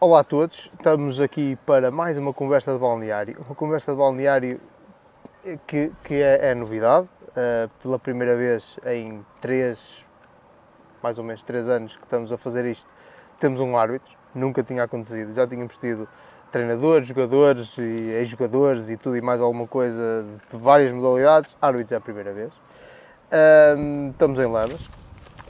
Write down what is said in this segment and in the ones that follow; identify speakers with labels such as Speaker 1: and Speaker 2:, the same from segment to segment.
Speaker 1: Olá a todos, estamos aqui para mais uma conversa de balneário. Uma conversa de balneário que, que é, é novidade, eh, pela primeira vez em três, mais ou menos três anos que estamos a fazer isto, temos um árbitro, nunca tinha acontecido. Já tínhamos tido treinadores, jogadores e ex-jogadores e tudo e mais alguma coisa de várias modalidades, árbitros é a primeira vez. Ahm, estamos em Lamas,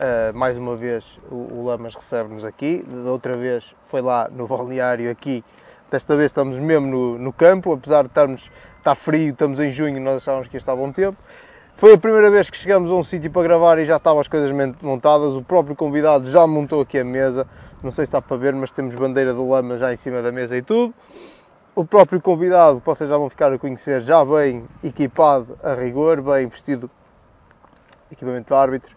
Speaker 1: Uh, mais uma vez o, o Lamas recebe-nos aqui, da outra vez foi lá no balneário aqui, desta vez estamos mesmo no, no campo, apesar de estarmos, está frio, estamos em junho, nós achávamos que ia estar bom tempo. Foi a primeira vez que chegamos a um sítio para gravar e já estavam as coisas men- montadas, o próprio convidado já montou aqui a mesa, não sei se está para ver, mas temos bandeira do Lamas já em cima da mesa e tudo. O próprio convidado, que vocês já vão ficar a conhecer, já bem equipado a rigor, bem vestido, equipamento de árbitro.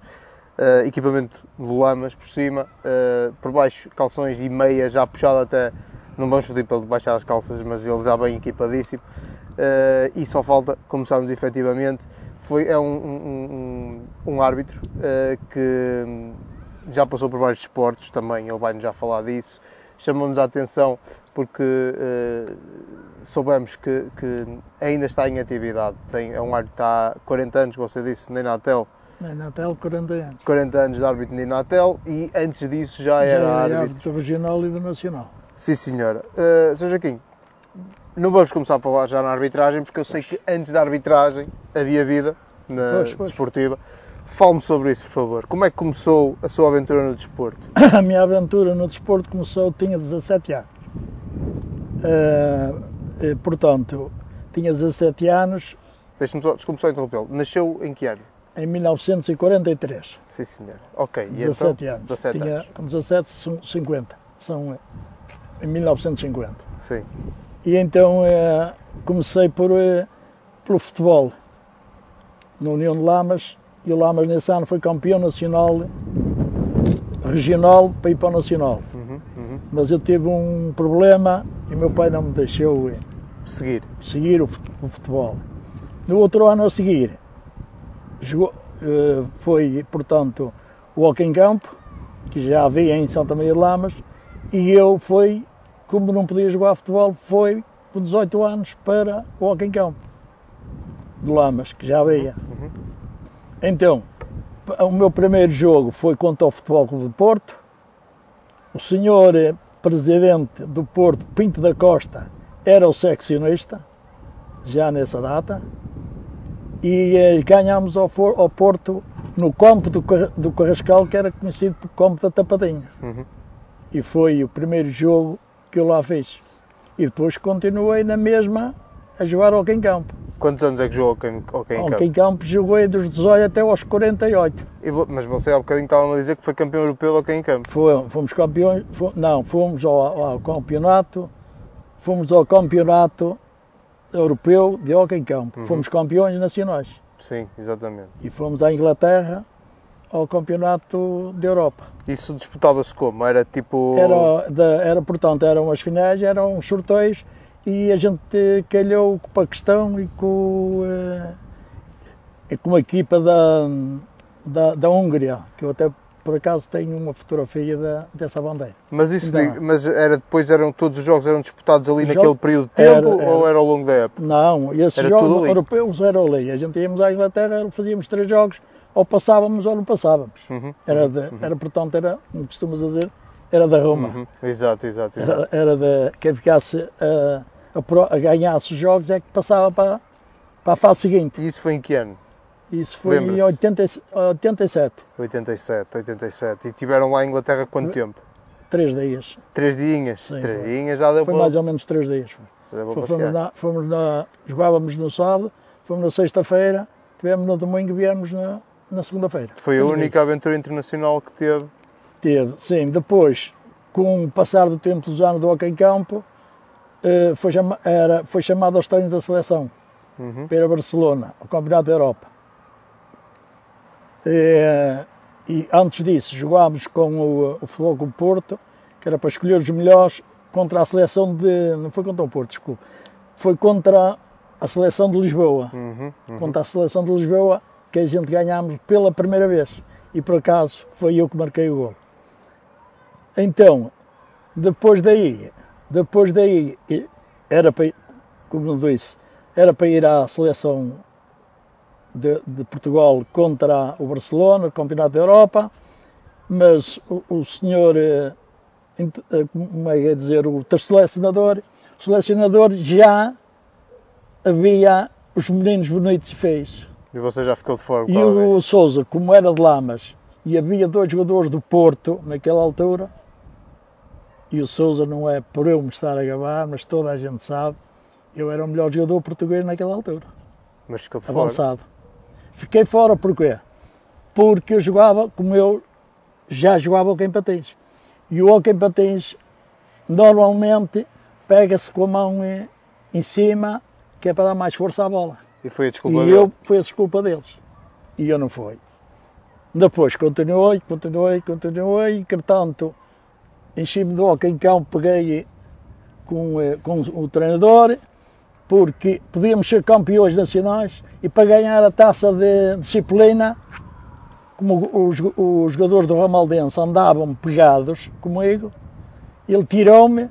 Speaker 1: Uh, equipamento de lamas por cima, uh, por baixo calções e meia já puxado até, não vamos pedir para ele baixar as calças, mas ele já bem equipadíssimo Uh, e só falta começarmos efetivamente. Foi, é um, um- um- um árbitro uh, que hum, já passou por vários esportes também, ele vai-nos já falar disso. Chamamos a atenção porque uh, soubemos que, que ainda está em atividade. Tem, é um árbitro que está há 40 anos, como você disse, nem na TEL,
Speaker 2: Bem, na tele, 40 anos.
Speaker 1: 40 anos de árbitro de Ninatel e antes disso já era árbitro.
Speaker 2: é regional e do nacional.
Speaker 1: Sim, senhora. Uh, Sr. Joaquim, não vamos começar a falar já na arbitragem, porque eu sei que antes da arbitragem havia vida na
Speaker 2: Pois, pois.
Speaker 1: desportiva. Fale-me sobre isso, por favor. Como é que começou a sua aventura no desporto?
Speaker 2: A minha aventura no desporto começou, tinha 17 anos. Ah, eh, portanto, tinha 17 anos
Speaker 1: Deixa-me só, desculpe só interrompê-lo. Nasceu em que ano?
Speaker 2: em 1943.
Speaker 1: Sim, senhora. Ok. e
Speaker 2: 17
Speaker 1: então?
Speaker 2: anos.
Speaker 1: 17
Speaker 2: tinha
Speaker 1: anos.
Speaker 2: 17, são 50. São eh, em 1950.
Speaker 1: Sim.
Speaker 2: E então eh, comecei por, eh, pelo futebol, na União de Lamas, e o Lamas nesse ano foi campeão nacional, regional, para ir para o nacional.
Speaker 1: Uhum, uhum.
Speaker 2: Mas eu tive um problema e meu pai não me deixou eh,
Speaker 1: Seguir.
Speaker 2: seguir o fut- o futebol. No outro ano a seguir, jogou- eh, foi, portanto, o Walk em Campo, que já havia em Santa Maria de Lamas, e eu fui, como não podia jogar futebol, foi com 18 anos para o Walk em Campo, de Lamas, que já havia.
Speaker 1: Uhum.
Speaker 2: Então, p- o meu primeiro jogo foi contra o Futebol Clube do Porto. O senhor eh, presidente do Porto, Pinto da Costa, era o seccionista, já nessa data. E eh, ganhámos ao, For- ao Porto no campo do, Car- do Carrascal, que era conhecido por campo da Tapadinha.
Speaker 1: Uhum.
Speaker 2: E foi o primeiro jogo que eu lá fiz. E depois continuei na mesma a jogar ao Quem Campo.
Speaker 1: Quantos anos é que jogou quem, ao quem
Speaker 2: Ao
Speaker 1: campo?
Speaker 2: Quem Campo joguei dos 18 até aos 48.
Speaker 1: E vo- Mas você há bocadinho estava-me a dizer que foi campeão europeu ao quem campo.
Speaker 2: Fomos, fomos campeões, fo- não, fomos ao, ao campeonato, fomos ao campeonato europeu de hockey em campo.
Speaker 1: Uhum.
Speaker 2: Fomos campeões nacionais
Speaker 1: Sim, exatamente.
Speaker 2: e fomos à Inglaterra ao campeonato da Europa.
Speaker 1: Isso disputava-se como? Era tipo...
Speaker 2: Era, da- era, portanto, eram as finais, eram os sorteios e a gente calhou com o Paquistão e com, eh, e com a equipa da, da, da Hungria, que eu até por acaso tenho uma fotografia da- dessa bandeira.
Speaker 1: Mas isso
Speaker 2: Ainda
Speaker 1: digo- mas era depois eram todos os jogos eram disputados ali
Speaker 2: Os
Speaker 1: naquele
Speaker 2: jogos-
Speaker 1: período de tempo
Speaker 2: Era, era.
Speaker 1: ou era ao longo da época?
Speaker 2: Não, esses
Speaker 1: Era tudo
Speaker 2: jogos
Speaker 1: ali.
Speaker 2: europeus eram ali. A gente íamos à Inglaterra, fazíamos três jogos, ou passávamos ou não passávamos.
Speaker 1: Uhum,
Speaker 2: Era,
Speaker 1: uhum,
Speaker 2: de-
Speaker 1: uhum,
Speaker 2: era portanto, era, como costumas dizer, era da Roma.
Speaker 1: uhum. Exato, exato,
Speaker 2: Era,
Speaker 1: exato.
Speaker 2: era de quem ficasse a, a pro- a ganhasse os jogos é que passava para, para a fase seguinte.
Speaker 1: E isso foi em que ano?
Speaker 2: Isso foi em
Speaker 1: Lembra-se?
Speaker 2: 80, e se- 87,
Speaker 1: 87, 87. E tiveram lá em Inglaterra quanto tempo?
Speaker 2: três dias.
Speaker 1: Três dias.
Speaker 2: Sim,
Speaker 1: Três
Speaker 2: foi.
Speaker 1: dias já deu
Speaker 2: Foi
Speaker 1: para
Speaker 2: mais ou menos três dias.
Speaker 1: já deu para
Speaker 2: Fomos
Speaker 1: passear.
Speaker 2: na, fomos na- jogávamos no sábado, fomos na sexta-feira, tivemos no domingo e viemos na, na segunda-feira.
Speaker 1: Foi a
Speaker 2: Três dias.
Speaker 1: única aventura internacional que teve.
Speaker 2: Teve, sim. Depois, com o passar do tempo dos anos do Hockey em Campo, eh, foi, chama- era- foi chamado aos treinos da seleção
Speaker 1: Uhum.
Speaker 2: para Barcelona, ao Campeonato da Europa. Eh, E antes disso, jogámos com o, o Futebol Clube Porto, que era para escolher os melhores contra a seleção de. Não foi contra o Porto, desculpe. Foi contra a seleção de Lisboa
Speaker 1: Uhum. uhum.
Speaker 2: contra a seleção de Lisboa, que a gente ganhámos pela primeira vez. E por acaso foi eu que marquei o gol. Então, Depois daí, depois daí, e- era para, ir- como eu disse, era para ir à seleção de, de Portugal contra o Barcelona, Campeonato da Europa, mas o, o senhor, eh, int- eh, como é que é dizer, o ter- selecionador, o selecionador já havia os meninos bonitos e feios.
Speaker 1: E você já ficou de fora é? por
Speaker 2: E
Speaker 1: causa
Speaker 2: o
Speaker 1: disso.
Speaker 2: Souza, como era de Lamas, e havia dois jogadores do Porto naquela altura, e o Souza não é por eu me estar a gabar, mas toda a gente sabe, eu era o melhor jogador português naquela altura,
Speaker 1: Mas ficou de fora.
Speaker 2: avançado. Fiquei fora porquê? Porque eu jogava como eu já jogava o Patins. E o Hockey Patins normalmente pega-se com a mão em, em cima, que é para dar mais força à bola.
Speaker 1: E foi a desculpa
Speaker 2: E
Speaker 1: dele.
Speaker 2: eu, foi a desculpa deles. E eu não fui. Depois continuei, continuei, continuei, e, portanto, enchi-me do hockey em campo, peguei com, eh, com o treinador, porque podíamos ser campeões nacionais e para ganhar a taça de disciplina, como os, os jogadores do Ramaldense andavam pegados comigo, ele tirou-me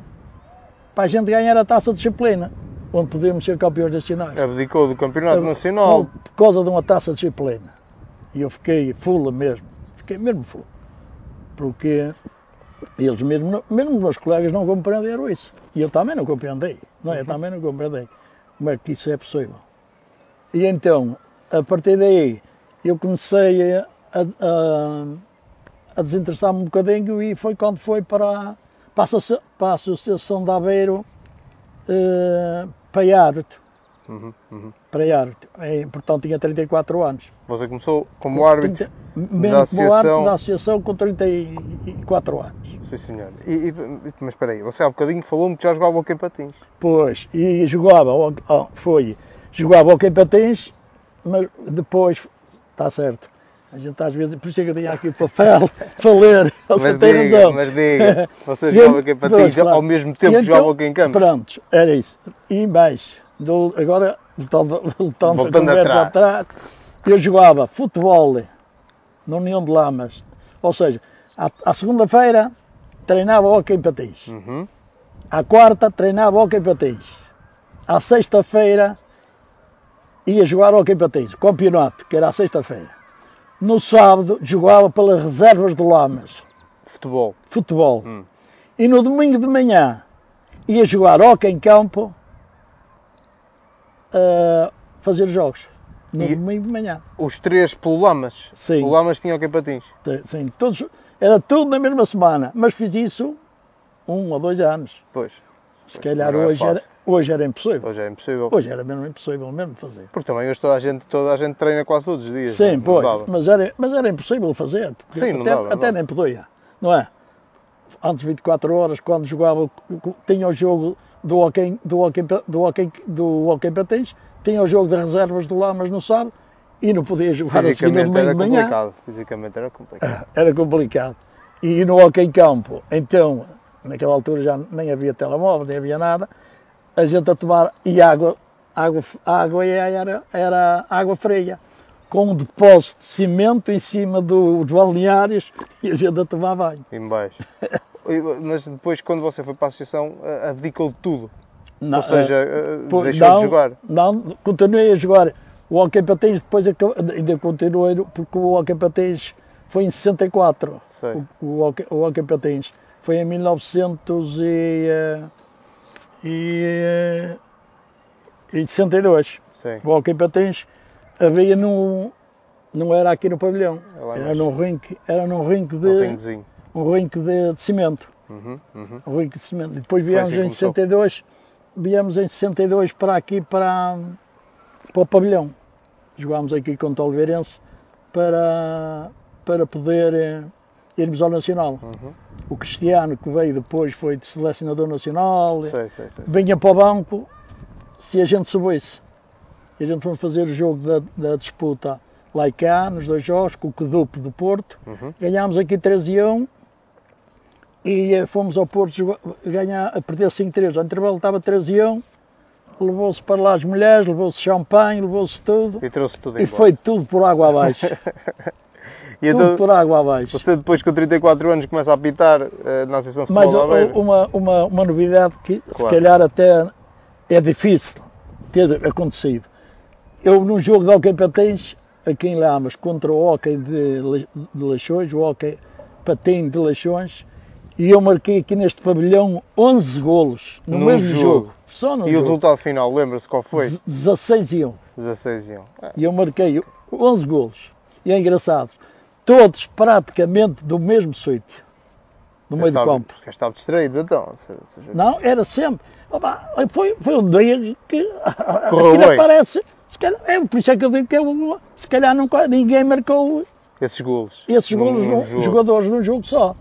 Speaker 2: para a gente ganhar a taça de disciplina, onde podíamos ser campeões nacionais
Speaker 1: Abdicou do campeonato
Speaker 2: por-
Speaker 1: nacional.
Speaker 2: Por causa de uma taça de disciplina. E eu fiquei fula mesmo. Fiquei mesmo fula. Porque eles mesmo, não- mesmo os meus colegas não compreenderam isso. E eu também não compreendi. Não, é? eu também não compreendi. Como é que isso é possível? E então, a partir daí, eu comecei a, a- a desinteressar-me um bocadinho e foi quando foi para, para, a, associa- para a Associação de Aveiro eh, Paiárito
Speaker 1: Uhum, uhum.
Speaker 2: para Iarte. Em, portanto, tinha 34 anos.
Speaker 1: Você começou como Um árbitro.
Speaker 2: 30, mesmo como
Speaker 1: associação.
Speaker 2: árbitro da associação com 34 anos.
Speaker 1: Sim, senhor. E, e- mas espera aí, você há bocadinho falou-me que já jogava o em patins.
Speaker 2: Pois, e jogava, ao- ao- foi, jogava ao Patins, mas depois, está certo. A gente às vezes, por isso é que eu tenho aqui o papel para ler,
Speaker 1: Mas
Speaker 2: você tem
Speaker 1: diga,
Speaker 2: razão.
Speaker 1: mas diga, você
Speaker 2: E
Speaker 1: jogava o em
Speaker 2: depois,
Speaker 1: patins
Speaker 2: claro.
Speaker 1: ao mesmo tempo
Speaker 2: E
Speaker 1: que
Speaker 2: então,
Speaker 1: jogava o em campo?
Speaker 2: Pronto, era isso. E mais, do- agora, voltando, voltando, a
Speaker 1: Voltando
Speaker 2: conversa
Speaker 1: atrás.
Speaker 2: atrás, eu jogava futebol na União de Lamas. Ou seja, à, à segunda-feira treinava ao em patins.
Speaker 1: Uhum.
Speaker 2: À quarta treinava ao em patins. À sexta-feira ia jogar ao em patins, o campeonato, que era à sexta-feira. No sábado jogava pelas reservas de Lamas
Speaker 1: Futebol.
Speaker 2: futebol.
Speaker 1: Hum.
Speaker 2: E no domingo de manhã ia jogar hockey em campo a fazer jogos. No
Speaker 1: E-
Speaker 2: domingo de manhã.
Speaker 1: Os três pelo Lamas.
Speaker 2: Sim.
Speaker 1: O Lamas tinha o em patins.
Speaker 2: Te- Sim, todos, era tudo na mesma semana, mas fiz isso um ou dois anos.
Speaker 1: Pois,
Speaker 2: Se
Speaker 1: Pois,
Speaker 2: calhar
Speaker 1: não é
Speaker 2: hoje, era,
Speaker 1: fácil.
Speaker 2: hoje era impossível.
Speaker 1: hoje é impossível.
Speaker 2: Hoje era mesmo impossível mesmo fazer.
Speaker 1: Porque também hoje toda a gente, toda a gente treina quase todos os dias.
Speaker 2: Sim,
Speaker 1: não é?
Speaker 2: pois,
Speaker 1: dava.
Speaker 2: mas era, mas era impossível fazer. porque
Speaker 1: Sim,
Speaker 2: até,
Speaker 1: não dava, não
Speaker 2: até
Speaker 1: dava.
Speaker 2: nem podia, não é? Antes 24 horas, quando jogava, tinha o jogo do Hockey do hockey, do hockey, do hockey Patins, tinha o jogo de reservas do Lamas no sábado e não podia jogar a seguir no
Speaker 1: Fisicamente
Speaker 2: domingo
Speaker 1: era
Speaker 2: de manhã.
Speaker 1: complicado. Fisicamente era complicado.
Speaker 2: Era complicado. E no Hockey Campo, então, naquela altura já nem havia telemóvel, nem havia nada, a gente a tomar e água, água, água é, era, era água fria, com um depósito de cimento em cima dos balneários e a gente a tomar banho.
Speaker 1: Em baixo. E- Mas depois, quando você foi para a associação, eh, abdicou de tudo.
Speaker 2: Na-
Speaker 1: Ou seja,
Speaker 2: eh,
Speaker 1: eh,
Speaker 2: pô,
Speaker 1: deixou
Speaker 2: não,
Speaker 1: de jogar.
Speaker 2: Não, continuei a jogar. O Hockey Patins depois acabou- ainda continuei, porque o Hockey Patins foi em 64.
Speaker 1: Sei.
Speaker 2: O, o, hockey, o hockey patins foi em eh, 1962.
Speaker 1: Sim.
Speaker 2: O hockey patins havia num não era aqui no pavilhão,
Speaker 1: É lá
Speaker 2: era
Speaker 1: embaixo.
Speaker 2: num rink, era num rink
Speaker 1: Um
Speaker 2: de
Speaker 1: ringuezinho.
Speaker 2: um rink de, de cimento,
Speaker 1: Uhum, uhum.
Speaker 2: um rink de cimento. E Depois
Speaker 1: Foi
Speaker 2: viemos
Speaker 1: assim que
Speaker 2: em
Speaker 1: começou.
Speaker 2: 62, viemos em 62 para aqui para para o pavilhão. Jogámos aqui contra o Oliveirense para para poder eh, irmos ao Nacional.
Speaker 1: Uhum.
Speaker 2: O Cristiano, que veio depois, foi de selecionador nacional.
Speaker 1: Sei, sei, sei. sei.
Speaker 2: Vinha para o banco se a gente subisse. E a gente foi fazer o jogo da, da disputa lá e cá, nos dois jogos, com o Cadupo do Porto.
Speaker 1: Uhum.
Speaker 2: Ganhámos aqui 13 a 1 e eh, fomos ao Porto jogar- ganhar, a perder 5-3. O intervalo estava 13 a 1, levou-se para lá as mulheres, levou-se champanhe, levou-se tudo.
Speaker 1: E trouxe tudo
Speaker 2: E
Speaker 1: embora.
Speaker 2: foi tudo por água abaixo.
Speaker 1: E E
Speaker 2: tudo
Speaker 1: então,
Speaker 2: por água abaixo.
Speaker 1: você depois com 34 anos começa a apitar eh, na Associação de
Speaker 2: Mas
Speaker 1: Futebol da
Speaker 2: o-
Speaker 1: Beira?
Speaker 2: uma, uma, uma novidade que se
Speaker 1: Claro.
Speaker 2: calhar até é difícil ter acontecido. Eu num jogo de hóquei patins, aqui em Lamas, contra o hóquei de, Le- de Leixões, o hóquei patim de Leixões, e eu marquei aqui neste pavilhão 11 golos, no
Speaker 1: Num
Speaker 2: mesmo
Speaker 1: jogo.
Speaker 2: jogo. Só no
Speaker 1: E o
Speaker 2: jogo.
Speaker 1: resultado final, lembra-se qual foi?
Speaker 2: 16 e 1.
Speaker 1: 16 e 1. Ah,
Speaker 2: E eu marquei 11 golos. E é engraçado. Todos praticamente do mesmo sítio. No meio do
Speaker 1: estava-
Speaker 2: campo.
Speaker 1: Estava é distraído, então. se- se- se-
Speaker 2: Não, era sempre. Opa, foi, foi um dia que
Speaker 1: Correu
Speaker 2: aquilo
Speaker 1: bem.
Speaker 2: aparece. Se calhar, é por isso é que eu digo que eu- se calhar nunca, ninguém marcou
Speaker 1: Esses golos.
Speaker 2: esses
Speaker 1: Num-
Speaker 2: golos,
Speaker 1: num
Speaker 2: num-
Speaker 1: jogo.
Speaker 2: jogadores num jogo só.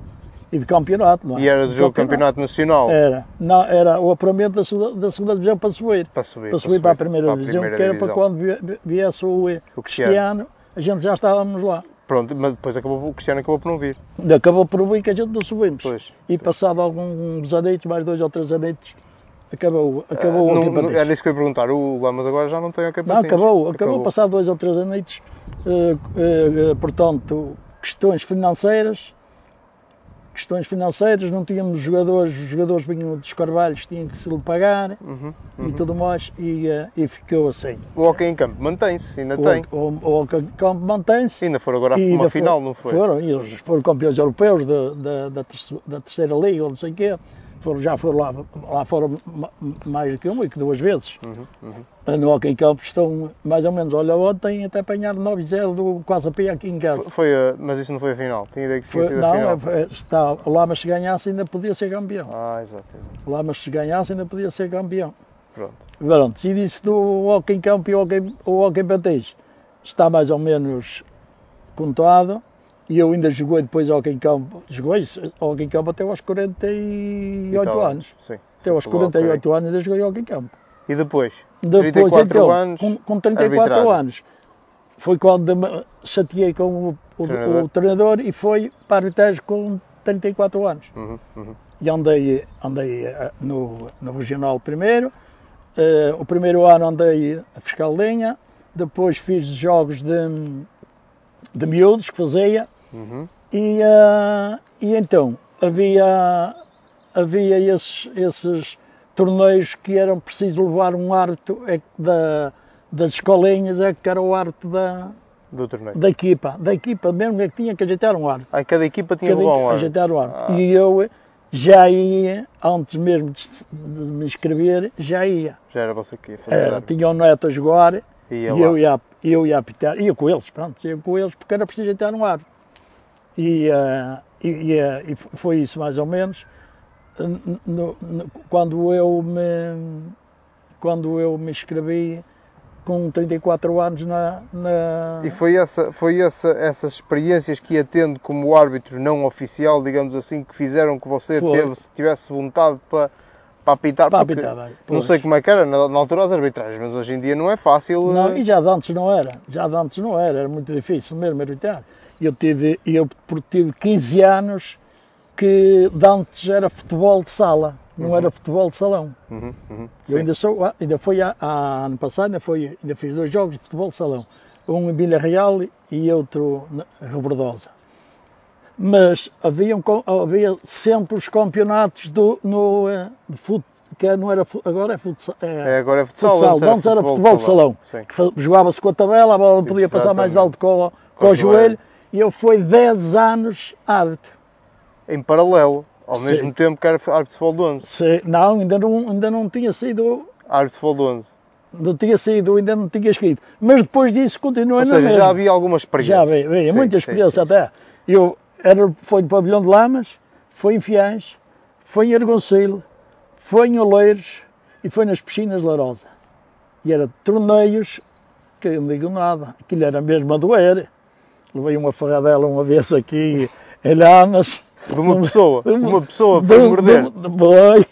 Speaker 2: E de campeonato, não é?
Speaker 1: E era do
Speaker 2: De
Speaker 1: jogo de Campeonato Nacional.
Speaker 2: Era. Não, era o apuramento da segunda, da segunda divisão para subir.
Speaker 1: Para subir.
Speaker 2: para subir para a primeira divisão, que era para
Speaker 1: divisão.
Speaker 2: quando vi- vi- viesse o, eh,
Speaker 1: O Cristiano.
Speaker 2: Cristiano, a gente já estávamos lá.
Speaker 1: Pronto, mas depois acabou, o Cristiano acabou por não vir.
Speaker 2: Acabou por vir que a gente não subimos.
Speaker 1: Pois.
Speaker 2: E passado alguns anitos, mais dois ou três anitos, acabou, acabou
Speaker 1: Ah,
Speaker 2: o
Speaker 1: não-
Speaker 2: Campeonato.
Speaker 1: não- Era isso que eu ia perguntar. O Lamas agora já não tem o
Speaker 2: Não,
Speaker 1: Campeonato.
Speaker 2: acabou, acabou, passado dois ou três anitos. eh, eh, eh, portanto, questões financeiras, questões financeiras, não tínhamos jogadores, os jogadores vinham dos Carvalhos, tinham que se lhe pagar
Speaker 1: Uhum,
Speaker 2: e
Speaker 1: uhum.
Speaker 2: tudo mais, e, eh, e ficou assim.
Speaker 1: O Hockey em Campo mantém-se, ainda tem.
Speaker 2: O, o, o campo mantém-se.
Speaker 1: Ainda foram agora a
Speaker 2: e
Speaker 1: uma
Speaker 2: ainda
Speaker 1: final,
Speaker 2: for-
Speaker 1: não foi?
Speaker 2: Foram, e eles foram campeões europeus da, da, da terce- da terceira liga, ou não sei o quê. Foram, já foram lá, lá foram ma- mais do que uma e que duas vezes. Ah,
Speaker 1: Uhum, uhum.
Speaker 2: No Hockey em Campo estão mais ou menos. Olha, ontem até apanharam 9-0 do quase a pé aqui em casa.
Speaker 1: Foi- Foi, a- mas isso não foi assim a final. Tinha ideia que tinha
Speaker 2: Foi-
Speaker 1: sido a
Speaker 2: não,
Speaker 1: final.
Speaker 2: é- é- está, lá, mas se ganhasse ainda podia ser campeão.
Speaker 1: Ah, exato, exato.
Speaker 2: Lá, mas se ganhasse ainda podia ser campeão.
Speaker 1: Pronto.
Speaker 2: Pronto, se disse do Hockey em Campo e o Hockey, o hockey Patins está mais ou menos contado. E eu ainda joguei depois Hockey em Campo. Joguei Hockey em Campo até aos 48
Speaker 1: E tal,
Speaker 2: anos.
Speaker 1: Então, Sim.
Speaker 2: Até aos
Speaker 1: Foi logo,
Speaker 2: 48 anos ainda joguei Hockey em Campo.
Speaker 1: ok. E depois?
Speaker 2: Depois,
Speaker 1: 34
Speaker 2: então,
Speaker 1: anos,
Speaker 2: com, com 34
Speaker 1: arbitragem.
Speaker 2: anos, foi quando me chateei com o, o-
Speaker 1: Treinador.
Speaker 2: o treinador e foi para a arbitragem com 34 anos.
Speaker 1: Uhum, uhum.
Speaker 2: E andei, andei eh, no, no regional primeiro. Eh, o primeiro ano andei a fiscal de linha, depois fiz jogos de, de miúdos que fazia.
Speaker 1: Uhum.
Speaker 2: E, ah, e então havia, havia esses, esses torneios que eram preciso levar um árbitro é que da, das escolinhas, é que era o árbitro da,
Speaker 1: Do torneio.
Speaker 2: da equipa. Da equipa mesmo é que tinha que ajeitar um árbitro.
Speaker 1: Ah, cada equipa tinha
Speaker 2: Cada
Speaker 1: lá um
Speaker 2: equipa
Speaker 1: ano.
Speaker 2: ajeitar o árbitro.
Speaker 1: Ah.
Speaker 2: E eu já ia, antes mesmo de, se- de me inscrever, já ia.
Speaker 1: Já era você que ia fazer.
Speaker 2: tá- Era, tinha o neto a jogar
Speaker 1: E
Speaker 2: e
Speaker 1: ia
Speaker 2: eu
Speaker 1: lá.
Speaker 2: ia, eu ia apitar, ia com eles, pronto, ia com eles, porque era preciso entrar no ar. E, ah, e, e, ah, e f- foi isso mais ou menos. N- no- no- quando, eu me, quando eu me inscrevi com 34 anos na. na
Speaker 1: E foi, essa, foi essa, essas experiências que ia tendo como árbitro não oficial, digamos assim, que fizeram que você
Speaker 2: Foi.
Speaker 1: teve- se tivesse vontade para, para apitar.
Speaker 2: Para
Speaker 1: porque
Speaker 2: apitar, bem,
Speaker 1: Não
Speaker 2: pois.
Speaker 1: sei como é que era na, na altura as arbitragens, mas hoje em dia não é fácil.
Speaker 2: Não,
Speaker 1: eh,
Speaker 2: e já de antes não era, já de antes não era, era muito difícil mesmo evitar. Eu tive, eu porque tive 15 anos que de antes era futebol de sala, não
Speaker 1: Uhum.
Speaker 2: era futebol de salão.
Speaker 1: Uhum, uhum,
Speaker 2: Eu
Speaker 1: sim.
Speaker 2: ainda sou, ah, ainda foi há- há ano passado, ainda, foi, ainda fiz dois jogos de futebol de salão, um em Vila Real e outro na Rebordosa. Mas havia, um co- havia sempre os campeonatos do no, eh, de fut, que não era, fu- agora é futsal.
Speaker 1: É, agora é futsal.
Speaker 2: Futsal, antes, era futebol de salão,
Speaker 1: Sim.
Speaker 2: que fa- jogava-se com a tabela, a bola não podia passar mais
Speaker 1: Exatamente.
Speaker 2: alto com, o-
Speaker 1: Com
Speaker 2: com
Speaker 1: o
Speaker 2: o
Speaker 1: joelho.
Speaker 2: joelho, e eu fui 10 anos árbitro.
Speaker 1: Em paralelo, ao
Speaker 2: Sim.
Speaker 1: mesmo tempo que era árbitro de futebol de 11.
Speaker 2: Se- não, ainda não, ainda não tinha sido,
Speaker 1: Árbitro de futebol de 11.
Speaker 2: não tinha sido, ainda não tinha escrito. Mas depois disso continuei
Speaker 1: Ou
Speaker 2: na
Speaker 1: seja,
Speaker 2: mesma.
Speaker 1: já havia alguma experiência.
Speaker 2: é Já veio, veio,
Speaker 1: Sim,
Speaker 2: muita
Speaker 1: sim,
Speaker 2: experiência
Speaker 1: sim, sim.
Speaker 2: até. Eu era, foi no Pavilhão de Lamas, foi em Fiães, foi em Argoncelo, foi em Oleiros e foi nas piscinas de Larosa. E era torneios que eu não digo nada. Aquilo era mesmo a doer. Levei uma ferradela uma vez aqui em Lamas.
Speaker 1: De uma pessoa.
Speaker 2: Um-
Speaker 1: Uma pessoa Oh, foi
Speaker 2: de-
Speaker 1: morder.
Speaker 2: de- de- boi,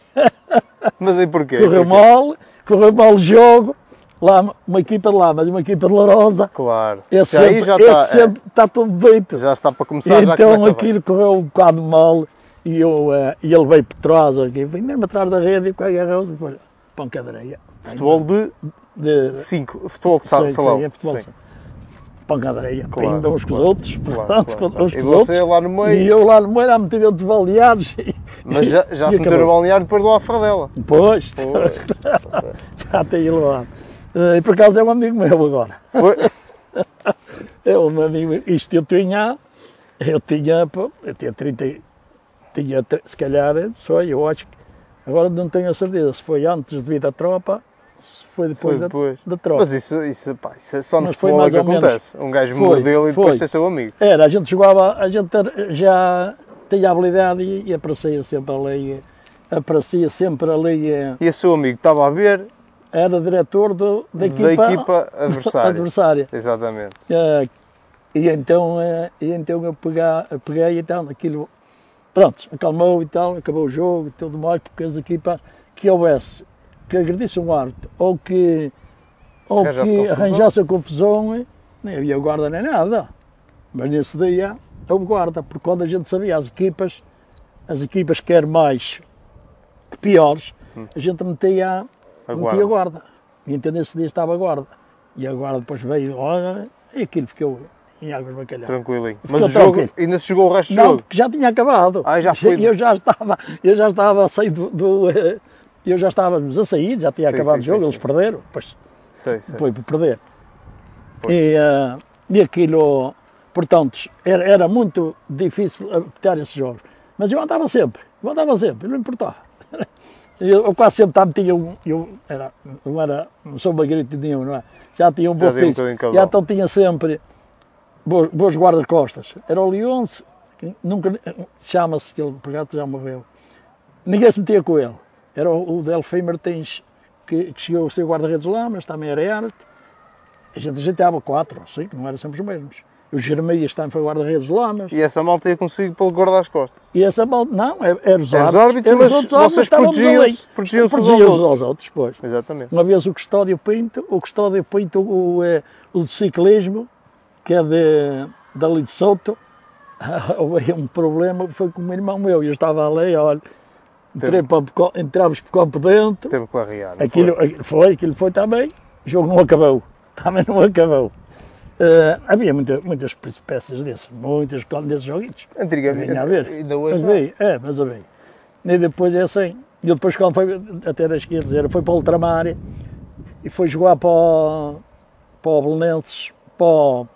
Speaker 1: Mas aí porquê?
Speaker 2: correu
Speaker 1: Porquê?
Speaker 2: mal, correu mal o jogo. Lá, uma equipa de Lamas e uma equipa de Larosa.
Speaker 1: Claro.
Speaker 2: Esse
Speaker 1: Já aí
Speaker 2: É sempre,
Speaker 1: já
Speaker 2: esse
Speaker 1: está. é.
Speaker 2: sempre está tudo deito.
Speaker 1: Já está para começar, já
Speaker 2: Então
Speaker 1: começa
Speaker 2: aquilo correu um bocado mal e, eu, eh, e ele veio por trás, aqui, vim mesmo atrás da rede e agarrou e depois pancadaria.
Speaker 1: bem. Futebol de
Speaker 2: De,
Speaker 1: 5, futebol de sa-
Speaker 2: sei-
Speaker 1: salão.
Speaker 2: sei, é futebol.
Speaker 1: Sim.
Speaker 2: pancadaria.
Speaker 1: Claro,
Speaker 2: ainda uns com
Speaker 1: claro,
Speaker 2: os outros,
Speaker 1: claro,
Speaker 2: portanto,
Speaker 1: claro, claro.
Speaker 2: uns
Speaker 1: E
Speaker 2: com os outros.
Speaker 1: você lá no meio.
Speaker 2: E eu lá no meio a meter dentro de baleados e.
Speaker 1: Mas já, já
Speaker 2: e
Speaker 1: se meteu no
Speaker 2: acabou.
Speaker 1: balneário depois do Afradela.
Speaker 2: Pois,
Speaker 1: Pois.
Speaker 2: já tem elevado. Eh, E por acaso é um amigo meu agora.
Speaker 1: Foi.
Speaker 2: É um amigo. Isto eu tinha. Eu tinha. pô, Eu tinha 30. e- Tinha, tre- se calhar, só eu acho que. Agora não tenho a certeza se foi antes de vir da tropa, se foi depois,
Speaker 1: Foi depois.
Speaker 2: Da, da tropa.
Speaker 1: Mas isso, isso, pá, isso é só no
Speaker 2: Mas foi
Speaker 1: futebol é
Speaker 2: mais
Speaker 1: que
Speaker 2: ou menos.
Speaker 1: acontece. Um gajo
Speaker 2: Foi,
Speaker 1: mordeu e depois
Speaker 2: foi.
Speaker 1: ser seu amigo.
Speaker 2: Era, a gente jogava, a gente era- já tinha habilidade e, e aparecia sempre ali, aparecia sempre ali, eh,
Speaker 1: E esse seu amigo estava a ver
Speaker 2: era diretor do, da equipa,
Speaker 1: equipa adversária.
Speaker 2: adversária.
Speaker 1: Exatamente.
Speaker 2: Eh, E então, eh, e então eu pega- eu peguei e tal, aquilo, pronto, acalmou e tal, acabou o jogo e tudo mais, porque as equipas que houvesse, que agredisse um árbitro ou que, ou
Speaker 1: Arranjasse
Speaker 2: que
Speaker 1: confusão.
Speaker 2: arranjasse a confusão, eh, nem havia guarda nem nada. Mas nesse dia houve guarda, porque quando a gente sabia as equipas, as equipas quer mais que piores,
Speaker 1: Hum.
Speaker 2: a gente metia
Speaker 1: Agora.
Speaker 2: Meti a guarda. E então nesse dia estava a guarda. E a guarda depois veio, olha, e aquilo ficou em águas bacalhau.
Speaker 1: Tranquilinho.
Speaker 2: Ficou
Speaker 1: Mas o
Speaker 2: tão
Speaker 1: jogo
Speaker 2: quente.
Speaker 1: ainda se jogou o resto do
Speaker 2: Não,
Speaker 1: jogo.
Speaker 2: porque já tinha acabado.
Speaker 1: Então, Ah, já foi.
Speaker 2: Eu já estava, eu já estava a sair do. do, eh, eu já estávamos a sair, já tinha
Speaker 1: Sim,
Speaker 2: acabado
Speaker 1: sim,
Speaker 2: o jogo,
Speaker 1: sim,
Speaker 2: eles
Speaker 1: sim.
Speaker 2: perderam, pois
Speaker 1: Sei, sei.
Speaker 2: foi por perder.
Speaker 1: Pois.
Speaker 2: E, eh, e aquilo, portanto, era, era muito difícil apitar esses jogos. Mas eu andava sempre, eu andava sempre, não importava. Eu, eu quase sempre também tinha um. Eu era, não era, não sou magrito nenhum, não é? Já tinha um bom
Speaker 1: Já tinha um
Speaker 2: físico.
Speaker 1: bocadinho de casal.
Speaker 2: já então tinha sempre boas, boas guarda-costas. Era o Leonce, que nunca. eh, Chama-se, que ele por gato já morreu. Ninguém se metia com ele. Era o, o Delfim Martins, que, que chegou a ser guarda-redes lá, mas também era arte. A gente ajeitava quatro ou cinco, não eram sempre os mesmos. O Jeremias também foi guarda-redes lá, mas.
Speaker 1: E essa malta ia consigo pelo guardar as costas.
Speaker 2: E essa mal. Não, era, era os
Speaker 1: Eram os
Speaker 2: árbitros.
Speaker 1: É árbitros,
Speaker 2: eram os
Speaker 1: mas
Speaker 2: outros árbitros,
Speaker 1: vocês
Speaker 2: estávamos
Speaker 1: protegiam-se-
Speaker 2: ali.
Speaker 1: protegiam-se uns aos
Speaker 2: Protegiam-se
Speaker 1: outros.
Speaker 2: aos outros, pois.
Speaker 1: Exatamente.
Speaker 2: Uma vez o Custódio Pinto, o Custódio Pinto, o, eh, o de ciclismo, que é de, dali de Souto, houve um problema, foi com o meu irmão meu, e eu estava ali, olha, entrei
Speaker 1: Teve-
Speaker 2: para o Pecó- entrámos para o campo dentro,
Speaker 1: Teve que larrear. não
Speaker 2: aquilo
Speaker 1: foi?
Speaker 2: aquilo foi, aquilo foi também, o jogo não acabou, também não acabou. Eh, havia muita, muitas peças desses, muitas desses joguinhos.
Speaker 1: Antigamente.
Speaker 2: Vinha a ver.
Speaker 1: Ainda
Speaker 2: Mas
Speaker 1: hoje. não.
Speaker 2: bem, é, mas bem. E depois é assim. E depois quando foi, até era esquerda dizer, foi para o ultramar e foi jogar para, o- para o Belenenses, para, o-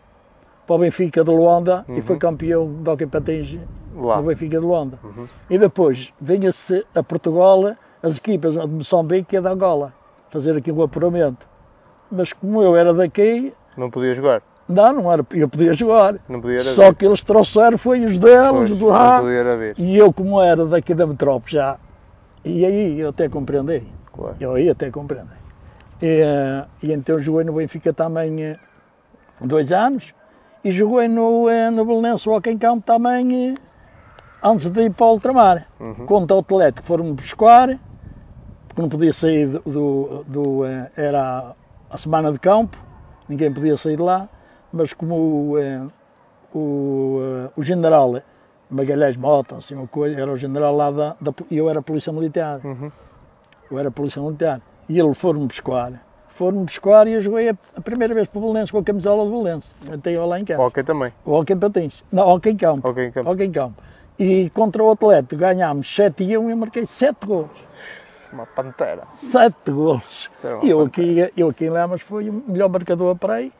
Speaker 2: para o Benfica de Luanda e
Speaker 1: Uhum.
Speaker 2: foi campeão de hockey patins
Speaker 1: Lá.
Speaker 2: do Benfica de Luanda.
Speaker 1: Uhum.
Speaker 2: E depois vinha-se a Portugal as equipas de Moçambique e de é Angola fazer aqui o apuramento. Mas como eu era daqui,
Speaker 1: Não podia jogar.
Speaker 2: não, não era, eu podia jogar.
Speaker 1: Não podia era
Speaker 2: Só
Speaker 1: ver.
Speaker 2: que eles trouxeram foi os deles
Speaker 1: Pois,
Speaker 2: de
Speaker 1: Não
Speaker 2: lá.
Speaker 1: podia era ver.
Speaker 2: E eu, como era daqui da metrópole já, e aí eu até compreendi,
Speaker 1: Claro.
Speaker 2: eu aí até compreendi. E, eh, e então joguei no Benfica também eh, dois anos e joguei no, eh, no Belenense Rock em Campo também eh, antes de ir para o Ultramar.
Speaker 1: Uhum.
Speaker 2: Quanto ao atleta que foram-me buscar, porque não podia sair do. do- do, eh, era a semana de campo, ninguém podia sair de lá, mas como eh, o, eh, o general Magalhães Mota, assim uma coisa, era o general lá da. da e eu era polícia militar,
Speaker 1: Uhum.
Speaker 2: eu era polícia militar, e ele foram-me buscar. Foram-me buscar e eu joguei a, a primeira vez para o Belenense com a camisola do Belenense. Até eu lá em casa.
Speaker 1: Ok também.
Speaker 2: Ou ao Patins. Não, ao em Campo.
Speaker 1: Ok, então.
Speaker 2: Alguém campo. E contra o Atlético ganhámos 7 e 1 e eu marquei 7 gols.
Speaker 1: Uma pantera.
Speaker 2: 7 gols.
Speaker 1: Isso era uma
Speaker 2: E eu
Speaker 1: pantera.
Speaker 2: aqui, eu aqui em Lamas fui o melhor marcador para aí.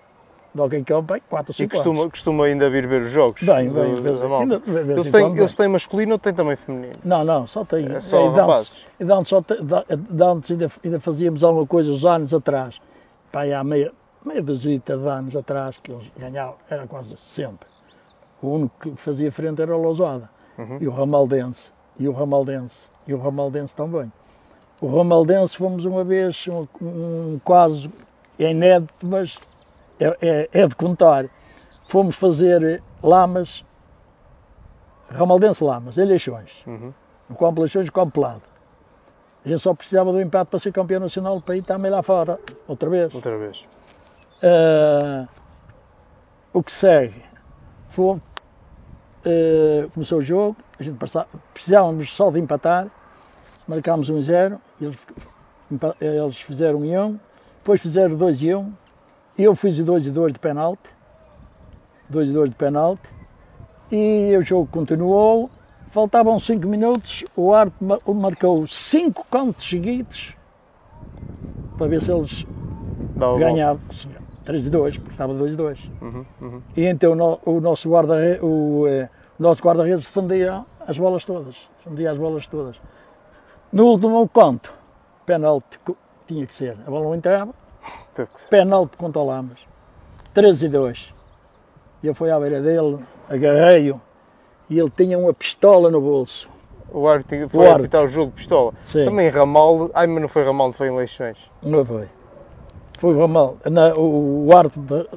Speaker 2: Do Hockey Campo, aí 4 ou
Speaker 1: E
Speaker 2: 5
Speaker 1: costuma, costuma ainda vir ver os jogos?
Speaker 2: Bem, bem,
Speaker 1: do-
Speaker 2: bem,
Speaker 1: da malta?
Speaker 2: ainda- de vez em
Speaker 1: Eles têm,
Speaker 2: quando,
Speaker 1: eles
Speaker 2: bem.
Speaker 1: têm masculino ou têm também feminino?
Speaker 2: Não, não, só tem.
Speaker 1: É só
Speaker 2: e de antes-
Speaker 1: rapazes.
Speaker 2: e de antes só te- de- de antes ainda, ainda fazíamos alguma coisa uns anos atrás. Pá, aí há meia, meia dúzia de anos atrás que eles ganhavam, era quase sempre. O único que fazia frente era o Lousada.
Speaker 1: Uhum.
Speaker 2: E o Ramaldense. E o Ramaldense. E o Ramaldense também. O Ramaldense fomos uma vez, um, um quase, é inédito, mas é, é- é de contar. Fomos fazer lamas, Ramaldense lamas, eleições.
Speaker 1: Uhum.
Speaker 2: No campo de eleições, campo pelado. A gente só precisava do empate para ser campeão nacional para ir também lá fora, outra vez.
Speaker 1: Outra vez.
Speaker 2: Ah, o que segue? Foi, ah, começou o jogo, a gente passa- precisávamos só de empatar, marcámos 1 0, eles, empa- eles um fizeram 1 1, depois fizeram 2 1, eu fiz 2 2 de penalti, 2-2 de penalti. E o jogo continuou. Faltavam 5 minutos, o árbitro marcou 5 contos seguidos para ver se eles
Speaker 1: Dava a volta.
Speaker 2: ganhavam. 3-2, porque estava 2-2.
Speaker 1: Uhum, uhum.
Speaker 2: E então o no- o nosso guarda-redes o, eh, o nosso guarda-redes defendia as bolas todas. Defendia as bolas todas. No último conto, penalti co- tinha que ser. A bola não entrava,
Speaker 1: Teve que ser.
Speaker 2: penalti controlamos. 13 e 2. E eu fui à beira dele, agarrei-o e ele tinha uma pistola no bolso.
Speaker 1: O árbitro
Speaker 2: O
Speaker 1: foi
Speaker 2: árbitro.
Speaker 1: apitar o jogo de pistola.
Speaker 2: Sim,
Speaker 1: Também Ramaldo. Ai, mas não foi Ramaldo, foi em Leixões.
Speaker 2: não foi. Foi o Ramal. Na- o, o árbitro de-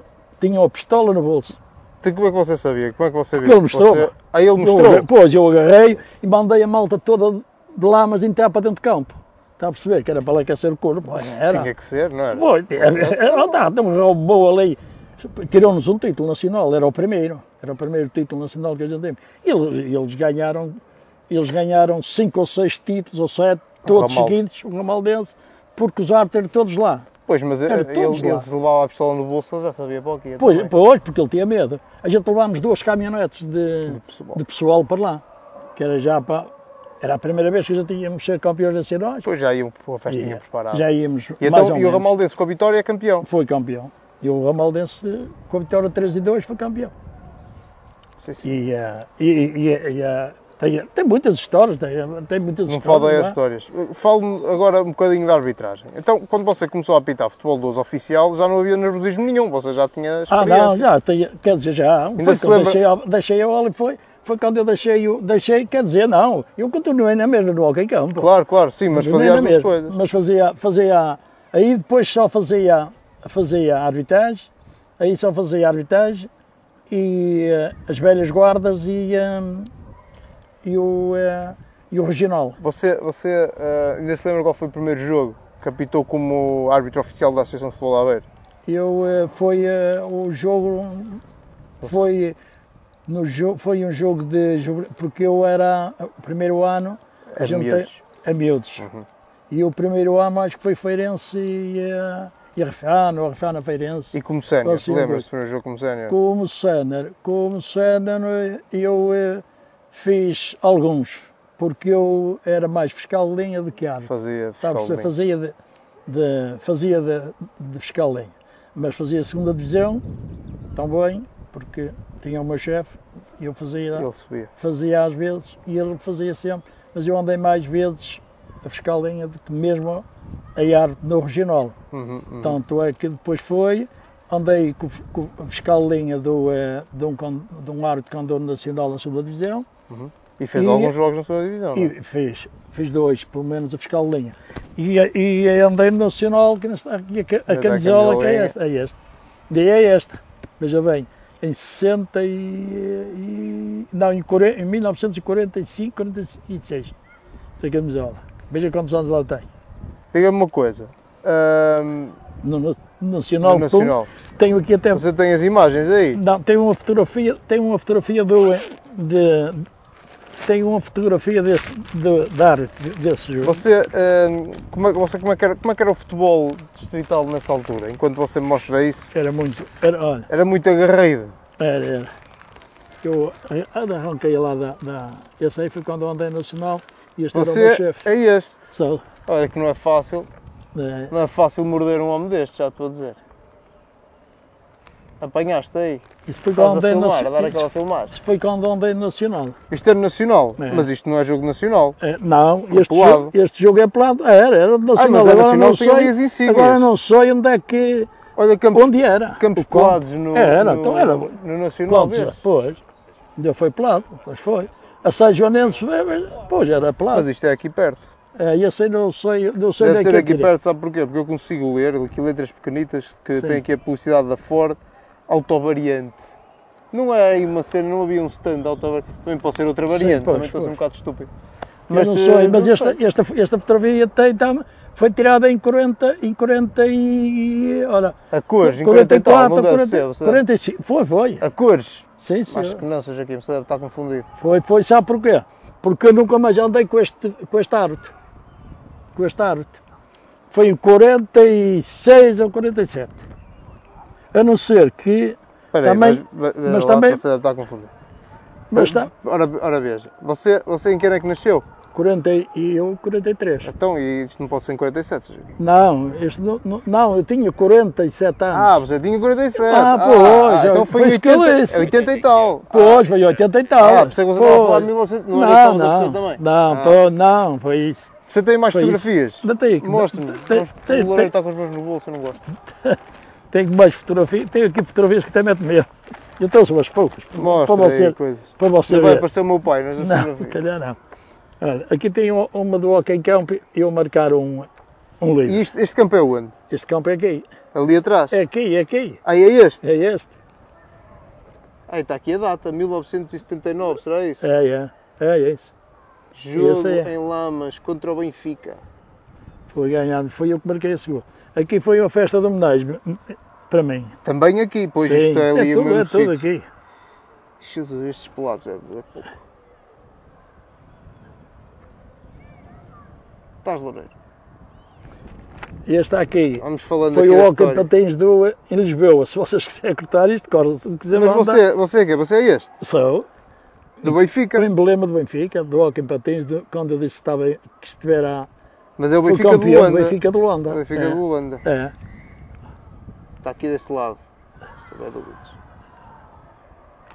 Speaker 2: tinha uma pistola no bolso.
Speaker 1: Então, como é que você sabia? Como é que você viu?
Speaker 2: ele mostrou.
Speaker 1: Você... Aí ele
Speaker 2: Eu
Speaker 1: mostrou.
Speaker 2: agarrei- pois, eu agarrei e mandei a malta toda de lamas entrar para dentro de campo. Está a perceber? Que era para lá aquecer o corpo. Olha,
Speaker 1: Tinha
Speaker 2: Era.
Speaker 1: é que ser, não era?
Speaker 2: Pois, era verdade, um roubou ali. Tirou-nos um título nacional, era o primeiro. Era o primeiro título nacional que a gente teve. E Eles, eles ganharam eles ganharam cinco ou seis títulos, ou sete,
Speaker 1: Um
Speaker 2: todos
Speaker 1: Ramal.
Speaker 2: seguidos, o Ramaldense, porque os árbitros todos lá.
Speaker 1: Pois, mas
Speaker 2: Era
Speaker 1: ele,
Speaker 2: todos
Speaker 1: ele
Speaker 2: lá.
Speaker 1: se levava a pistola no bolso, ele já sabia para o é? que ia.
Speaker 2: Pois,
Speaker 1: também.
Speaker 2: pois, porque ele tinha medo. A gente levámos duas caminhonetes de,
Speaker 1: De pessoal.
Speaker 2: de pessoal para lá, que era já para. Era a primeira vez que já tínhamos ser campeões nacionais.
Speaker 1: Pois já iam para a festinha
Speaker 2: E
Speaker 1: preparada.
Speaker 2: É. Já íamos.
Speaker 1: E,
Speaker 2: mais
Speaker 1: então,
Speaker 2: ou
Speaker 1: e o
Speaker 2: menos.
Speaker 1: Ramaldense com a vitória é campeão.
Speaker 2: Foi campeão. E o Ramaldense, com a vitória 3 e 2, foi campeão.
Speaker 1: Sim, sim.
Speaker 2: E, eh, e, e, e, eh, tem, tem muitas histórias, tem, tem muitas
Speaker 1: Não
Speaker 2: histórias. é?
Speaker 1: falo
Speaker 2: lá.
Speaker 1: as histórias. Falo-me agora um bocadinho da arbitragem. Então, quando você começou a apitar futebol 12 oficial, já não havia nervosismo nenhum, você já tinha
Speaker 2: Ah,
Speaker 1: experiência.
Speaker 2: não, já, tem, quer dizer, já. foi
Speaker 1: Ainda se
Speaker 2: quando
Speaker 1: lembra-
Speaker 2: deixei, a- deixei a bola e foi, foi quando eu deixei, o- deixei, quer dizer, não, eu continuei na mesma no hockey campo.
Speaker 1: Claro, claro, sim, mas
Speaker 2: Não
Speaker 1: fazia
Speaker 2: era
Speaker 1: as duas
Speaker 2: mesmo,
Speaker 1: coisas.
Speaker 2: Mas fazia, fazia. Aí depois só fazia, fazia arbitragem, aí só fazia arbitragem e eh, as velhas guardas e, eh, e, o, eh, e o regional.
Speaker 1: Você, você ah, ainda se lembra qual foi o primeiro jogo que apitou como árbitro oficial da Associação de Futebol da Beira?
Speaker 2: Eu eh, foi eh, o jogo foi no jogo foi um jogo de geogra- porque eu era o primeiro ano a
Speaker 1: Era
Speaker 2: gente-
Speaker 1: miúdos.
Speaker 2: a miúdos.
Speaker 1: Uhum.
Speaker 2: E o primeiro ano acho que foi Feirense e, eh, e Refano, ou Refano a Feirense.
Speaker 1: E como sénior,
Speaker 2: Assim,
Speaker 1: lembras do primeiro jogo como sénior?
Speaker 2: Como sénior, como sénior eh, eu eh, fiz alguns, porque eu era mais fiscal de linha do que árbitro.
Speaker 1: Fazia fiscal
Speaker 2: Sabe,
Speaker 1: de
Speaker 2: se
Speaker 1: linha.
Speaker 2: fazia de, de- fazia de, de fiscal de linha, mas fazia a segunda divisão também, porque tinha o meu chefe, e eu
Speaker 1: E
Speaker 2: fazia,
Speaker 1: Ele subia.
Speaker 2: fazia às vezes e ele fazia sempre, mas eu andei mais vezes a fiscal de linha do que mesmo a árbitro no regional.
Speaker 1: Uhum, uhum.
Speaker 2: Tanto é que depois foi, andei com, com a fiscal de linha do, eh, de, um, con- de um árbitro de Candono Nacional na segunda divisão
Speaker 1: E fez
Speaker 2: E-
Speaker 1: alguns jogos na segunda divisão, não é?
Speaker 2: e fiz, fiz dois, pelo menos a fiscal de linha. E, eh, e andei no Nacional, que nesta- aqui a, ca- a
Speaker 1: Mas a
Speaker 2: camisola que é
Speaker 1: camisolinha.
Speaker 2: esta, é esta. E é esta, veja bem, em 60 e, e- não, em, 40 em 1945, 46, esta camisola. Veja quantos anos lá tem.
Speaker 1: Diga-me uma coisa. Ahm,
Speaker 2: No, no- no Nacional,
Speaker 1: no Nacional.
Speaker 2: pum, tenho aqui até
Speaker 1: Você tem as imagens aí?
Speaker 2: Não, tem uma fotografia, tem uma fotografia do de, tem uma fotografia desse do, da árbitro, desse jogo.
Speaker 1: Você, ahm, como, é, você como, é que era, como é que era o futebol distrital nessa altura? Enquanto você me mostra isso,
Speaker 2: Era muito, era, olha,
Speaker 1: era muito agarrido.
Speaker 2: era, era. Eu arranquei lá da, da esse aí foi quando eu andei no nacional e este era o meu
Speaker 1: Você
Speaker 2: chefe.
Speaker 1: é este.
Speaker 2: Só,
Speaker 1: Olha que não é fácil,
Speaker 2: né,
Speaker 1: não é fácil morder um homem deste, já estou a dizer. Apanhaste aí?
Speaker 2: isso foi
Speaker 1: Estás
Speaker 2: quando
Speaker 1: a
Speaker 2: andei no
Speaker 1: filmar, a dar aquela
Speaker 2: isso,
Speaker 1: filmagem.
Speaker 2: isso foi quando andei no nacional.
Speaker 1: Isto é nacional,
Speaker 2: É.
Speaker 1: mas isto não é jogo nacional.
Speaker 2: É, não, este
Speaker 1: pelado.
Speaker 2: jogo, este jogo é pelado. Era, era do
Speaker 1: Ah,
Speaker 2: nacional.
Speaker 1: mas é
Speaker 2: agora
Speaker 1: nacional,
Speaker 2: não
Speaker 1: tem ali as
Speaker 2: sei,
Speaker 1: insígnias.
Speaker 2: agora não sei onde é que
Speaker 1: Olha, Campos,
Speaker 2: onde era.
Speaker 1: Campos
Speaker 2: O campo.
Speaker 1: Pelados no,
Speaker 2: Era,
Speaker 1: no,
Speaker 2: então era.
Speaker 1: no Nacional.
Speaker 2: Quantos?
Speaker 1: vê-se.
Speaker 2: Pois. Ainda foi pelado, pois foi. A São Joanense, eh, mas, pois era
Speaker 1: Mas
Speaker 2: pelado.
Speaker 1: isto é aqui perto.
Speaker 2: É, e assim não sei, não sei
Speaker 1: Deve
Speaker 2: onde
Speaker 1: ser
Speaker 2: é que
Speaker 1: aqui
Speaker 2: aquilo é.
Speaker 1: perto, sabe porquê? Porque eu consigo ler aqui letras pequenitas que
Speaker 2: Sim.
Speaker 1: tem aqui a publicidade da Ford, autovariante. Não é aí uma cena, não havia um stand de autovariante. Também pode ser outra
Speaker 2: Sim,
Speaker 1: variante,
Speaker 2: pois,
Speaker 1: também estou a ser um
Speaker 2: pois.
Speaker 1: bocado estúpido.
Speaker 2: Mas não sei, mas
Speaker 1: não
Speaker 2: esta,
Speaker 1: sei.
Speaker 2: esta, esta fotografia tem, tam- foi tirada em 40, em 40 e. Olha,
Speaker 1: A cores, 44, e tal, não deve ser. Você deve-
Speaker 2: 45. Foi, foi.
Speaker 1: A cores.
Speaker 2: Sim,
Speaker 1: Acho que
Speaker 2: sim.
Speaker 1: não, seja aqui, você deve estar confundido.
Speaker 2: Foi, foi, sabe porquê? Porque eu nunca mais andei com este, com este árbitro. Com este árbitro. Foi em 46 ou 47. A não ser que
Speaker 1: Espera aí,
Speaker 2: Também-
Speaker 1: mas,
Speaker 2: mas
Speaker 1: mas
Speaker 2: também-
Speaker 1: Você deve estar confundido.
Speaker 2: Mas está.
Speaker 1: Ora, ora veja, você, você em que ano é que nasceu?
Speaker 2: 40 e eu 43.
Speaker 1: Então, e isto não pode ser em 47, Sr. Joaquim.
Speaker 2: Não, este não, não- não, eu tinha 47 anos.
Speaker 1: Ah, você tinha 47.
Speaker 2: Ah,
Speaker 1: ah,
Speaker 2: pois,
Speaker 1: ah,
Speaker 2: já-
Speaker 1: então foi,
Speaker 2: foi
Speaker 1: em
Speaker 2: isso que eu
Speaker 1: 80,
Speaker 2: disse.
Speaker 1: é 80 e tal.
Speaker 2: Pois, foi 80 e tal.
Speaker 1: Ah, pensei que você estava a falar de 1900, não é era
Speaker 2: não,
Speaker 1: estávamos a
Speaker 2: não,
Speaker 1: fazer também.
Speaker 2: não,
Speaker 1: Ah.
Speaker 2: pô, não, foi isso.
Speaker 1: Você tem mais
Speaker 2: Foi isso.
Speaker 1: fotografias?
Speaker 2: Ainda tem aqui.
Speaker 1: Mostra-me. um
Speaker 2: Tem-
Speaker 1: Mostra-
Speaker 2: tem-
Speaker 1: O Loureiro
Speaker 2: tem-
Speaker 1: está com as mãos no bolso, eu não gosto.
Speaker 2: Tenho mais fotografias, tenho aqui fotografias que até mete medo. Eu trouxe umas poucas.
Speaker 1: Mostra
Speaker 2: para você,
Speaker 1: aí coisas.
Speaker 2: para você
Speaker 1: Não vai
Speaker 2: assim? ver.
Speaker 1: aparecer o meu pai nas
Speaker 2: Não, se
Speaker 1: fotografias.
Speaker 2: calhar não. Olha, aqui tem um- uma do Hockey Camp e eu marcar um, um
Speaker 1: E
Speaker 2: livro.
Speaker 1: isto- este campo é onde?
Speaker 2: Este campo é aqui.
Speaker 1: Ali atrás?
Speaker 2: É aqui, é aqui.
Speaker 1: Ah, é este?
Speaker 2: É este.
Speaker 1: Ah, está aqui a data, 1979, será isso?
Speaker 2: É, é. É, é isso.
Speaker 1: Jogo
Speaker 2: esse é.
Speaker 1: em Lamas contra o Benfica.
Speaker 2: Foi ganhando. Foi eu que marquei esse gol. Aqui foi uma festa de homenagem para mim.
Speaker 1: Também aqui, pois
Speaker 2: Sim,
Speaker 1: isto é ali
Speaker 2: é
Speaker 1: o
Speaker 2: tudo,
Speaker 1: mesmo
Speaker 2: é tudo
Speaker 1: sítio.
Speaker 2: aqui.
Speaker 1: Jesus, estes pelados é, é pouco. Estás loureiro.
Speaker 2: Este aqui.
Speaker 1: Vamos falando
Speaker 2: Foi
Speaker 1: aqui
Speaker 2: o então,
Speaker 1: da
Speaker 2: Hockey
Speaker 1: história.
Speaker 2: Patins do em Lisboa. Se vocês quiserem cortar isto, cortam. Se quiserem
Speaker 1: Mas você, você é quê? Você é este?
Speaker 2: Sou.
Speaker 1: Do Benfica?
Speaker 2: O emblema do Benfica, do Hockey Patins, de- quando eu disse que, estava, que estivera
Speaker 1: Mas é o
Speaker 2: fui
Speaker 1: Benfica de
Speaker 2: campeão
Speaker 1: Luanda.
Speaker 2: do Benfica de Luanda.
Speaker 1: O Benfica
Speaker 2: é.
Speaker 1: de Luanda.
Speaker 2: É.
Speaker 1: Está aqui deste lado. Se houver dúvidas.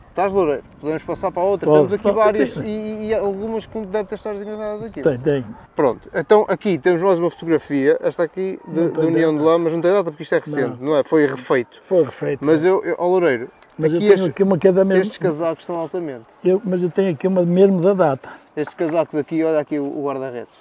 Speaker 1: Estás loureiro? Podemos passar para a outra?
Speaker 2: Pode.
Speaker 1: Temos aqui
Speaker 2: Pode.
Speaker 1: várias e, e algumas que devem ter histórias engraçadas aqui.
Speaker 2: Tem, tem.
Speaker 1: Pronto, então aqui temos mais uma fotografia, esta aqui de,
Speaker 2: Não
Speaker 1: de
Speaker 2: tem
Speaker 1: União
Speaker 2: data.
Speaker 1: de Lamas, não tem data porque isto é recente, não, é? Foi refeito.
Speaker 2: Foi refeito.
Speaker 1: Mas eu, eu ao Loureiro,
Speaker 2: Mas eu
Speaker 1: aqui
Speaker 2: tenho
Speaker 1: este-
Speaker 2: aqui uma cada mesmo.
Speaker 1: estes casacos são altamente.
Speaker 2: eu- mas eu tenho aqui uma mesmo da data.
Speaker 1: Estes casacos aqui, olha aqui o, o guarda-redes.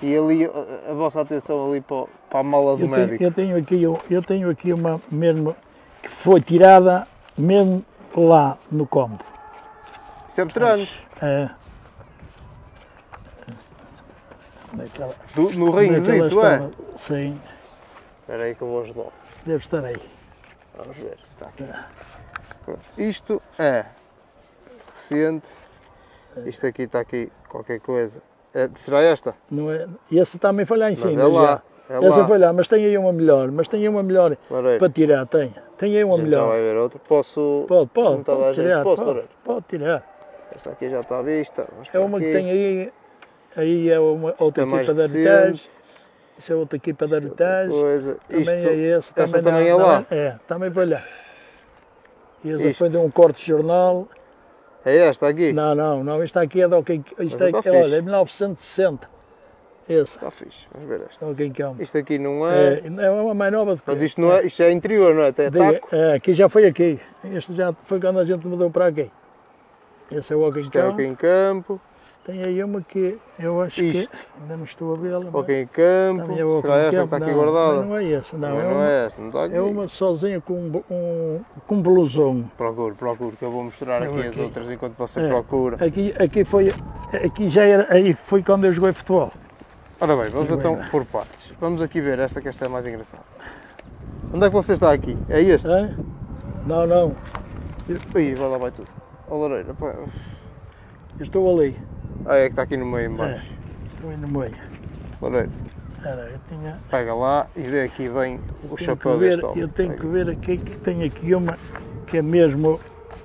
Speaker 1: E ali, a, a vossa atenção ali para, o- para a mala do
Speaker 2: Eu tenho,
Speaker 1: médico.
Speaker 2: eu tenho aqui, eu, eu tenho aqui uma mesmo que foi tirada mesmo lá no combo.
Speaker 1: Isso é veteranos,
Speaker 2: É. Naquela,
Speaker 1: do, no ringuezito, é?
Speaker 2: estava- Sim,
Speaker 1: Espera aí que eu vou ajudar.
Speaker 2: deve estar aí.
Speaker 1: Vamos ver se está aqui.
Speaker 2: Tá.
Speaker 1: Pronto. Isto é recente. Isto aqui está aqui qualquer coisa. É, será esta?
Speaker 2: Não é, esse também foi lá em
Speaker 1: Mas
Speaker 2: cima.
Speaker 1: é lá.
Speaker 2: já.
Speaker 1: É
Speaker 2: Essa
Speaker 1: lá. É.
Speaker 2: foi lá, mas tem aí uma melhor, mas tem aí uma melhor
Speaker 1: Loureiro.
Speaker 2: para tirar, tem. Tem aí uma
Speaker 1: A gente já
Speaker 2: melhor.
Speaker 1: vai ver outra. Posso.
Speaker 2: Pode, pode,
Speaker 1: Então é. Não toda a
Speaker 2: pode
Speaker 1: gente.
Speaker 2: tirar,
Speaker 1: Posso,
Speaker 2: pode,
Speaker 1: Loureiro?
Speaker 2: pode tirar.
Speaker 1: Esta aqui já está à vista. Vamos
Speaker 2: É
Speaker 1: por
Speaker 2: uma que
Speaker 1: aqui.
Speaker 2: tem aí, aí é uma
Speaker 1: Esta
Speaker 2: outra
Speaker 1: é mais
Speaker 2: equipa de
Speaker 1: recente.
Speaker 2: arbitragem, isso é outra equipa de
Speaker 1: Outra
Speaker 2: arbitragem,
Speaker 1: coisa.
Speaker 2: também
Speaker 1: Isto-
Speaker 2: é esse,
Speaker 1: esta
Speaker 2: também,
Speaker 1: também
Speaker 2: não-
Speaker 1: é lá.
Speaker 2: não É, também foi lá. E esse
Speaker 1: Isto.
Speaker 2: foi de um corte de jornal.
Speaker 1: É esta aqui?
Speaker 2: Não, não, não, isto aqui é de alguém, que- isto
Speaker 1: Mas
Speaker 2: é,
Speaker 1: está
Speaker 2: é,
Speaker 1: fixe.
Speaker 2: olha, é 1960. Esse,
Speaker 1: Está Tá fixe. Vamos ver esta.
Speaker 2: de alguém que é um-
Speaker 1: Isto aqui não é.
Speaker 2: é, é uma mais nova do que
Speaker 1: Mas isto não é. Isto é interior, não é? Até
Speaker 2: Diga,
Speaker 1: taco.
Speaker 2: é, aqui já foi aqui. Este já foi quando a gente mudou para aqui. Esse é o Walking
Speaker 1: Isto é
Speaker 2: Town.
Speaker 1: aqui em campo.
Speaker 2: Tem aí uma que eu acho
Speaker 1: Isto.
Speaker 2: que ainda não estou a vê-la. mas
Speaker 1: Ok em
Speaker 2: também é o
Speaker 1: campo. Será esta
Speaker 2: Walking
Speaker 1: que
Speaker 2: Town.
Speaker 1: está aqui
Speaker 2: Não,
Speaker 1: guardada?
Speaker 2: mas Não é essa, não.
Speaker 1: Não,
Speaker 2: é,
Speaker 1: não
Speaker 2: uma,
Speaker 1: é esta, não está aqui.
Speaker 2: é uma sozinha com um, bo- um- com um blusão.
Speaker 1: Procuro, procuro, que eu vou mostrar
Speaker 2: Eu
Speaker 1: aqui as
Speaker 2: É aqui.
Speaker 1: outras enquanto você
Speaker 2: É.
Speaker 1: procura.
Speaker 2: Aqui, aqui foi. Aqui já era. Aí foi quando eu joguei futebol.
Speaker 1: Ora bem, vamos
Speaker 2: Bem,
Speaker 1: então
Speaker 2: bem.
Speaker 1: por partes. Vamos aqui ver esta que esta é mais engraçada. Onde é que você está aqui? É este?
Speaker 2: Hã? Não, não. É.
Speaker 1: Ih, vai lá, vai tudo. Ó Loureiro, pá.
Speaker 2: Eu estou ali.
Speaker 1: Ah, é que está aqui no meio em baixo.
Speaker 2: Estou aí no meio.
Speaker 1: Loureiro,
Speaker 2: Era, eu tinha.
Speaker 1: pega lá e vê aqui bem
Speaker 2: Eu
Speaker 1: o
Speaker 2: tenho
Speaker 1: chapéu
Speaker 2: que ver-
Speaker 1: deste homem.
Speaker 2: Eu tenho
Speaker 1: Pega.
Speaker 2: que ver aqui que tem aqui uma que é mesmo.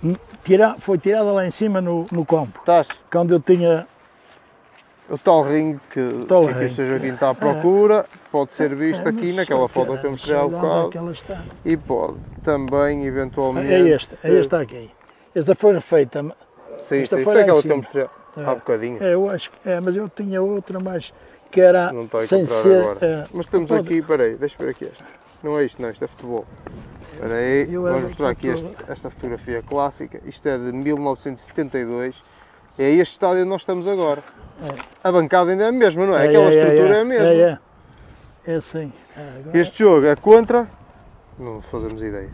Speaker 2: hum, tira- foi tirada lá em cima no, no compo.
Speaker 1: Estás?
Speaker 2: Quando eu tinha.
Speaker 1: O tal ringue que,
Speaker 2: Tal
Speaker 1: que aqui o
Speaker 2: ringue.
Speaker 1: Sr. Joaquim está à procura pode ser visto
Speaker 2: Ah,
Speaker 1: aqui
Speaker 2: mas
Speaker 1: naquela
Speaker 2: sei
Speaker 1: foto
Speaker 2: lá,
Speaker 1: que eu
Speaker 2: não
Speaker 1: mostrei
Speaker 2: sei
Speaker 1: há
Speaker 2: lá onde é que
Speaker 1: bocado
Speaker 2: ela está.
Speaker 1: e pode também eventualmente.
Speaker 2: É esta, é
Speaker 1: ser-
Speaker 2: esta aqui. Esta foi refeita. mas-
Speaker 1: Sim,
Speaker 2: Esta
Speaker 1: sim, foi
Speaker 2: foi lá em
Speaker 1: aquela que eu
Speaker 2: cima.
Speaker 1: mostrei há bocadinho.
Speaker 2: É, eu acho que é, mas eu tinha outra, mas que era
Speaker 1: Não está a
Speaker 2: Ah, sem
Speaker 1: encontrar
Speaker 2: ser.
Speaker 1: agora.
Speaker 2: é,
Speaker 1: Mas temos
Speaker 2: pode-
Speaker 1: aqui, peraí, deixa eu ver aqui esta. Não é isto, não, isto é futebol. Espera aí,
Speaker 2: Eu
Speaker 1: vou
Speaker 2: era
Speaker 1: mostrar aqui
Speaker 2: doutor.
Speaker 1: este- esta fotografia clássica. Isto é de 1972. É este estádio onde nós estamos agora. A bancada ainda é a mesma, não é? Aquela estrutura é, a mesma.
Speaker 2: É, é. É assim. Ah, agora-
Speaker 1: Este jogo é contra. Não fazemos ideia.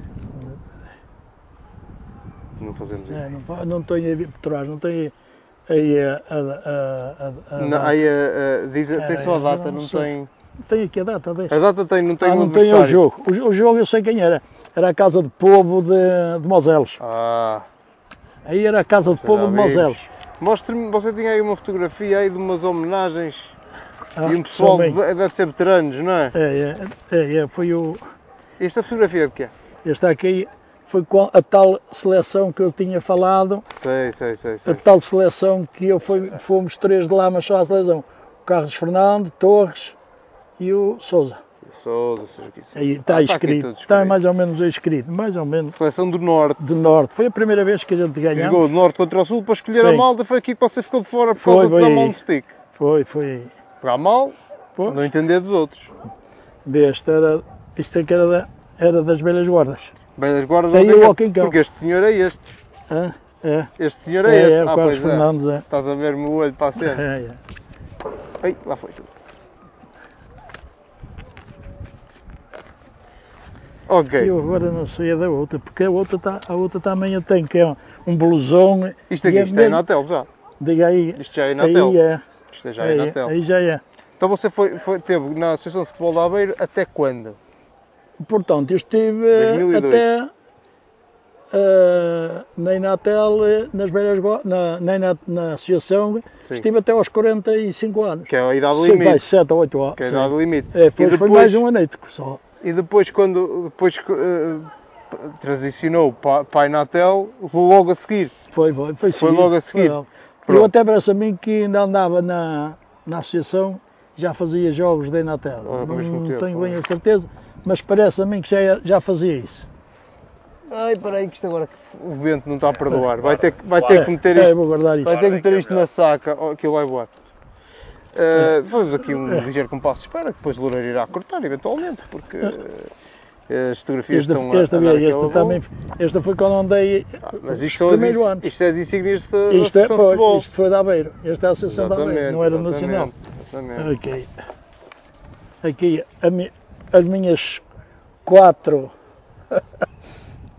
Speaker 1: Não fazemos ideia.
Speaker 2: é, não, po- não tenho aí por trás, não tenho aí a. a- a- a- a-
Speaker 1: Não, aí, ah, ah, diz- tem
Speaker 2: Era
Speaker 1: só a
Speaker 2: eu,
Speaker 1: data, não
Speaker 2: não sei.
Speaker 1: tem.
Speaker 2: Tem aqui a data deste.
Speaker 1: A data tem, não tem
Speaker 2: Ah,
Speaker 1: um
Speaker 2: não tem o
Speaker 1: adversário.
Speaker 2: jogo. O, jo- o jogo eu sei quem era. Era a Casa de Povo de, de Mozelos.
Speaker 1: Ah.
Speaker 2: Aí era a Casa de
Speaker 1: Será
Speaker 2: Povo de
Speaker 1: amigos?
Speaker 2: Mozelos.
Speaker 1: Mostre-me, você tinha aí uma fotografia aí de umas homenagens
Speaker 2: Ah,
Speaker 1: e um pessoal
Speaker 2: também.
Speaker 1: de- deve ser veteranos, não é?
Speaker 2: É, é, é, é, foi o.
Speaker 1: Esta fotografia é de quê?
Speaker 2: Este aqui foi com a tal seleção que eu tinha falado,
Speaker 1: Sei, sei, sei.
Speaker 2: a
Speaker 1: sei.
Speaker 2: tal seleção que eu fui, fomos três de lá, mas só a seleção. O Carlos Fernando, Torres e o Souza.
Speaker 1: Sousa, Sousa, aqui, Sousa.
Speaker 2: Aí está
Speaker 1: Ah, aqui
Speaker 2: escrito, Tá,
Speaker 1: tudo
Speaker 2: está mais ou menos escrito, mais ou menos
Speaker 1: Seleção do Norte.
Speaker 2: do Norte. Foi a primeira vez que a gente ganhou.
Speaker 1: Jogou do Norte contra o Sul para escolher a
Speaker 2: Sim.
Speaker 1: malda. Foi aqui que você ficou de fora por
Speaker 2: Foi,
Speaker 1: causa de
Speaker 2: foi
Speaker 1: dar
Speaker 2: aí.
Speaker 1: mal no stick.
Speaker 2: Foi, foi.
Speaker 1: Pegar mal,
Speaker 2: Pô,
Speaker 1: não entender dos outros.
Speaker 2: besta, era, isto é que era, da- era das velhas guardas.
Speaker 1: Bem, as guardas
Speaker 2: Daí
Speaker 1: não
Speaker 2: eu
Speaker 1: têm-
Speaker 2: ao quincão.
Speaker 1: Porque este senhor é este.
Speaker 2: Hã? É,
Speaker 1: Este senhor
Speaker 2: é,
Speaker 1: é, este.
Speaker 2: é, o
Speaker 1: ah,
Speaker 2: Carlos
Speaker 1: pois é.
Speaker 2: Fernandes. É.
Speaker 1: Estás a ver-me o olho para a cena.
Speaker 2: É, é.
Speaker 1: Ei, lá foi tudo. Ok.
Speaker 2: Eu agora não sei a da outra, porque a outra, tá, a outra também eu tenho, que é um- um blusão.
Speaker 1: Isto aqui,
Speaker 2: e é
Speaker 1: isto é
Speaker 2: mesmo-
Speaker 1: na hotel já.
Speaker 2: Diga aí.
Speaker 1: Isto já é na
Speaker 2: Aí
Speaker 1: hotel.
Speaker 2: é,
Speaker 1: Isto já é
Speaker 2: aí,
Speaker 1: na
Speaker 2: é,
Speaker 1: hotel.
Speaker 2: aí já é.
Speaker 1: Então você foi, foi- teve na Associação de Futebol da Aveiro até quando?
Speaker 2: Portanto, eu estive eh,
Speaker 1: 2002.
Speaker 2: até eh, na Inatel, eh, nas velhas, Gua- na, na, Ina- na associação,
Speaker 1: Sim.
Speaker 2: estive até aos 45 anos.
Speaker 1: Que é a idade
Speaker 2: Sim, vai,
Speaker 1: limite.
Speaker 2: 7 ou 8 anos.
Speaker 1: Que é a
Speaker 2: sim.
Speaker 1: idade limite.
Speaker 2: É,
Speaker 1: e,
Speaker 2: pois
Speaker 1: depois,
Speaker 2: foi mais um anético só.
Speaker 1: e depois quando depois, eh, transicionou para, para a Inatel, logo a seguir.
Speaker 2: Foi, foi, foi,
Speaker 1: Foi
Speaker 2: seguido,
Speaker 1: logo a seguir.
Speaker 2: logo. Eu
Speaker 1: Pronto.
Speaker 2: até parece a mim que ainda andava na, na associação, já fazia jogos da Inatel.
Speaker 1: Ao
Speaker 2: não
Speaker 1: mesmo tempo,
Speaker 2: tenho bem
Speaker 1: olha.
Speaker 2: a certeza, mas parece a mim que já, era- já fazia isso.
Speaker 1: Ai, peraí que isto agora que o vento não está a perdoar. Vai ter, que- vai ter
Speaker 2: É,
Speaker 1: que meter
Speaker 2: é,
Speaker 1: isto,
Speaker 2: vou guardar isso.
Speaker 1: vai ter que meter isto na saca. Oh, aquilo vai voar.
Speaker 2: Hum.
Speaker 1: Eh, fazemos aqui um ligeiro compasso de espera, que depois o Loureiro irá cortar, eventualmente, porque eh, as fotografias
Speaker 2: Ah. Esta,
Speaker 1: estão a-
Speaker 2: esta,
Speaker 1: a dar
Speaker 2: vez, esta
Speaker 1: aquela
Speaker 2: também, esta foi quando andei.
Speaker 1: Mas
Speaker 2: os
Speaker 1: isto, são as
Speaker 2: primeiro
Speaker 1: ins-
Speaker 2: ano.
Speaker 1: isto é as insígnias da da
Speaker 2: Isto, é,
Speaker 1: Associação de Futebol.
Speaker 2: pois, isto foi da Aveiro. Esta é a associação da Aveiro, não era
Speaker 1: exatamente,
Speaker 2: nacional.
Speaker 1: Exatamente.
Speaker 2: Ok. Aqui a mi- as minhas quatro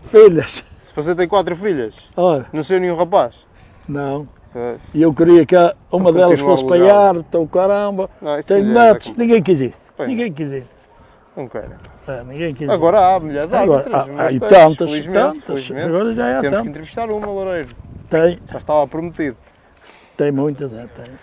Speaker 2: filhas.
Speaker 1: Se você tem quatro filhas,
Speaker 2: Ora,
Speaker 1: não saiu nenhum rapaz.
Speaker 2: não.
Speaker 1: Eh,
Speaker 2: E eu queria que a- uma
Speaker 1: Vou
Speaker 2: delas
Speaker 1: continuar
Speaker 2: fosse
Speaker 1: a
Speaker 2: para
Speaker 1: alugar.
Speaker 2: Yarta, o caramba.
Speaker 1: Não, isso
Speaker 2: Tenho
Speaker 1: mulher vai
Speaker 2: netos,
Speaker 1: comprar.
Speaker 2: ninguém quis ir.
Speaker 1: é. Pois
Speaker 2: Ninguém quis ir.
Speaker 1: Não quero.
Speaker 2: Ah, ninguém quis ir.
Speaker 1: Agora há mulheres
Speaker 2: Agora,
Speaker 1: árbitras.
Speaker 2: há, há
Speaker 1: mas
Speaker 2: e
Speaker 1: tens,
Speaker 2: tantas,
Speaker 1: felizmente,
Speaker 2: tantas.
Speaker 1: felizmente.
Speaker 2: Agora já há
Speaker 1: Temos que
Speaker 2: tantas.
Speaker 1: entrevistar uma, Loureiro.
Speaker 2: Tem,
Speaker 1: Já estava prometido.
Speaker 2: tem muitas, é, tem.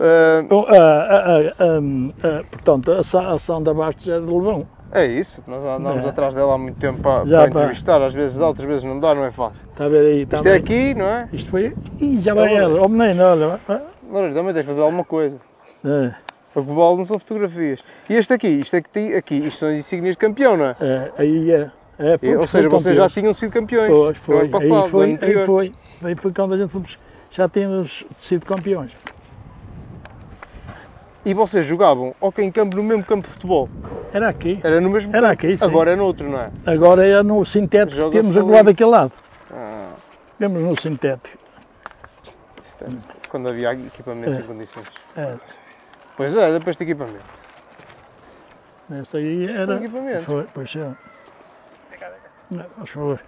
Speaker 1: Eh,
Speaker 2: Bom, ah, ah, ah, hum, ah, portanto, a, Sa- a Sandra Bastos é de Levão.
Speaker 1: é isso. Nós andamos
Speaker 2: É.
Speaker 1: atrás dela há muito tempo para,
Speaker 2: Já,
Speaker 1: para
Speaker 2: pá.
Speaker 1: entrevistar. Às vezes dá, outras vezes não dá, não é fácil.
Speaker 2: Está a ver aí? Está
Speaker 1: Isto
Speaker 2: a
Speaker 1: é
Speaker 2: ver?
Speaker 1: aqui, não é?
Speaker 2: Isto foi. Ih, já vai
Speaker 1: Olha.
Speaker 2: ela. Oh, menino, olha. ah,
Speaker 1: Loureiro, também tens de fazer alguma coisa.
Speaker 2: ah,
Speaker 1: O que vale não são fotografias. E este aqui, isto é que ti- aqui, isto são insígnias de campeão, não é?
Speaker 2: ah, Aí é. é
Speaker 1: E, ou
Speaker 2: porque
Speaker 1: seja,
Speaker 2: foi
Speaker 1: vocês já
Speaker 2: campeões.
Speaker 1: tinham sido campeões
Speaker 2: Pois,
Speaker 1: no
Speaker 2: foi.
Speaker 1: ano passado,
Speaker 2: aí,
Speaker 1: no
Speaker 2: foi
Speaker 1: ano anterior.
Speaker 2: aí foi. Aí foi quando a gente fomos, já tínhamos sido campeões.
Speaker 1: E vocês jogavam ok em campo no mesmo campo de futebol.
Speaker 2: Era aqui.
Speaker 1: Era no mesmo
Speaker 2: Era assim.
Speaker 1: campo.
Speaker 2: aqui, sim.
Speaker 1: Agora é no outro, não é?
Speaker 2: Agora é no sintético que
Speaker 1: Joga-se
Speaker 2: temos
Speaker 1: ali.
Speaker 2: agora daquele lado.
Speaker 1: Ah,
Speaker 2: Temos no sintético.
Speaker 1: isto é quando havia equipamentos
Speaker 2: É.
Speaker 1: em condições.
Speaker 2: É,
Speaker 1: Pois é, depois de equipamento.
Speaker 2: nesta aí era.
Speaker 1: Foi equipamento.
Speaker 2: Foi, pois é. Não, Faz favor.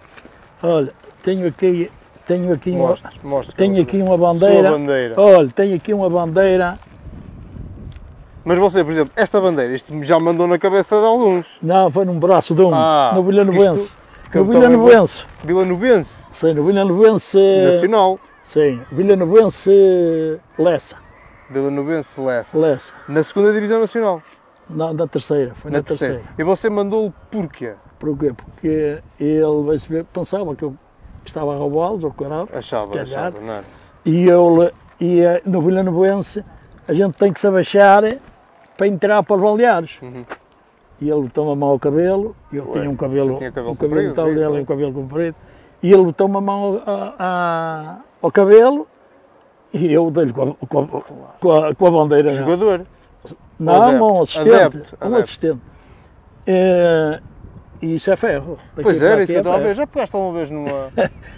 Speaker 2: Olha, tenho aqui. Tenho aqui uma,
Speaker 1: Mostre, mostre.
Speaker 2: tenho
Speaker 1: Carlos
Speaker 2: aqui
Speaker 1: Alberto.
Speaker 2: uma bandeira.
Speaker 1: é Sua bandeira.
Speaker 2: Olha, tenho aqui uma bandeira.
Speaker 1: Mas você, por exemplo, esta bandeira, isto já mandou na cabeça de alguns.
Speaker 2: Não, foi num braço de um.
Speaker 1: Ah,
Speaker 2: no Vilhanovense.
Speaker 1: Que é
Speaker 2: No
Speaker 1: eu também vou- assim
Speaker 2: Vilhanovense.
Speaker 1: Vilanovense,
Speaker 2: Sim, no Vilhanovense.
Speaker 1: nacional.
Speaker 2: Sim, Vilhanovense Lessa.
Speaker 1: Vilanovense, Lessa.
Speaker 2: Lessa.
Speaker 1: é Na segunda divisão nacional.
Speaker 2: Não, na terceira. Foi na,
Speaker 1: na terceira.
Speaker 2: terceira.
Speaker 1: E você mandou-o porquê?
Speaker 2: Porquê? Porque ele vai saber, pensava que eu estava a roubá-los, ou caralho, se
Speaker 1: Achava,
Speaker 2: calhar.
Speaker 1: achava, não é? era?
Speaker 2: E ele ia no Vilhanovense, a gente tem que se abaixar para entrar para os balneários.
Speaker 1: Uhum.
Speaker 2: E ele toma mão ao cabelo, e eu
Speaker 1: Ué,
Speaker 2: tinha um cabelo,
Speaker 1: você tinha cabelo
Speaker 2: um cabelo
Speaker 1: comprido, é
Speaker 2: tal
Speaker 1: isso,
Speaker 2: dele e
Speaker 1: não?
Speaker 2: um cabelo comprido, e ele toma mão a- a- ao cabelo e eu dei-lhe com, a- com a- com a- com a bandeira. na-
Speaker 1: Jogador.
Speaker 2: não,
Speaker 1: Adepto,
Speaker 2: um assistente.
Speaker 1: adepto,
Speaker 2: um
Speaker 1: adepto.
Speaker 2: assistente. Eh, e isso é ferro. Daqui
Speaker 1: Pois
Speaker 2: para
Speaker 1: era,
Speaker 2: aqui é
Speaker 1: isso que eu estava a
Speaker 2: ferro.
Speaker 1: ver. Já pegaste alguma vez numa.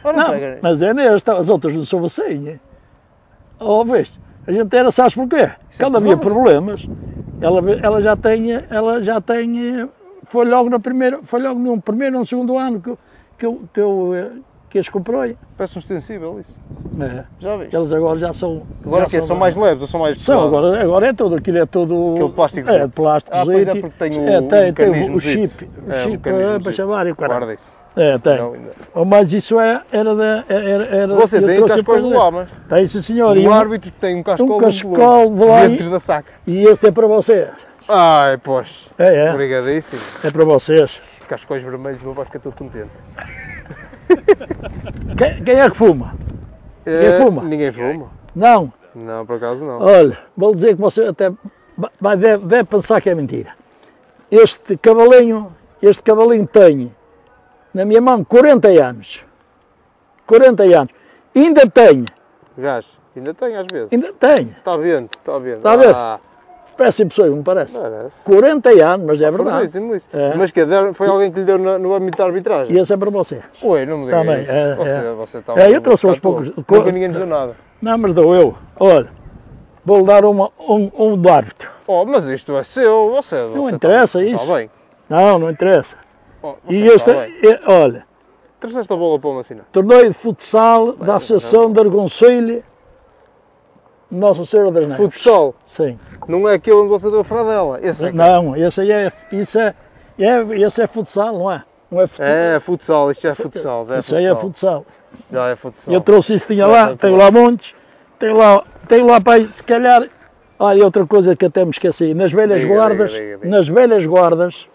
Speaker 1: Ora,
Speaker 2: Não,
Speaker 1: pega. né?
Speaker 2: mas é nesta, as outras não são assim. hein? Oh, viste? A gente era, sabes porquê?
Speaker 1: é
Speaker 2: Porque ela havia
Speaker 1: pesado.
Speaker 2: problemas. Ela, ela já tem, ela já tem, eh, foi logo no primeiro, foi logo no primeiro ou no segundo ano que, eu- que, eu, que, eu, eh, que as comprei.
Speaker 1: Parece um extensível isso.
Speaker 2: É.
Speaker 1: Já viste?
Speaker 2: Eles agora já são...
Speaker 1: Agora
Speaker 2: já
Speaker 1: que é, são mais leves ou são mais
Speaker 2: São,
Speaker 1: pesados?
Speaker 2: agora, agora é tudo, aquilo é tudo...
Speaker 1: Aquele plástico.
Speaker 2: É, de plástico.
Speaker 1: Ah, pois é, porque tem o-
Speaker 2: é,
Speaker 1: o
Speaker 2: tem, tem o-
Speaker 1: mecanismo
Speaker 2: o chip.
Speaker 1: zip.
Speaker 2: O
Speaker 1: É, o
Speaker 2: chip
Speaker 1: mecanismo
Speaker 2: é,
Speaker 1: zip.
Speaker 2: para chamar e o caralho.
Speaker 1: Guarda isso.
Speaker 2: É, tem.
Speaker 1: Não, ainda-
Speaker 2: Oh, mas isso é, era da. Era, era,
Speaker 1: Você
Speaker 2: eu
Speaker 1: tem
Speaker 2: trouxe
Speaker 1: cascóis
Speaker 2: para
Speaker 1: do Lamas.
Speaker 2: ler. Tem sim senhor. E,
Speaker 1: Um
Speaker 2: um-
Speaker 1: árbitro que tem um cascol
Speaker 2: um
Speaker 1: de
Speaker 2: cascol
Speaker 1: color
Speaker 2: vai-
Speaker 1: dentro da saca.
Speaker 2: e este é para vocês.
Speaker 1: Ai, pois.
Speaker 2: É, é.
Speaker 1: Obrigadíssimo.
Speaker 2: É para vocês.
Speaker 1: Cascóis vermelhos, meu pai fica todo contente.
Speaker 2: Quem, quem é que fuma? Ninguém
Speaker 1: Eh,
Speaker 2: fuma?
Speaker 1: Ninguém fuma.
Speaker 2: Não.
Speaker 1: Não, por acaso não.
Speaker 2: Olha, vou dizer que você até vai- vai, deve, deve pensar que é mentira. Este cavalinho, este cavalinho tem, na minha mão, 40 anos. 40 anos. Ainda tem,
Speaker 1: Gás, ainda tem às vezes.
Speaker 2: ainda tem.
Speaker 1: Está vendo, está vendo.
Speaker 2: Está Tá a ver?
Speaker 1: Ah,
Speaker 2: Parece impossível, não parece?
Speaker 1: parece.
Speaker 2: 40 anos, mas é verdade.
Speaker 1: Fortíssimo isso.
Speaker 2: É.
Speaker 1: Mas que deram- foi alguém que lhe deu no, no âmbito da arbitragem?
Speaker 2: E esse é para você.
Speaker 1: Oi, não me diga
Speaker 2: Também,
Speaker 1: isso.
Speaker 2: é,
Speaker 1: você,
Speaker 2: é.
Speaker 1: você tá está
Speaker 2: É, eu
Speaker 1: está
Speaker 2: trouxe uns
Speaker 1: à toa.
Speaker 2: poucos- Tá.
Speaker 1: Nunca ninguém nos deu nada.
Speaker 2: Não, mas dou eu. Olha, vou-lhe dar uma, um, um do árbitro.
Speaker 1: Oh, mas isto é seu, você. Não
Speaker 2: interessa isso.
Speaker 1: Está bem.
Speaker 2: Não, não interessa.
Speaker 1: Oh, você
Speaker 2: E
Speaker 1: está
Speaker 2: este,
Speaker 1: bem.
Speaker 2: e- olha,
Speaker 1: Trouxeste a bola para uma assina.
Speaker 2: torneio de futsal da Associação de Argoncelho, Nossa Senhora das Neves.
Speaker 1: Futsal,
Speaker 2: Sim.
Speaker 1: não é aquele onde você deu a fradela. Esse é que-
Speaker 2: Não, esse aí é, isso é, é, esse é futsal, não é? Não é futsal.
Speaker 1: É futsal, isto é futsal. Já é
Speaker 2: isso aí é futsal.
Speaker 1: Já é futsal.
Speaker 2: Eu trouxe isso, tinha
Speaker 1: Não,
Speaker 2: lá,
Speaker 1: não,
Speaker 2: tenho
Speaker 1: não.
Speaker 2: lá montes, tenho lá, tenho lá para aí, se calhar. Olha, e outra coisa que até me esqueci, nas velhas
Speaker 1: Diga,
Speaker 2: guardas,
Speaker 1: diga, diga, diga.
Speaker 2: nas velhas guardas,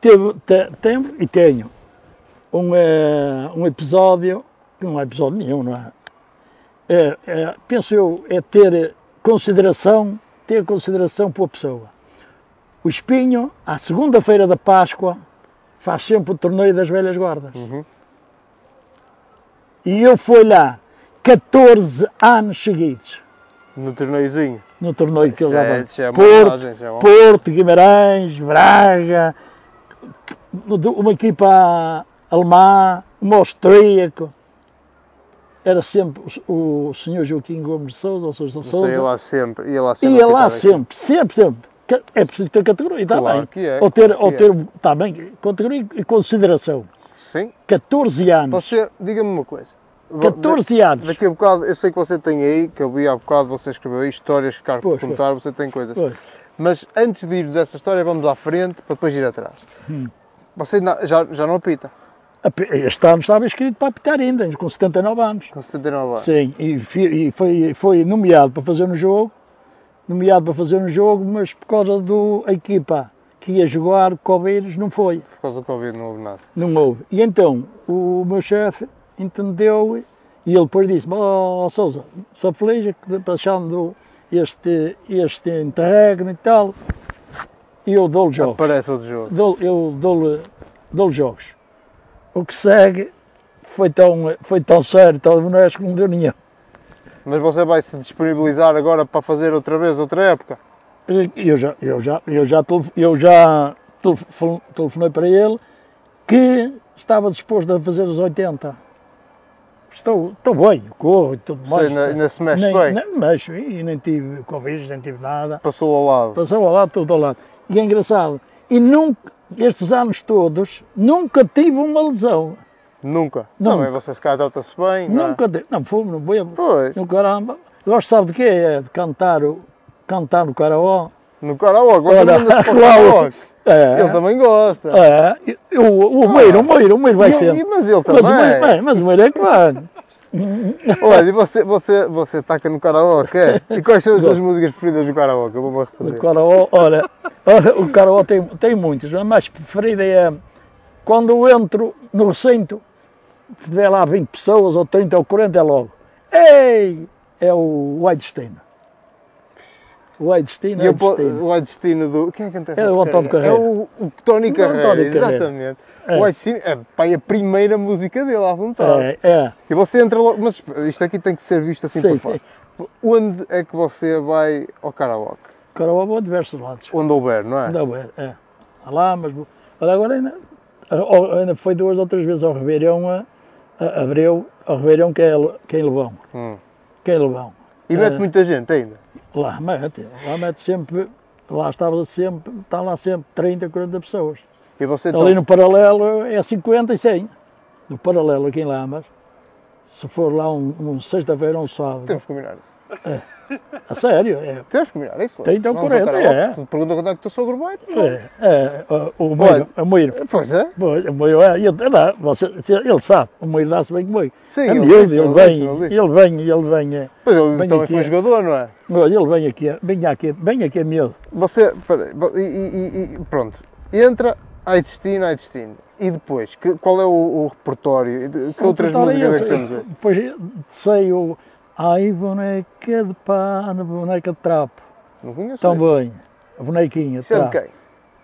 Speaker 2: teve, te- tenho e tenho um, eh, um episódio, que não é episódio nenhum, não é? É, é, penso eu, é ter consideração, ter consideração por pessoa. O Espinho, à segunda-feira da Páscoa, faz sempre o torneio das velhas guardas.
Speaker 1: Uhum.
Speaker 2: E eu fui lá 14 anos seguidos
Speaker 1: No torneiozinho.
Speaker 2: no torneio que eu
Speaker 1: Já é-
Speaker 2: dava.
Speaker 1: já é uma
Speaker 2: Porto,
Speaker 1: homenagem, já é uma-
Speaker 2: Porto, Guimarães, Braga, uma equipa alemã, um austríaco. Era sempre o o senhor Joaquim Gomes de Souza, ou Sousa
Speaker 1: Você ia
Speaker 2: Souza.
Speaker 1: lá sempre. Ia lá sempre.
Speaker 2: Ia lá
Speaker 1: ficar em-
Speaker 2: sempre, sempre, sempre. Ca- É preciso ter categoria, está
Speaker 1: Claro
Speaker 2: bem.
Speaker 1: que é,
Speaker 2: ou ter,
Speaker 1: claro
Speaker 2: ou
Speaker 1: que
Speaker 2: ter tá bem, categoria e consideração.
Speaker 1: Sim.
Speaker 2: 14 anos.
Speaker 1: Você, diga-me uma coisa. Va-
Speaker 2: 14 anos.
Speaker 1: Daqui a bocado, eu sei que você tem aí, que eu vi há bocado, você escreveu aí histórias que quero
Speaker 2: Pois,
Speaker 1: contar, você tem coisas.
Speaker 2: Pois.
Speaker 1: Mas antes de irmos a essa história, vamos à frente para depois ir atrás.
Speaker 2: Hum.
Speaker 1: Você na- já, já não apita,
Speaker 2: Este ano estava inscrito para apitar ainda, com 79 anos.
Speaker 1: com 79 anos.
Speaker 2: Sim, e, fi- e foi, foi nomeado para fazer um jogo, nomeado para fazer um jogo, mas por causa da equipa que ia jogar, Coveiros, não foi,
Speaker 1: Por causa do Covid não houve nada.
Speaker 2: não houve. E então o meu chefe entendeu e ele depois disse, oh Sousa, sou feliz é que passando este, este interregno e tal, e eu dou-lhe jogos.
Speaker 1: Aparece outro jogo.
Speaker 2: Dou- eu dou-lhe dou jogos. O que segue foi tão, foi tão sério, tão honesto que não deu nenhum.
Speaker 1: Mas você vai se disponibilizar agora para fazer outra vez, outra época?
Speaker 2: Eu já, eu já, eu já, telef- eu já telef- telefonei para ele que estava disposto a fazer os 80. Estou, estou bem, corro e tudo
Speaker 1: Você
Speaker 2: mais.
Speaker 1: ainda, ainda se mexe
Speaker 2: nem,
Speaker 1: bem?
Speaker 2: nem me mexo, e nem tive Covid, nem tive nada.
Speaker 1: Passou ao lado.
Speaker 2: Passou ao lado, tudo ao lado. E é engraçado, e nunca, estes anos todos, nunca tive uma lesão.
Speaker 1: Nunca.
Speaker 2: Nunca.
Speaker 1: Também você se calhar trata-se bem. não é?
Speaker 2: Nunca tive, não fumo, não bebo,
Speaker 1: Pois.
Speaker 2: não caramba. Gosto, sabe de quê? É de cantar, o- cantar no karaó.
Speaker 1: No karaoke. Você
Speaker 2: Olha,
Speaker 1: manda-se para o
Speaker 2: lá o-
Speaker 1: karaoke.
Speaker 2: É.
Speaker 1: Ele também gosta.
Speaker 2: É, eu- o, o Meiro, o Meiro, o Meiro vai
Speaker 1: E-
Speaker 2: ser.
Speaker 1: e- mas ele
Speaker 2: Mas o
Speaker 1: também.
Speaker 2: Meiro, bem, mas o Meiro é que vai.
Speaker 1: Olha, e você, você, você taca no karaoke, é? E quais são as suas músicas preferidas do karaoke? Eu vou-me
Speaker 2: O
Speaker 1: responder.
Speaker 2: Caraó, olha, olha, o Caraó tem, tem muitos, mas a mais preferida é quando eu entro no recinto, se tiver lá 20 pessoas, ou 30 ou 40, é logo. Ei! É o White Destino. O White Destino
Speaker 1: E
Speaker 2: é o
Speaker 1: eu po-
Speaker 2: destino.
Speaker 1: o White Destino do. Quem é que canta essa
Speaker 2: É o António
Speaker 1: porcaria? É
Speaker 2: Carreira.
Speaker 1: o, o Tony Carreira,
Speaker 2: António Carreira.
Speaker 1: exatamente.
Speaker 2: É.
Speaker 1: O White Destino é, pá, é a primeira música dele à vontade.
Speaker 2: É, é.
Speaker 1: E você entra logo. Mas isto aqui tem que ser visto assim
Speaker 2: Sim,
Speaker 1: por fora. Onde é que você vai ao karaoke?
Speaker 2: O Caraó é bom de diversos lados.
Speaker 1: Onde houver, não é?
Speaker 2: Não, é, é. Há Lá, mas bo- olha, agora ainda, a- ainda foi duas ou três vezes ao Ribeirão, a, a Abreu, ao Ribeirão que é, L- que é em Levão,
Speaker 1: Hum.
Speaker 2: que é em Levão.
Speaker 1: E
Speaker 2: É.
Speaker 1: mete muita gente ainda.
Speaker 2: Lá mete, lá mete sempre, lá estava sempre, está lá sempre 30, 40 pessoas.
Speaker 1: E você
Speaker 2: Ali
Speaker 1: então,
Speaker 2: no paralelo é 50 e 100, no paralelo aqui em Lamas. Se for lá um, um sexta-feira ou um sábado,
Speaker 1: Temos que combinar isso.
Speaker 2: a sério, é,
Speaker 1: Temos que combinar isso.
Speaker 2: Trinta ou
Speaker 1: Vamos ao
Speaker 2: 40,
Speaker 1: karaoke.
Speaker 2: é.
Speaker 1: Tu Pergunta quando é que estou sou grubeiro?
Speaker 2: é, é, o, o Moiro, o Moiro.
Speaker 1: Pois é.
Speaker 2: Pois, o Moiro é, ele, não, você, ele sabe, o Moiro dá-se bem com o Moiro.
Speaker 1: Sim,
Speaker 2: É
Speaker 1: ele
Speaker 2: miúdo,
Speaker 1: disse, disse,
Speaker 2: ele
Speaker 1: ele
Speaker 2: vem,
Speaker 1: disse.
Speaker 2: ele vem, ele vem, é.
Speaker 1: Pois ele
Speaker 2: Venho
Speaker 1: também
Speaker 2: aqui.
Speaker 1: foi jogador, não é?
Speaker 2: Olha, ele vem aqui, vem aqui, vem aqui, miúdo.
Speaker 1: Você, peraí, bo- e, e- e- e- pronto, entra, Ai destino, ai destino. E depois, que- qual é o, o repertório? De- Que outras
Speaker 2: Portanto, olha,
Speaker 1: músicas é que
Speaker 2: eu-
Speaker 1: temos aí?
Speaker 2: Depois sei o Ai boneca de pano, boneca de trapo.
Speaker 1: Não conheço esse.
Speaker 2: Também. A bonequinha de
Speaker 1: Isso é de
Speaker 2: trapo.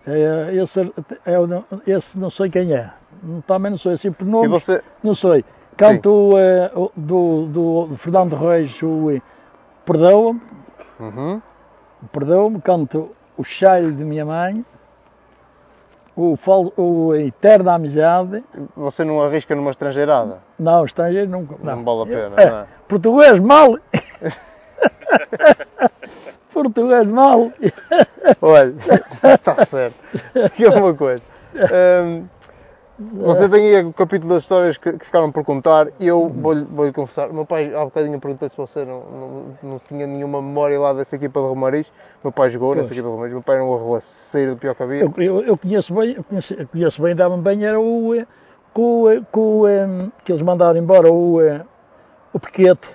Speaker 1: quem?
Speaker 2: É, esse, é o- não- esse não sei quem é. Não- Também não sei. Assim, por
Speaker 1: E
Speaker 2: nomes,
Speaker 1: você?
Speaker 2: não sei. Canto eh, o- do, do, do Fernando Reis, o eh, Perdoa-me,
Speaker 1: Uhum.
Speaker 2: Perdoa-me, canto o Cheiro de Minha Mãe, o, Fal- o Eterna Amizade.
Speaker 1: Você não arrisca numa estrangeirada?
Speaker 2: Não, estrangeiro nunca.
Speaker 1: Não, vale a pena,
Speaker 2: É,
Speaker 1: não é?
Speaker 2: Português mal. Português mal.
Speaker 1: Olha, está certo. Que é uma coisa. Hum, você tem aí o capítulo das histórias que, que ficaram por contar e eu vou-lhe vou-lhe confessar. O meu pai há bocadinho perguntou se você não, não, não tinha nenhuma memória lá dessa equipa de Romariz. O Meu pai jogou nessa
Speaker 2: Pois.
Speaker 1: equipa de Romariz. O Meu pai era um arroceiro do pior que havia.
Speaker 2: Eu, eu- eu conheço bem, eu conheço, eu conheço bem, dava-me bem, era o eh, com, eh, com, eh, que eles mandaram embora, o, eh, o Piquete.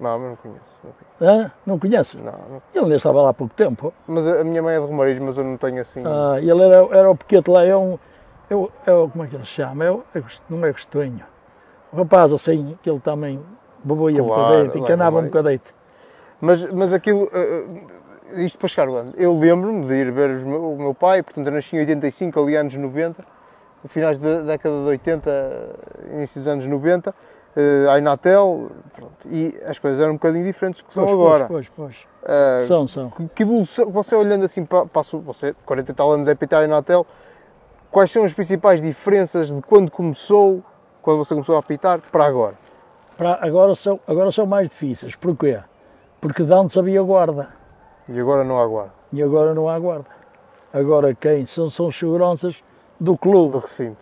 Speaker 1: Não, mas não conheço. Não, conheço.
Speaker 2: Hã? Não conhece?
Speaker 1: Não, não.
Speaker 2: Ele ainda estava lá há pouco tempo.
Speaker 1: Mas a a minha mãe é de Romariz, mas eu não tenho assim.
Speaker 2: Ah, ele era, era o Piquete lá, é um. É, o- é o- como é que ele se chama? É, o- é, gost- não é gostinho. O rapaz assim, que ele também boboia
Speaker 1: Claro,
Speaker 2: um bocadito,
Speaker 1: lá
Speaker 2: encanava um
Speaker 1: vai.
Speaker 2: bocadito.
Speaker 1: Mas, mas aquilo. eh, eh, isto para chegar onde? Eu lembro-me de ir ver os meu- o meu pai, portanto eu nasci em 85, ali anos 90, no finais da década de 80, eh, início dos anos 90, eh, à Inatel, pronto, e as coisas eram um bocadinho diferentes do que são
Speaker 2: Pois,
Speaker 1: agora.
Speaker 2: Pois, pois, pois.
Speaker 1: Eh,
Speaker 2: São, são.
Speaker 1: que- Que evolução, você olhando assim para, para a sua- você, 40 e tal anos é pitar na Natel, quais são as principais diferenças de quando começou, quando você começou a apitar, para agora?
Speaker 2: Para- agora, são, agora são mais difíceis. Porquê? Porque de antes havia guarda.
Speaker 1: E agora não há guarda,
Speaker 2: E agora não há guarda. Agora quem? São, são os seguranças do
Speaker 1: do
Speaker 2: clube.
Speaker 1: recinto.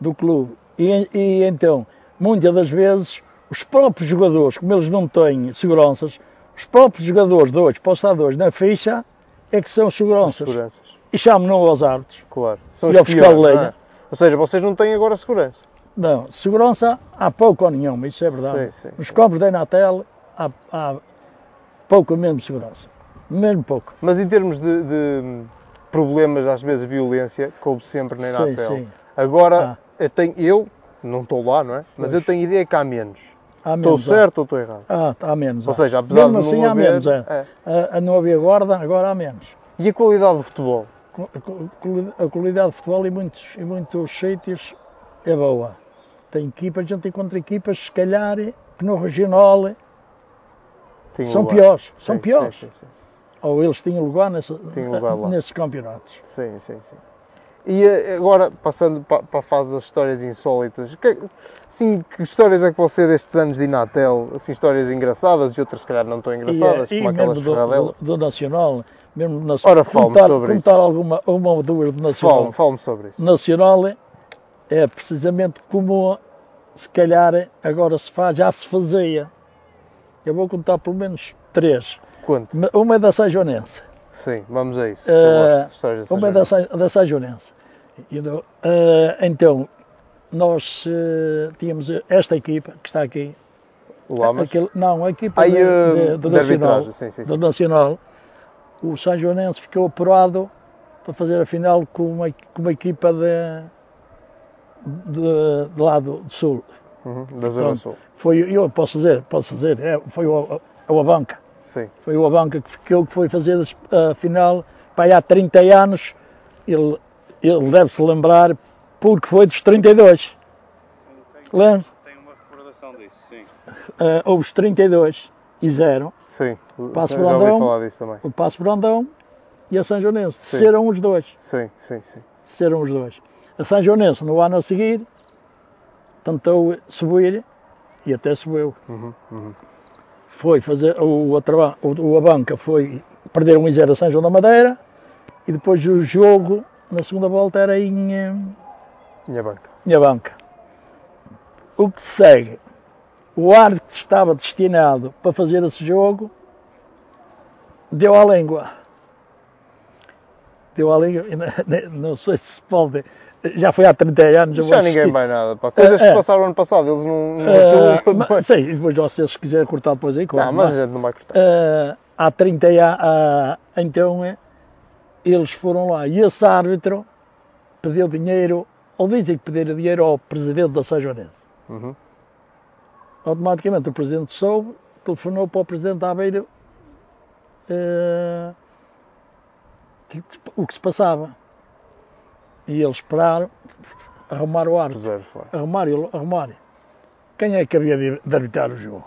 Speaker 2: Do clube. E, e então, muitas das vezes, os próprios jogadores, como eles não têm seguranças, os próprios jogadores de hoje, postadores na ficha, é que são seguranças.
Speaker 1: Seguranças.
Speaker 2: E chamam não aos árbitros.
Speaker 1: Claro. São
Speaker 2: E
Speaker 1: os
Speaker 2: ao fiscal
Speaker 1: piores,
Speaker 2: de
Speaker 1: não é?
Speaker 2: lenha?
Speaker 1: Ou seja, vocês não têm agora segurança.
Speaker 2: Não, segurança há pouco ou nenhuma, isso é verdade.
Speaker 1: Sim, sim,
Speaker 2: Nos
Speaker 1: sim.
Speaker 2: campos da Inatel há, há pouco mesmo segurança. Mesmo pouco.
Speaker 1: Mas em termos de, de problemas, às vezes violência, coube sempre na
Speaker 2: Sim,
Speaker 1: Inatel.
Speaker 2: sim. Ah.
Speaker 1: Agora, eu, tenho, eu não estou lá, não é? Mas
Speaker 2: Pois.
Speaker 1: eu tenho ideia que há menos.
Speaker 2: Há
Speaker 1: Estou
Speaker 2: menos. há.
Speaker 1: certo ou estou errado?
Speaker 2: Ah, há menos.
Speaker 1: Ou
Speaker 2: há.
Speaker 1: seja, apesar
Speaker 2: mesmo
Speaker 1: de não
Speaker 2: assim há
Speaker 1: haver,
Speaker 2: menos. É.
Speaker 1: é.
Speaker 2: A, a não havia guarda, agora há menos.
Speaker 1: E a qualidade do futebol?
Speaker 2: Co- co- quali- A qualidade de futebol em muitos, em muitos sítios é boa. Tem equipas, a gente encontra equipas, se calhar, que no regional
Speaker 1: Tem
Speaker 2: são
Speaker 1: lugar.
Speaker 2: piores. São
Speaker 1: Sim,
Speaker 2: piores.
Speaker 1: Sim, sim,
Speaker 2: Ou eles tinham lugar, nessa,
Speaker 1: Tinham lugar lá.
Speaker 2: nesses campeonatos.
Speaker 1: sim. sim, sim, sim. E eh, agora, passando pa- para a fase das histórias insólitas, que, assim, que histórias é que você destes anos de Inatel, assim, histórias engraçadas e outras, se calhar, não tão engraçadas,
Speaker 2: e,
Speaker 1: assim,
Speaker 2: é-
Speaker 1: como
Speaker 2: e
Speaker 1: aquelas
Speaker 2: mesmo do,
Speaker 1: ferradelas?
Speaker 2: do, do Nacional, mesmo do
Speaker 1: Ora,
Speaker 2: Nacional.
Speaker 1: fale-me
Speaker 2: contar,
Speaker 1: sobre
Speaker 2: contar
Speaker 1: isso.
Speaker 2: alguma, uma ou duas do Nacional.
Speaker 1: Fale-me fale sobre isso.
Speaker 2: nacional é precisamente como se calhar agora se faz, já se fazia. Eu vou contar pelo menos três.
Speaker 1: Quanto?
Speaker 2: Ma- Uma é da Sajonense.
Speaker 1: Sim, vamos a isso.
Speaker 2: Eh,
Speaker 1: Eu gosto de histórias
Speaker 2: Uma é da,
Speaker 1: dessas
Speaker 2: Sa- da Sajonense. E do- eh, então, nós eh, tínhamos esta equipa que está aqui.
Speaker 1: jornadas. O Lamas.
Speaker 2: Aquele- não, a equipa
Speaker 1: Aí,
Speaker 2: de- de-
Speaker 1: eh,
Speaker 2: do,
Speaker 1: de
Speaker 2: Nacional,
Speaker 1: arbitragem, sim, sim,
Speaker 2: do
Speaker 1: sim.
Speaker 2: Nacional. O Sajonense ficou apurado para fazer a final com uma, com uma equipa de, de, de lá do Sul.
Speaker 1: Uhum, da Zona
Speaker 2: Pronto.
Speaker 1: Sul.
Speaker 2: Foi, eu posso dizer, posso dizer, é, foi o, o Abanca.
Speaker 1: Sim.
Speaker 2: Foi o Abanca que ficou, que foi fazer a final para aí há 30 anos. Ele, ele deve-se lembrar porque foi dos 32.
Speaker 3: Tenho,
Speaker 2: Lembra?
Speaker 3: tenho uma recordação disso, sim.
Speaker 2: Ah, houve os 32 e 0.
Speaker 1: Sim.
Speaker 2: Passo
Speaker 1: já ouvi
Speaker 2: Brandão.
Speaker 1: falar disso também.
Speaker 2: O Passo Brandão e a São Joanense.
Speaker 1: Sim.
Speaker 2: Desceram os dois.
Speaker 1: Sim, sim, sim.
Speaker 2: Desceram os dois. A São Joanense, no ano a seguir, tentou subir e até subiu.
Speaker 1: Uhum, uhum.
Speaker 2: foi fazer o, Atrava- o, o Abanca foi perder 1-0 a São João da Madeira e depois o jogo na segunda volta era em, eh,
Speaker 1: Minha banca.
Speaker 2: em Abanca. O que segue? O árbitro que estava destinado para fazer esse jogo deu à língua. Deu à língua, não sei se se pode. Já foi há 30 anos. eu
Speaker 1: Já
Speaker 2: acho
Speaker 1: ninguém
Speaker 2: que-
Speaker 1: vai nada. Pá. Coisas
Speaker 2: Eh,
Speaker 1: que
Speaker 2: eh.
Speaker 1: passaram ano passado, eles não. não
Speaker 2: Ah,
Speaker 1: atuam,
Speaker 2: mas, sim, e depois vocês se quiserem cortar depois aí, cortam,
Speaker 1: Não, mas a
Speaker 2: não é?
Speaker 1: gente não vai cortar.
Speaker 2: Ah, há 30 ah, é, anos, então eh, eles foram lá. E esse árbitro pediu dinheiro, ou dizem que pediram dinheiro ao presidente da São Joanense.
Speaker 1: Uhum.
Speaker 2: Automaticamente o presidente soube, telefonou para o presidente da Aveiro eh, que- o que se passava. E eles esperaram, arrumaram o árbitro.
Speaker 1: Puseram fora.
Speaker 2: Arrumar, ele, arrumar. Quem é que havia de, de arbitrar o jogo?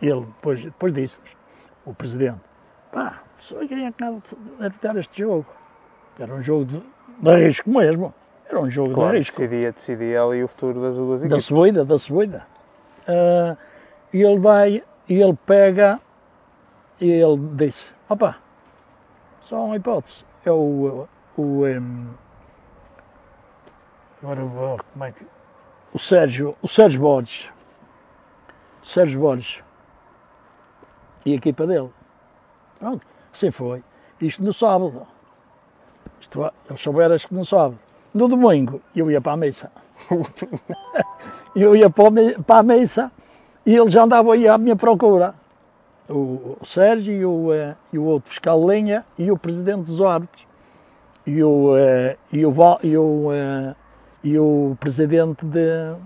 Speaker 2: Ele, depois, depois disse-nos, o presidente. Pá, só quem é que há de arbitrar este jogo? Era um jogo de, de risco mesmo. Era um jogo
Speaker 1: Claro,
Speaker 2: de risco.
Speaker 1: decidia, decidia ali o futuro das duas
Speaker 2: Da
Speaker 1: equipas.
Speaker 2: Ceboida, da Ceboida. Ah, E ele vai, e ele pega, e ele diz, opa, só uma hipótese. É o, o, em, agora vou, como é que, o Sérgio, o Sérgio Borges. Sérgio Borges. E a equipa dele. Pronto, assim foi. Isto no sábado. Isto, é, eles souberam que no sábado. No domingo, eu ia para a missa. Eu ia para o me- para a missa e eles já andavam aí à minha procura. O o Sérgio e o, eh, e o outro fiscal de linha e o presidente dos árbitros. E o, eh, e o, Val- e o, eh, e o presidente de,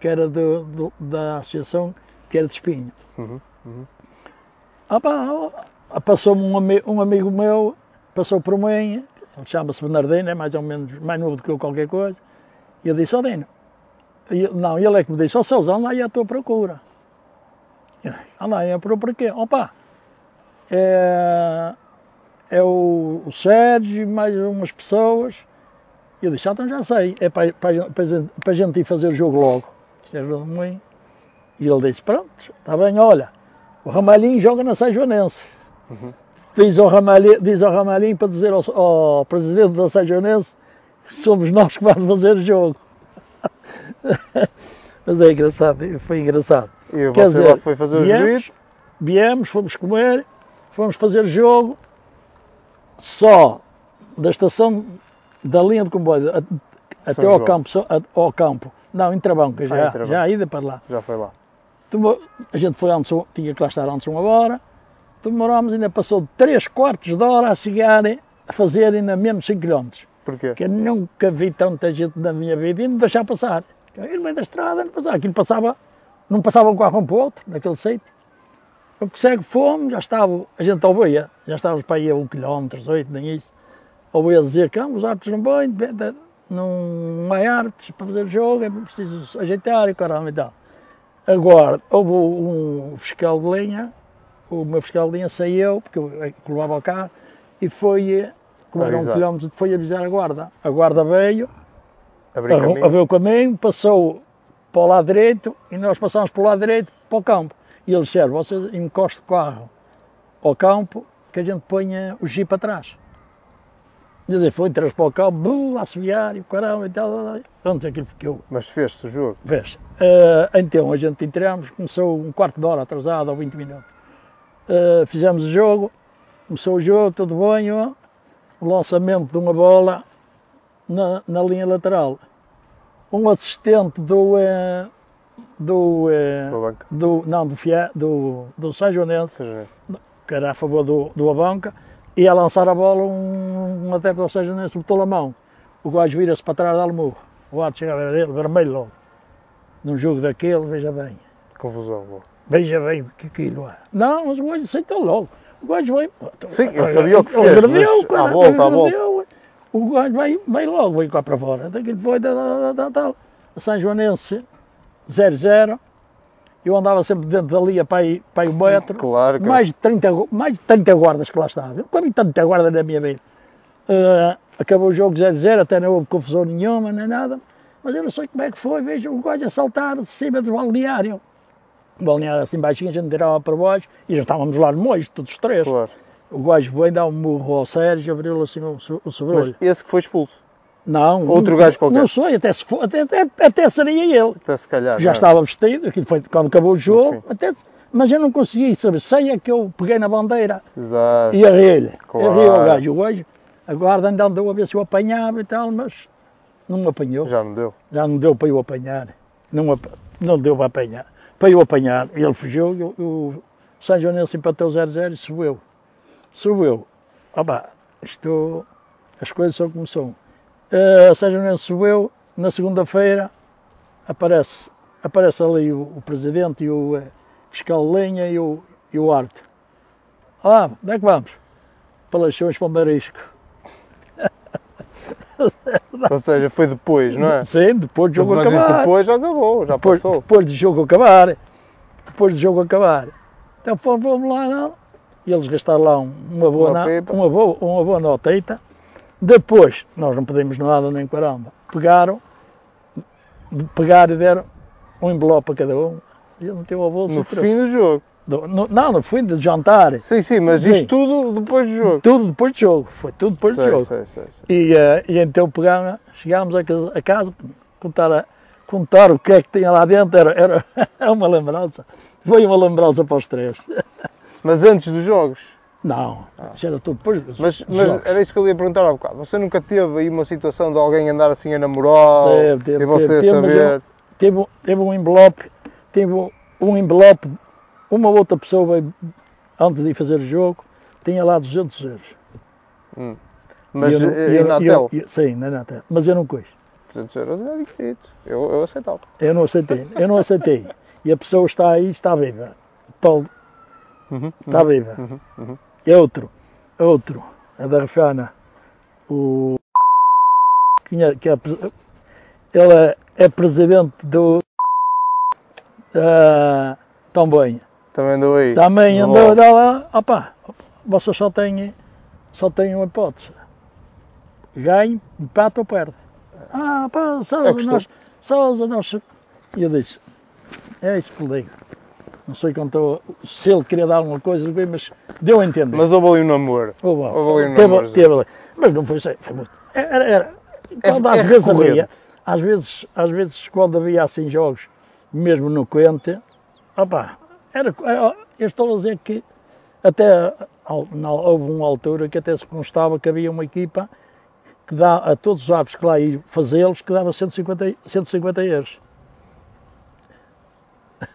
Speaker 2: que era do- do- da associação, que era de Espinho.
Speaker 1: Uhum, uhum.
Speaker 2: Ah, pá, ah, passou-me um, ami- um amigo meu, passou por mim, ele chama-se Bernardino, é mais ou menos mais novo do que eu qualquer coisa, e eu disse, ó Dino, e ele- não, ele é que me disse, ó Sousa, anda aí à tua procura. Eu, Anda aí à procura quê? Opa, é, é o, o Sérgio e mais umas pessoas, e eu disse, ah, então já sei, é para, para, para, gente- para a gente ir fazer o jogo logo. Isto era do Moinho. E ele disse, pronto, está bem, olha, o Ramalhinho joga na São Joanense.
Speaker 1: Uhum.
Speaker 2: Diz, ao Ramalhinho, diz ao Ramalhinho para dizer ao, ao presidente da São Joanense que somos nós que vamos fazer o jogo. Mas é engraçado, foi engraçado.
Speaker 1: E
Speaker 2: Quer
Speaker 1: você lá
Speaker 2: dizer,
Speaker 1: foi fazer os
Speaker 2: viemos-
Speaker 1: gritos.
Speaker 2: Viemos, fomos comer, fomos fazer jogo só da estação da linha de comboio a- até ao
Speaker 1: João. Ah,
Speaker 2: campo, só- a- ao campo. Não, em Trabanca já,
Speaker 1: em Travanca.
Speaker 2: já a ida para lá.
Speaker 1: Já foi lá.
Speaker 2: Demor- A gente foi antes, tinha que lá estar antes uma hora. Demorámos, ainda passou 3 quartos de hora a chegarem, a fazerem ainda menos 5 km.
Speaker 1: Porquê?
Speaker 2: Que eu nunca vi tanta gente na minha vida e não deixar passar. Eu no meio da estrada, não passava. Aquilo passava, não passava um carro um para o outro, naquele sítio. O que segue fomos, já estava, a gente ao boia, já estávamos para aí a 1 km, 8, nem isso. Ao boia dizer que "Ah, os árbitros não vão, independe- não há árbitros para fazer jogo, é preciso ajeitar e caramba e tal. Agora, houve um fiscal de linha, o meu fiscal de linha saiu, porque eu eh, colava o carro, e foi, eh, como era um
Speaker 1: Avisar.
Speaker 2: quilómetro, foi avisar a guarda. A guarda veio,
Speaker 1: Abrir
Speaker 2: arru-
Speaker 1: caminho?
Speaker 2: abriu o caminho, passou para o lado direito, e nós passámos para o lado direito, para o campo. E eles disseram, vocês encostam o carro ao campo, que a gente ponha o jipe atrás. Quer dizer, foi, três para o campo, blu, a assobiar, e o caramba, e tal, tal, tal. Pronto, aquilo ficou.
Speaker 1: Mas fez-se o jogo.
Speaker 2: Vês, eh, então a gente entramos, começou um quarto de hora atrasado, ou 20 minutos. Eh, fizemos o jogo, começou o jogo, tudo bem, ó. o lançamento de uma bola na, na linha lateral. Um assistente do. eh, do, eh,
Speaker 1: Pela banca.
Speaker 2: do não, do, Fia, do, do São Joanense,
Speaker 1: Seja nesse.
Speaker 2: que era a favor do, do Abanca, e a lançar a bola um, um adepto ao São Joanense botou a mão. O gajo vira-se para trás, dá-lhe murro. O árbitro chega a dele, vermelho logo. Num jogo daquele, veja bem.
Speaker 1: Confusão. boa.
Speaker 2: Veja bem o que aquilo é. Não, mas o gajo aceitou logo. O gajo vai.
Speaker 1: Sim, ele sabia o que fez, mas à
Speaker 2: caralho,
Speaker 1: volta, à
Speaker 2: agradeu. O gajo vai, vai logo, vai cá para fora. Daquilo foi, tal, tal, tal, tal. A São Joanense, 0-0. Eu andava sempre dentro dali a pai, pai um metro.
Speaker 1: Claro que
Speaker 2: Mais de 30, gu- mais de 30 guardas que lá estavam. Eu nunca vi tanta guarda na minha vida. Ah, acabou o jogo 0-0, até não houve confusão nenhuma, nem nada. Mas eu não sei como é que foi. Vejo o gajo a saltar de cima do balneário. O balneário assim baixinho, a gente tirava para baixo e já estávamos lá no mojo, todos os três.
Speaker 1: Claro.
Speaker 2: O gajo vem dar um murro ao Sérgio, abriu-lhe assim o, so- o
Speaker 1: Mas
Speaker 2: sobrolho.
Speaker 1: esse que foi expulso.
Speaker 2: Não.
Speaker 1: Outro
Speaker 2: não-
Speaker 1: gajo qualquer.
Speaker 2: Não sei, até, se for, até, até, até seria ele.
Speaker 1: Até se calhar.
Speaker 2: Já
Speaker 1: não é?
Speaker 2: estava vestido, aquilo foi quando acabou o jogo,
Speaker 1: Enfim.
Speaker 2: até, mas eu não conseguia saber. Sei é que eu peguei na bandeira
Speaker 1: Exato.
Speaker 2: e arrei-lhe.
Speaker 1: Claro.
Speaker 2: Arrei ao gajo. O gajo, a guarda ainda andou a ver se eu apanhava e tal, mas não me apanhou. Já,
Speaker 1: Já não deu.
Speaker 2: não deu para eu apanhar. Não, ap- não deu para apanhar. Para eu apanhar, ele fugiu e o- o São Joanense empatou 0-0 e subiu. Subiu. Opa, isto, as coisas são como são. Uh, Sérgio Mendes subiu, na segunda-feira aparece, aparece ali o, o presidente e o eh, fiscal Lenha e o, e o Arte. Ah, onde é que vamos? Palações para o Marisco.
Speaker 1: Ou seja, foi depois, não é?
Speaker 2: Sim, depois do jogo
Speaker 1: Mas isso
Speaker 2: acabar.
Speaker 1: depois já acabou, já
Speaker 2: Depois,
Speaker 1: passou.
Speaker 2: depois do jogo acabar. Depois do jogo acabar. Então fomos vamos lá, não. E eles gastaram lá um- uma boa,
Speaker 1: Uma
Speaker 2: na-
Speaker 1: pipa.
Speaker 2: uma boa, uma boa noteita. Depois, nós não pedimos nada nem caramba. Pegaram, pegaram e deram um envelope a cada um. E ele meteu a bolsa
Speaker 1: No
Speaker 2: e trouxe.
Speaker 1: fim do jogo.
Speaker 2: Do- no- não, no fim de jantar.
Speaker 1: Sim, sim, mas
Speaker 2: Sim.
Speaker 1: isto tudo depois do jogo.
Speaker 2: Tudo depois do jogo. Foi tudo depois do
Speaker 1: Sei,
Speaker 2: jogo.
Speaker 1: sei, sei, sei.
Speaker 2: E, eh, e então pegámos, chegámos a casa, a casa contar, a- contar o que é que tinha lá dentro, era, era, era uma lembrança. Foi uma lembrança para os três.
Speaker 1: Mas antes dos jogos.
Speaker 2: Não, isso era tudo depois. dos-
Speaker 1: Ah. Mas,
Speaker 2: dos
Speaker 1: mas eh,
Speaker 2: jogos.
Speaker 1: era isso que eu lhe ia perguntar há bocado. Você nunca teve aí uma situação de alguém andar assim a namorar
Speaker 2: Teve, teve,
Speaker 1: e você
Speaker 2: teve, teve, mas
Speaker 1: saber?
Speaker 2: Teve, um- teve um envelope, teve um- um envelope, uma outra pessoa veio, antes de ir fazer o jogo, tinha lá 200 euros.
Speaker 1: Mas eh,
Speaker 2: eu não-
Speaker 1: e, e
Speaker 2: eu-
Speaker 1: na
Speaker 2: eu-
Speaker 1: tela?
Speaker 2: eu- Sim, na Natel. Mas eu não quis.
Speaker 1: 200 euros é divertido. Eu, eu aceitava.
Speaker 2: Eu não aceitei, eu não aceitei. E a pessoa está aí, está viva. O Paulo está Tá viva.
Speaker 1: uhum, uhum.
Speaker 2: E outro, outro, a da Rafana, o que é, que é pres- ele é, é presidente do ah, também.
Speaker 1: Também andou aí.
Speaker 2: Também
Speaker 1: No
Speaker 2: andou
Speaker 1: LOL.
Speaker 2: andou lá, opa, vocês só têm, só têm uma hipótese. Ganho, empate ou perde. Ah, pá, só
Speaker 1: É
Speaker 2: os
Speaker 1: costume.
Speaker 2: nossos. Só os nossos. E eu disse, é isso que eu digo. Não sei quanto, se ele queria dar alguma coisa, bem, mas deu a entender.
Speaker 1: Mas houve ali um namoro.
Speaker 2: Ou bom,
Speaker 1: Houve ali um
Speaker 2: teve-
Speaker 1: namorzinho.
Speaker 2: teve ali. Mas não foi assim, foi muito. Era, era- quando
Speaker 1: é
Speaker 2: às vezes
Speaker 1: recorrente.
Speaker 2: havia, às vezes, às vezes quando havia assim jogos, mesmo no Quente, opá, era, era- eu estou a dizer que até ao- na- houve uma altura que até se constava que havia uma equipa que dá a todos os árbitros que lá iam fazê-los que dava 150, 150 euros.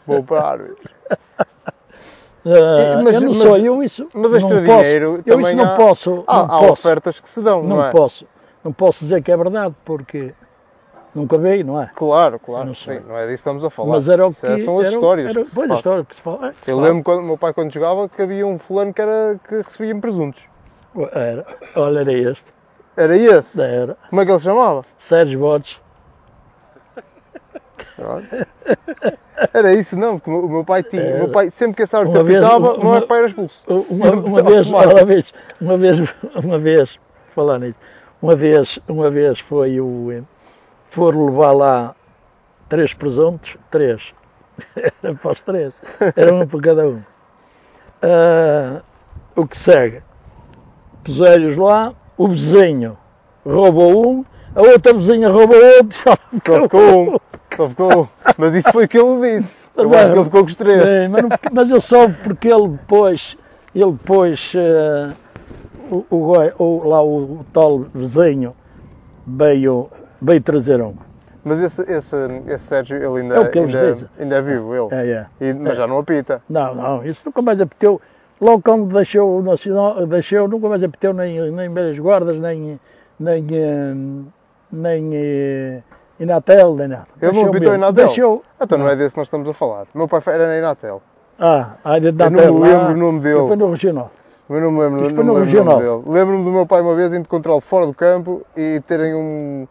Speaker 1: Vou para a árbitro.
Speaker 2: Ah,
Speaker 1: Eh, mas-
Speaker 2: eu não
Speaker 1: mas-
Speaker 2: sou, eu isso
Speaker 1: Mas
Speaker 2: não
Speaker 1: extra
Speaker 2: posso,
Speaker 1: dinheiro
Speaker 2: eu
Speaker 1: também
Speaker 2: isso não
Speaker 1: há,
Speaker 2: posso,
Speaker 1: há,
Speaker 2: não
Speaker 1: há
Speaker 2: Ah, posso.
Speaker 1: ofertas que se dão, não,
Speaker 2: Não,
Speaker 1: é?
Speaker 2: posso, não posso dizer que é verdade, porque nunca vi, não é?
Speaker 1: Claro, claro.
Speaker 2: Não sei.
Speaker 1: sim, não é disso que estamos a falar.
Speaker 2: Mas era o que
Speaker 1: Isso é- São as
Speaker 2: era, o-
Speaker 1: histórias.
Speaker 2: Era,
Speaker 1: que se
Speaker 2: pois, a
Speaker 1: passam.
Speaker 2: história que se fala. que se
Speaker 1: Eu
Speaker 2: fala.
Speaker 1: lembro quando meu pai quando jogava que havia um fulano que, era, que recebia em presuntos.
Speaker 2: Ah, Era, olha, era este.
Speaker 1: Era esse.
Speaker 2: Era
Speaker 1: Como é que ele se chamava?
Speaker 2: Sérgio Borges.
Speaker 1: Pronto. Era isso, não, que o meu pai tinha. O meu pai, sempre que esse árbitro
Speaker 2: Uma vez, um-
Speaker 1: apitava,
Speaker 2: uma-
Speaker 1: o meu pai era expulso.
Speaker 2: Uma, uma
Speaker 1: Sempre
Speaker 2: vez,
Speaker 1: automático.
Speaker 2: uma vez, uma vez, uma vez, falar nisso, uma vez, uma vez foi o. eh, Foram levar lá três presuntos, três. Era para os três, era um para cada um. Ah, o que segue? Puseram-os lá, o vizinho roubou um, a outra vizinha roubou outro, só
Speaker 1: Só ficou um. Só ficou um. Mas isso foi o que ele disse. Eu
Speaker 2: Mas
Speaker 1: acho
Speaker 2: é-
Speaker 1: que ele ficou com os três.
Speaker 2: Bem, mas, não- mas eu soube porque ele depois, ele depois, eh, o, o goi- o- lá o, tal vizinho veio, veio trazer um.
Speaker 1: Mas esse, esse, esse Sérgio, ele ainda
Speaker 2: É o que eles dizem.
Speaker 1: ainda, ainda é vivo, ele.
Speaker 2: É, é.
Speaker 1: E- mas
Speaker 2: É.
Speaker 1: já não apita.
Speaker 2: Não, não, isso nunca mais apeteu. Logo quando deixou o Nacional, deixou, nunca mais apeteu nem, nem Belas Guardas, nem, nem, eh, nem eh, Inatel, nem nada.
Speaker 1: Ele não
Speaker 2: Deixou
Speaker 1: apitou
Speaker 2: mesmo.
Speaker 1: Inatel?
Speaker 2: Deixou.
Speaker 1: Então não é desse que nós estamos a falar. O meu pai era na Inatel.
Speaker 2: Ah, a
Speaker 1: Eu
Speaker 2: Inatel.
Speaker 1: não me lembro
Speaker 2: ah,
Speaker 1: o nome dele.
Speaker 2: Foi no Regional.
Speaker 1: Eu não me lembro,
Speaker 2: Isto foi
Speaker 1: não
Speaker 2: no
Speaker 1: me lembro o nome
Speaker 2: regional.
Speaker 1: dele. Lembro-me do meu pai uma vez indo encontrá-lo fora do campo e terem um-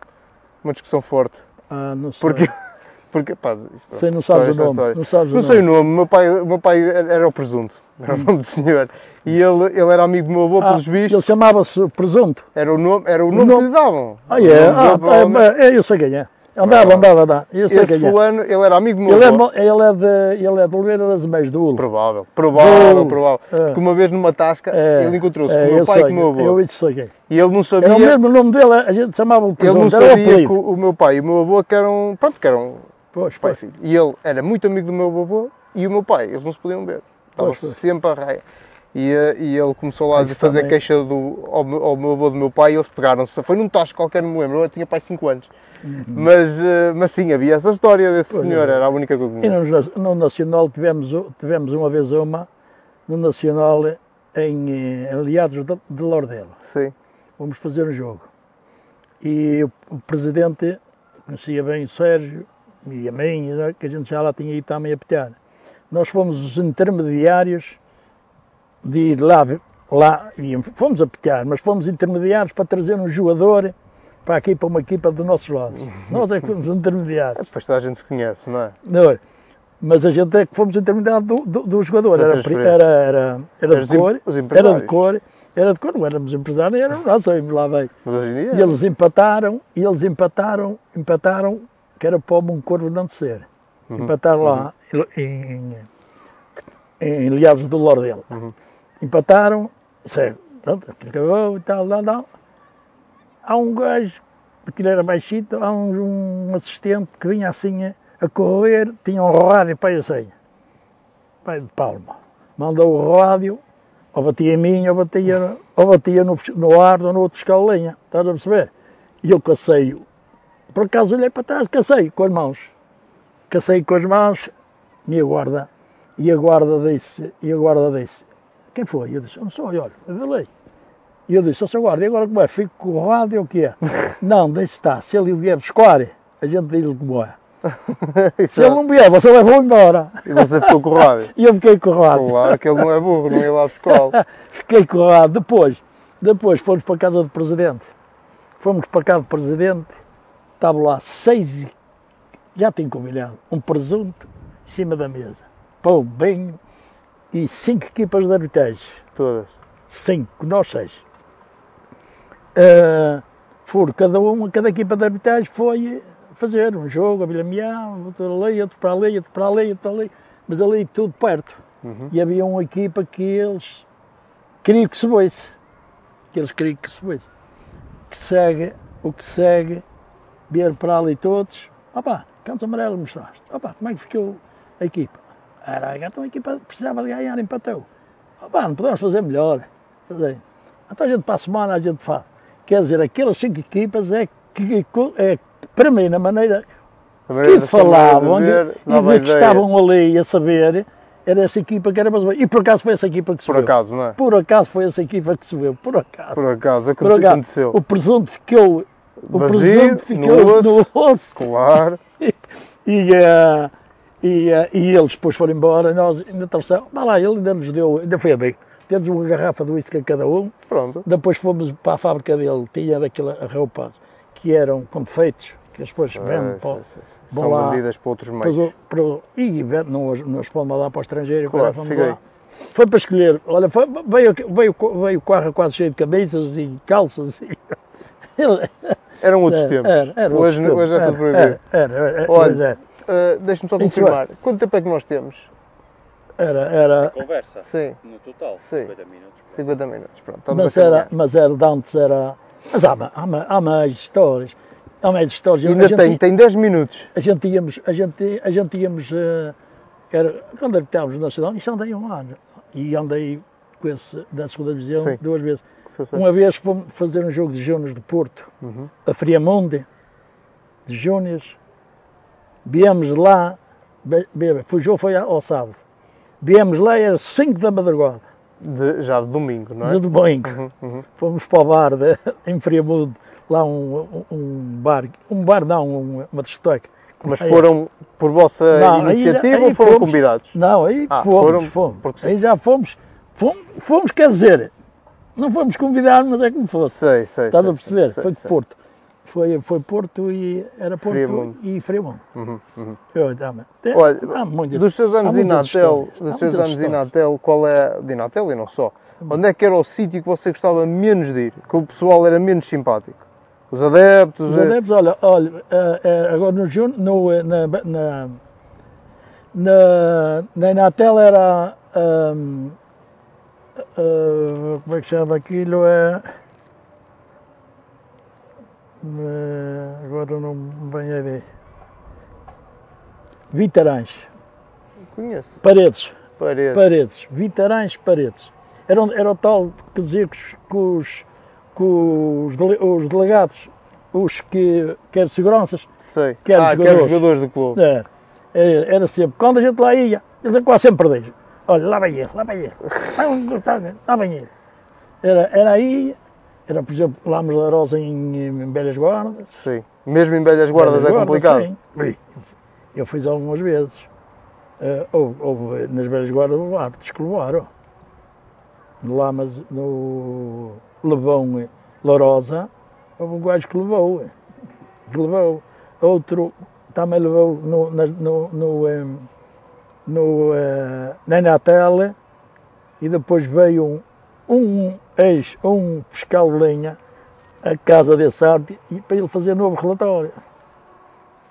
Speaker 1: uma discussão forte.
Speaker 2: Ah, não sei.
Speaker 1: Porque, porque pá, isso,
Speaker 2: Sei, não sabes
Speaker 1: história,
Speaker 2: o
Speaker 1: isto é
Speaker 2: nome,
Speaker 1: história.
Speaker 2: não sabes o
Speaker 1: Não sei o nome, o meu pai, o meu pai era era o presunto, era o nome do senhor. E ele, ele era amigo do meu avô,
Speaker 2: Ah,
Speaker 1: pelos
Speaker 2: ele
Speaker 1: bichos,
Speaker 2: chamava-se Presunto.
Speaker 1: era o nome, era o
Speaker 2: o
Speaker 1: nome,
Speaker 2: nome-
Speaker 1: que lhe davam.
Speaker 2: Ah,
Speaker 1: O
Speaker 2: é?
Speaker 1: nome dele,
Speaker 2: Ah, tá,
Speaker 1: provavelmente-
Speaker 2: mas é, eu sei quem é. Andava,
Speaker 1: Ah.
Speaker 2: andava, andava. Eu sei
Speaker 1: Esse
Speaker 2: quem é.
Speaker 1: fulano, ele era amigo do meu
Speaker 2: Ele é,
Speaker 1: avô.
Speaker 2: mo- ele é de, ele é de Oliveira das Meias, do Ulo.
Speaker 1: Provável, provável,
Speaker 2: Do-
Speaker 1: provável.
Speaker 2: é.
Speaker 1: Que uma vez numa tasca,
Speaker 2: É,
Speaker 1: ele encontrou-se
Speaker 2: é,
Speaker 1: com o meu
Speaker 2: eu
Speaker 1: pai e
Speaker 2: sei,
Speaker 1: com o meu avô.
Speaker 2: Eu isso sei quem. é.
Speaker 1: E ele não sabia...
Speaker 2: Era o mesmo nome dele, a gente chamava-lhe
Speaker 1: Ele não
Speaker 2: Presunto. Era o
Speaker 1: sabia que
Speaker 2: apelido.
Speaker 1: o o meu pai e o meu avô que eram, pronto, que eram
Speaker 2: Pois,
Speaker 1: pai e
Speaker 2: pois.
Speaker 1: filho. E ele era muito amigo do meu avô e o meu pai, eles não se podiam ver. Estava
Speaker 2: Pois, pois.
Speaker 1: sempre a raia. E, eh, e ele começou lá a
Speaker 2: Isso
Speaker 1: fazer
Speaker 2: também.
Speaker 1: queixa do, ao, meu- ao meu avô do meu pai e eles pegaram-se. Foi num tacho qualquer, não me lembro, eu tinha pai 5 anos. Mas, eh, mas sim, havia essa história desse
Speaker 2: Uhum. Pois,
Speaker 1: senhor,
Speaker 2: é.
Speaker 1: era a única que eu conheço.
Speaker 2: E no, na- no Nacional tivemos, o- tivemos uma vez uma, no Nacional, em eh, Aliados de, de Lordelo.
Speaker 1: Sim.
Speaker 2: Vamos fazer um jogo. E o- o presidente conhecia bem o Sérgio e a mim, e nós- que a gente já lá tinha ido também a petear. Nós fomos os intermediários de ir lá, lá e fomos a petear, mas fomos intermediários para trazer um jogador para aqui, para uma equipa do nosso lado. Nós é que fomos intermediários.
Speaker 1: Depois toda a gente se conhece, não é?
Speaker 2: Não, mas a gente é que fomos intermediários do, do, do jogador.
Speaker 1: Da
Speaker 2: Era, pri-
Speaker 1: transferência.
Speaker 2: era, era, era
Speaker 1: Os
Speaker 2: de
Speaker 1: em- os
Speaker 2: cor, era de
Speaker 1: empresários.
Speaker 2: cor, era de cor, não éramos empresários, éramos nós, saímos lá bem.
Speaker 1: Mas hoje em dia.
Speaker 2: E eles empataram, e eles empataram, empataram, que era para um corvo não ser.
Speaker 1: Uhum.
Speaker 2: Empataram lá em, em, em Liados do Lordel.
Speaker 1: Uhum.
Speaker 2: Empataram, sério, pronto, aquilo acabou e tal, lá, lá. Há um gajo, porque ele era baixito, há um, um assistente que vinha assim a, a correr, tinha um rádio para assim, pai de palma. Mandou o rádio, ou batia em mim, ou batia, ou batia no, fis- no ar ou no outro fiscal de lenha. Estás a perceber? E eu caceio. Por acaso olhei para trás, caceio com as mãos. Caceio com as mãos, e a guarda. E a guarda disse, e a guarda disse, quem foi? Eu disse, eu não sou, olha, avalei. E eu disse, ó seu guarda, e agora como é? Fico corrado, eu o que é? não, deixe estar, se ele vier buscar, a gente diz-lhe como é. Se ele não vier, você leva-o embora.
Speaker 1: é E você ficou com o rádio.
Speaker 2: E eu fiquei corrado.
Speaker 1: Claro que ele não é burro, não ia lá buscar.
Speaker 2: Fiquei colado. Depois, depois fomos para a casa do presidente. Fomos para a casa do presidente. Estava lá seis e... Já tinha combinado. Um presunto em cima da mesa. Pão, banho e cinco equipas de arbitragem.
Speaker 1: Todas.
Speaker 2: Cinco, nós seis. Ah, foram cada um, cada equipa de arbitragem foi fazer um jogo, a bilhamear, outro ali, outro para ali, outro para ali, outro para ali. Mas ali tudo perto
Speaker 1: Uhum.
Speaker 2: e havia uma equipa que eles queriam que se fosse. Que eles queriam que se fosse. Que segue, o que segue, vieram para ali todos. Opa, canto amarelo mostraste. Opa, como é que ficou a equipa? Era então a equipa precisava de ganhar, empatou. Opa, não podemos fazer melhor. Quer dizer, Então a gente para a semana a gente fala. Quer dizer, aquelas cinco equipas é que, é, para mim, na maneira
Speaker 1: assim, A maneira
Speaker 2: que
Speaker 1: da sua maneira de
Speaker 2: falavam e
Speaker 1: ver
Speaker 2: e
Speaker 1: dava
Speaker 2: de que
Speaker 1: ideia.
Speaker 2: estavam ali a saber, era essa equipa que era mais E por acaso foi essa equipa que
Speaker 1: Por
Speaker 2: subiu.
Speaker 1: acaso, não é?
Speaker 2: Por acaso foi essa equipa que subiu, por acaso.
Speaker 1: Por acaso. é
Speaker 2: Por acaso.
Speaker 1: Aconteceu.
Speaker 2: O presunto ficou, o
Speaker 1: Vazio,
Speaker 2: presunto ficou
Speaker 1: no osso.
Speaker 2: osso.
Speaker 1: Claro.
Speaker 2: E, eh, e, eh, e eles depois foram embora, nós ainda trouxemos, vá lá, ele ainda nos deu, ainda foi a bem, deu-nos uma garrafa do uísque a cada um,
Speaker 1: Pronto.
Speaker 2: depois fomos para a fábrica dele, tinha daquela roupa que eram confeitos, que as pessoas vendem para,
Speaker 1: Ah, sim, sim, sim.
Speaker 2: vão
Speaker 1: São
Speaker 2: lá.
Speaker 1: vendidas para outros
Speaker 2: Pois
Speaker 1: meios.
Speaker 2: o- para o- e vende- não, as- não as pode mandar para o estrangeiro.
Speaker 1: Claro,
Speaker 2: agora vamos
Speaker 1: fica
Speaker 2: lá. Foi para escolher. Olha, foi- veio, veio, veio o carro quase cheio de cabeças e calças. E...
Speaker 1: Eram outros
Speaker 2: Era-
Speaker 1: tempos.
Speaker 2: É, era- era
Speaker 1: um hoje,
Speaker 2: outro
Speaker 1: hoje é tudo
Speaker 2: tempo.
Speaker 1: proibido.
Speaker 2: Era, era, era, era,
Speaker 1: Olha,
Speaker 2: pois é.
Speaker 1: Ah, Deixa-me só
Speaker 2: Isso
Speaker 1: confirmar. Quanto tempo é que nós temos?
Speaker 2: era, era,
Speaker 3: Conversa.
Speaker 1: Sim.
Speaker 3: No total,
Speaker 1: Sim.
Speaker 3: 50 minutos.
Speaker 1: 50 minutos. Pronto. Estamos
Speaker 2: mas,
Speaker 1: a
Speaker 2: era,
Speaker 1: caminhar.
Speaker 2: mas era de antes, era. Mas há, ma- há, ma- há mais histórias. Há mais histórias.
Speaker 1: Ainda
Speaker 2: a gente,
Speaker 1: tem, tem 10 minutos.
Speaker 2: A gente íamos, a gente, a gente íamos, eh, era, quando habitávamos no Nacional, isso andei um ano. E andei com esse, da segunda divisão
Speaker 1: Sim.
Speaker 2: duas vezes.
Speaker 1: Que se eu sei.
Speaker 2: Uma vez fomos fazer um jogo de Jonas do Porto,
Speaker 1: Uhum.
Speaker 2: a Friamonde, de Jonas. Viemos lá, be- be- foi- o jogo foi ao sábado. Viemos lá, era 5 da madrugada,
Speaker 1: De- já de domingo, não é?
Speaker 2: de domingo.
Speaker 1: Uhum, uhum.
Speaker 2: Fomos para o bar de, em Friamonde, lá um, um- um bar, um bar não, um- uma discoteca.
Speaker 1: Mas
Speaker 2: Aí-
Speaker 1: foram por vossa
Speaker 2: é. Não, aí-
Speaker 1: iniciativa
Speaker 2: aí
Speaker 1: ou foram
Speaker 2: fomos.
Speaker 1: convidados?
Speaker 2: Não, aí
Speaker 1: Ah,
Speaker 2: fomos,
Speaker 1: foram,
Speaker 2: fomos.
Speaker 1: porque-
Speaker 2: Aí já fomos, fomos, fomos, quer dizer, não fomos convidados, mas é como fosse.
Speaker 1: Sei, sei.
Speaker 2: Estás
Speaker 1: sei,
Speaker 2: a perceber?
Speaker 1: sei,
Speaker 2: foi de
Speaker 1: sei.
Speaker 2: Porto. Foi, foi Porto e era Porto
Speaker 1: Friamonte.
Speaker 2: e Fremont.
Speaker 1: Uhum, uhum.
Speaker 2: Eu, dá tem,
Speaker 1: Olha,
Speaker 2: há muitas-
Speaker 1: Dos seus anos
Speaker 2: há
Speaker 1: de
Speaker 2: muitas
Speaker 1: Inatel,
Speaker 2: histórias, há
Speaker 1: dos seus
Speaker 2: muitas
Speaker 1: anos de
Speaker 2: histórias.
Speaker 1: Inatel, qual é de Inatel e não só?
Speaker 2: Hum.
Speaker 1: Onde é que era o sítio que você gostava menos de ir? Que o pessoal era menos simpático? Os adeptos,
Speaker 2: Os
Speaker 1: eh,
Speaker 2: adeptos, olha, olha eh, eh, agora no Jun- no, eh, na, na, na, na Inatel era. ahm, eh, como é que chama aquilo? É. eh, agora não me vem a ideia. Vitarães,
Speaker 1: conheço.
Speaker 2: paredes.
Speaker 1: Parece.
Speaker 2: Paredes, Vitarães Paredes. Era, um- era o tal que dizia que os, que os, que os dele- os delegados, os que quer seguranças,
Speaker 1: Sei.
Speaker 2: Quero
Speaker 1: ah,
Speaker 2: jogadores. É.
Speaker 1: quero jogadores do clube.
Speaker 2: era, é, era, era sempre. Quando a gente lá ia, eles é quase sempre perdiam. um Olha, lá vem ele, lá vem ele, lá vem ele, lá vem ele. Era, era aí, Era, por exemplo, Lamos da Rosa em, em Belhas Guardas.
Speaker 1: Sim. Mesmo em velhas guardas é
Speaker 2: Velhas
Speaker 1: complicado.
Speaker 2: sim. Ui, Eu fiz algumas vezes. Eh, houve, houve nas Velhas Guardas o lar, descoloraram. No Lamas, no Levão eh, Lourosa, houve um gajo que levou. eh, Que levou. Outro também levou no, na, no, no, em- no, eh, na Inatel e depois veio um, um ex, um fiscal de linha à casa desse arte e para ele fazer novo relatório.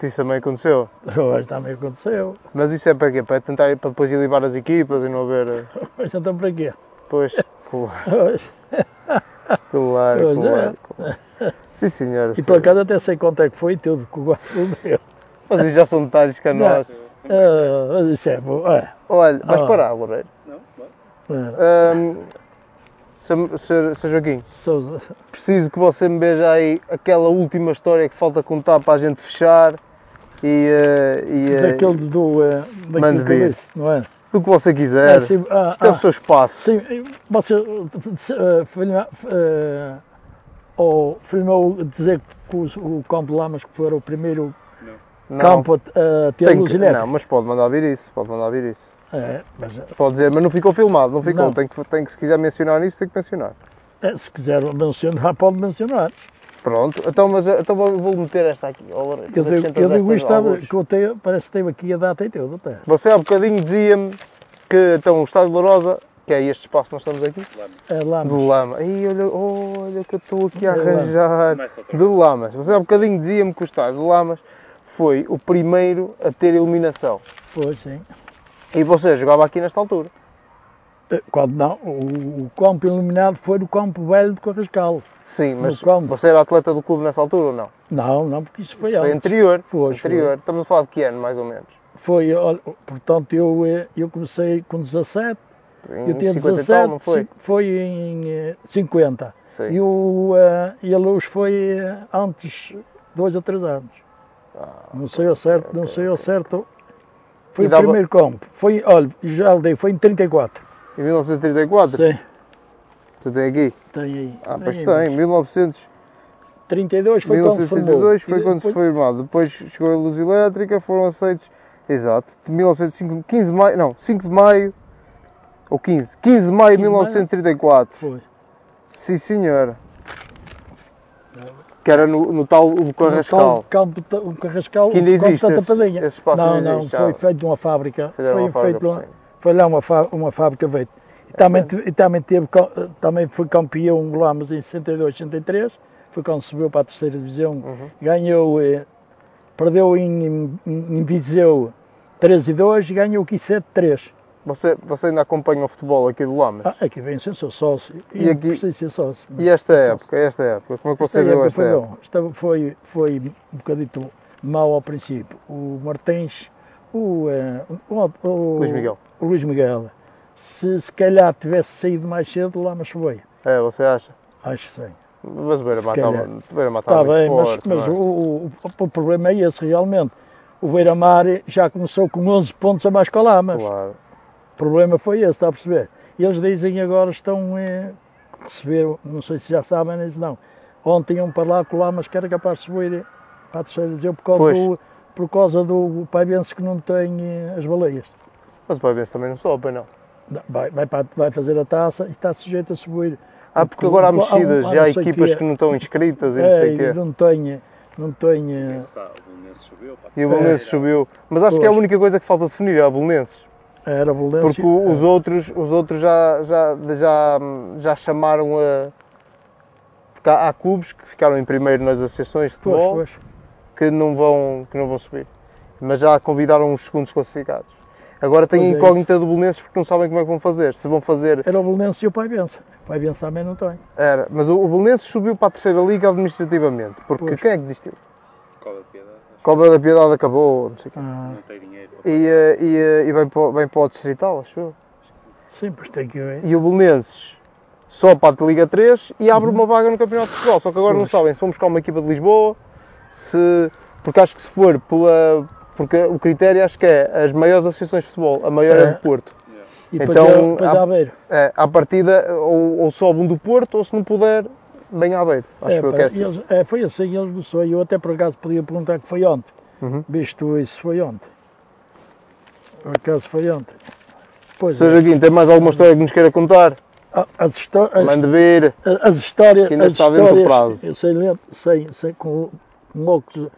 Speaker 1: Isso também aconteceu.
Speaker 2: Mas também aconteceu.
Speaker 1: Mas isso é para quê? Para tentar para depois elevar as equipas e não haver. eh,
Speaker 2: Mas então para quê?
Speaker 1: Pois. Claro, claro.
Speaker 2: Pois é.
Speaker 1: claro. Sim, senhora.
Speaker 2: E
Speaker 1: sim.
Speaker 2: por acaso até sei quanto é que foi e tudo que o guarda deu.
Speaker 1: Mas isso já são detalhes que a
Speaker 2: Não.
Speaker 1: nós.
Speaker 2: Ah, mas isso é bom. É,
Speaker 1: Olha, vais
Speaker 2: Ah.
Speaker 1: parar, Loureiro.
Speaker 3: Não, bom.
Speaker 2: é.
Speaker 1: Ahm, Sr. Sr. Sr. Joaquim,
Speaker 2: Sousa.
Speaker 1: preciso que você me veja aí aquela última história que falta contar para a gente fechar e, eh, e, eh,
Speaker 2: Daquele do. eh,
Speaker 1: Mande
Speaker 2: daquilo que
Speaker 1: vir.
Speaker 2: eu disse, não é?
Speaker 1: do que você
Speaker 2: É,
Speaker 1: quiser. Isto
Speaker 2: sim, ah,
Speaker 1: é o
Speaker 2: ah,
Speaker 1: seu espaço.
Speaker 2: sim, eh, você. eh, filma- eh, ou filmou dizer que o, o Campo de Lamas que foi o primeiro
Speaker 1: Não,
Speaker 2: campo a, a ter
Speaker 1: tem
Speaker 2: luz
Speaker 1: que-
Speaker 2: elétrica.
Speaker 1: não, mas pode mandar vir isso, pode mandar vir isso.
Speaker 2: É, mas,
Speaker 1: Pode dizer, mas não ficou filmado, não ficou.
Speaker 2: Não.
Speaker 1: Tem, que, tem que, se quiser mencionar isso, tem que mencionar.
Speaker 2: eh, se quiser mencionar, pode mencionar.
Speaker 1: Pronto, então, mas, então vou, vou meter esta aqui. Oh, ó, Lourenço,
Speaker 2: Eu digo,
Speaker 1: acrescentas
Speaker 2: eu digo
Speaker 1: estas
Speaker 2: isto, sabe,
Speaker 1: algures.
Speaker 2: que eu tenho, parece que teve aqui a data e tudo. até.
Speaker 1: Você há bocadinho dizia-me que então, o Estádio de Lourosa, que é este espaço que nós estamos aqui,
Speaker 2: É lá,
Speaker 1: do Lama. Aí olha, olha que eu estou aqui a
Speaker 2: Do Lama.
Speaker 1: arranjar.
Speaker 3: Começa outra
Speaker 1: Ah, Do Lamas. Você há bocadinho dizia-me que o Estádio do Lamas foi o primeiro a ter iluminação.
Speaker 2: foi sim.
Speaker 1: E você jogava aqui nesta altura.
Speaker 2: Eh, Quando não, o, o campo iluminado foi no campo velho de Corriscal.
Speaker 1: Sim, mas
Speaker 2: No campo.
Speaker 1: você era atleta do clube nessa altura ou não?
Speaker 2: Não, não, porque isso foi
Speaker 1: Isso foi
Speaker 2: antes.
Speaker 1: anterior.
Speaker 2: Foi,
Speaker 1: anterior. Estamos a falar de que ano, mais ou menos?
Speaker 2: Foi, olha, portanto, eu, eh, eu comecei com 17,
Speaker 1: Em
Speaker 2: eu tinha
Speaker 1: 50
Speaker 2: 17,
Speaker 1: e tal, não foi?
Speaker 2: cin- foi em eh, 50.
Speaker 1: Sim.
Speaker 2: E, o, eh, e a luz foi eh, antes, dois ou três anos.
Speaker 1: Ah,
Speaker 2: Não sei ao certo, não sei ao certo. Foi
Speaker 1: E
Speaker 2: o
Speaker 1: dava-
Speaker 2: primeiro campo. Foi, olha, já lhe dei, foi em 34.
Speaker 1: Em 1934?
Speaker 2: Sim,
Speaker 1: Tu tem aqui?
Speaker 2: tem aí.
Speaker 1: Ah,
Speaker 2: tem
Speaker 1: pois
Speaker 2: aí.
Speaker 1: tem. 1900,
Speaker 2: 32 foi quando se formou.
Speaker 1: 1932 foi
Speaker 2: E
Speaker 1: quando se
Speaker 2: depois-
Speaker 1: foi firmado. Depois chegou a luz elétrica, foram aceitos. Exato. De 1905, 15 de maio. Não, 5 de maio. Ou 15. 15 de maio de 1934.
Speaker 2: Foi. Então,
Speaker 1: Sim, senhor. Que era no, no tal o Carrascal.
Speaker 2: O campo, ta- o Carrascal,
Speaker 1: Que ainda
Speaker 2: o campo
Speaker 1: existe
Speaker 2: da
Speaker 1: esse-
Speaker 2: Tapadinha.
Speaker 1: esse espaço
Speaker 2: não,
Speaker 1: ainda
Speaker 2: não,
Speaker 1: existe,
Speaker 2: foi
Speaker 1: já.
Speaker 2: feito de uma fábrica.
Speaker 1: Fizeram
Speaker 2: Foi
Speaker 1: uma fábrica É,
Speaker 2: feito
Speaker 1: por
Speaker 2: lá-
Speaker 1: cima.
Speaker 2: foi lá uma, fá- uma fábrica feita. E também, te- e também, teve, co- também foi campeão lá, mas em 62, 63. Foi quando subiu para a terceira divisão.
Speaker 1: Uhum.
Speaker 2: Ganhou, eh, perdeu em, em, em Viseu 13 e 2 e ganhou aqui 7 3.
Speaker 1: Você, você ainda acompanha o futebol aqui do Lamas.
Speaker 2: Ah, aqui vem ser seu sócio.
Speaker 1: E
Speaker 2: E
Speaker 1: aqui-
Speaker 2: aqui... Preciso ser sócio.
Speaker 1: E esta época, esta época, como é que você
Speaker 2: Esta
Speaker 1: viu
Speaker 2: época
Speaker 1: esta
Speaker 2: foi
Speaker 1: época?
Speaker 2: bom. Esta foi, foi um bocadito mau ao princípio. O Martins, o, eh, o, o-
Speaker 1: Luís Miguel.
Speaker 2: o Luís Miguel, se, se calhar tivesse saído mais cedo, lá mas foi.
Speaker 1: É, você acha?
Speaker 2: Acho que sim.
Speaker 1: Mas o Beira
Speaker 2: Se
Speaker 1: Mar
Speaker 2: calhar.
Speaker 1: estava
Speaker 2: Está bem,
Speaker 1: muito
Speaker 2: mas,
Speaker 1: Tá forte.
Speaker 2: mas
Speaker 1: não é?
Speaker 2: o, o- o problema é esse realmente. O Beira-Mar já começou com 11 pontos a mais que o Lamas.
Speaker 1: Claro.
Speaker 2: O problema foi esse, está a perceber? E eles dizem agora estão eh, receberam, não sei se já sabem, nem se não. Ontem iam para lá colar, mas que era capaz de subir para a terceira divisão por causa
Speaker 1: Pois.
Speaker 2: do, por causa do Paivense que não tem eh, as baleias.
Speaker 1: Mas o Pavense também não sobe, não.
Speaker 2: Não, Vai, vai, para- vai fazer a taça e está sujeito a subir.
Speaker 1: Ah, porque agora há
Speaker 2: um-
Speaker 1: mexidas,
Speaker 2: um-
Speaker 1: já há
Speaker 2: não sei
Speaker 1: equipas
Speaker 2: quê.
Speaker 1: que não estão inscritas e não
Speaker 2: É,
Speaker 1: sei o
Speaker 2: e
Speaker 1: quê.
Speaker 2: não tem, não tem, eh,
Speaker 3: Quem sabe, tá, o Belenenses subiu para a
Speaker 1: E o Bolonenses
Speaker 3: terceira.
Speaker 1: subiu. Mas acho que é a
Speaker 2: Pois. É,
Speaker 1: única coisa que falta definir, é a Bolonenses.
Speaker 2: era
Speaker 1: Porque
Speaker 2: violência.
Speaker 1: o- os outros, os outros já, já, já, já chamaram a. Porque há, há clubes que ficaram em primeiro nas associações de futebol
Speaker 2: Pois,
Speaker 1: Que, não vão, que não vão subir. Mas já convidaram os segundos classificados. Agora tem
Speaker 2: Pois
Speaker 1: a
Speaker 2: é
Speaker 1: incógnita do Bolonenses porque não sabem como é que vão fazer. Se vão fazer.
Speaker 2: pois. Era o Belenenses e o Paivense. O Paivense também não tem.
Speaker 1: Era. Mas o, o Bolonenses subiu para a terceira liga administrativamente. Porque
Speaker 2: Pois.
Speaker 1: quem é que desistiu?
Speaker 3: Cobra de piedade, acho
Speaker 1: Cobra da Piedade acabou, não sei o quê.
Speaker 2: Ah,
Speaker 3: que é não tem dinheiro para
Speaker 1: E, eh, e, eh, e vem, para, o- vem para o Distrital, acho eu.
Speaker 2: sim, pois tem que ver.
Speaker 1: E o Belenenses só para a Liga 3 e abre uma vaga no Campeonato de Portugal. Só que agora não
Speaker 2: Uhum. Pois.
Speaker 1: sabem se vão buscar uma equipa de Lisboa, se. Porque acho que se for pela. Porque o critério acho que é as maiores associações de futebol, a maior é,
Speaker 2: É.
Speaker 1: do Porto.
Speaker 2: E depois
Speaker 1: Então,
Speaker 2: é- depois
Speaker 1: há-
Speaker 2: há... Aveiro.
Speaker 1: É, à partida, ou, ou sobe um do Porto, ou se não puder, bem à beira. Acho
Speaker 2: É,
Speaker 1: que eu
Speaker 2: pá,
Speaker 1: que é assim.
Speaker 2: eles- é, foi assim, eles do sonho. Eu até por acaso podia perguntar que foi ontem.
Speaker 1: Uhum.
Speaker 2: Visto isso, foi ontem. Por acaso foi ontem. Pois
Speaker 1: Sr.
Speaker 2: é.
Speaker 1: Joaquim, tem mais alguma história que nos queira contar?
Speaker 2: Ah, As, histó as,
Speaker 1: Mande vir.
Speaker 2: as histórias.
Speaker 1: Que ainda
Speaker 2: as
Speaker 1: está dentro do
Speaker 2: histórias-
Speaker 1: prazo.
Speaker 2: Eu sei ler, sei, sei com, com óculos,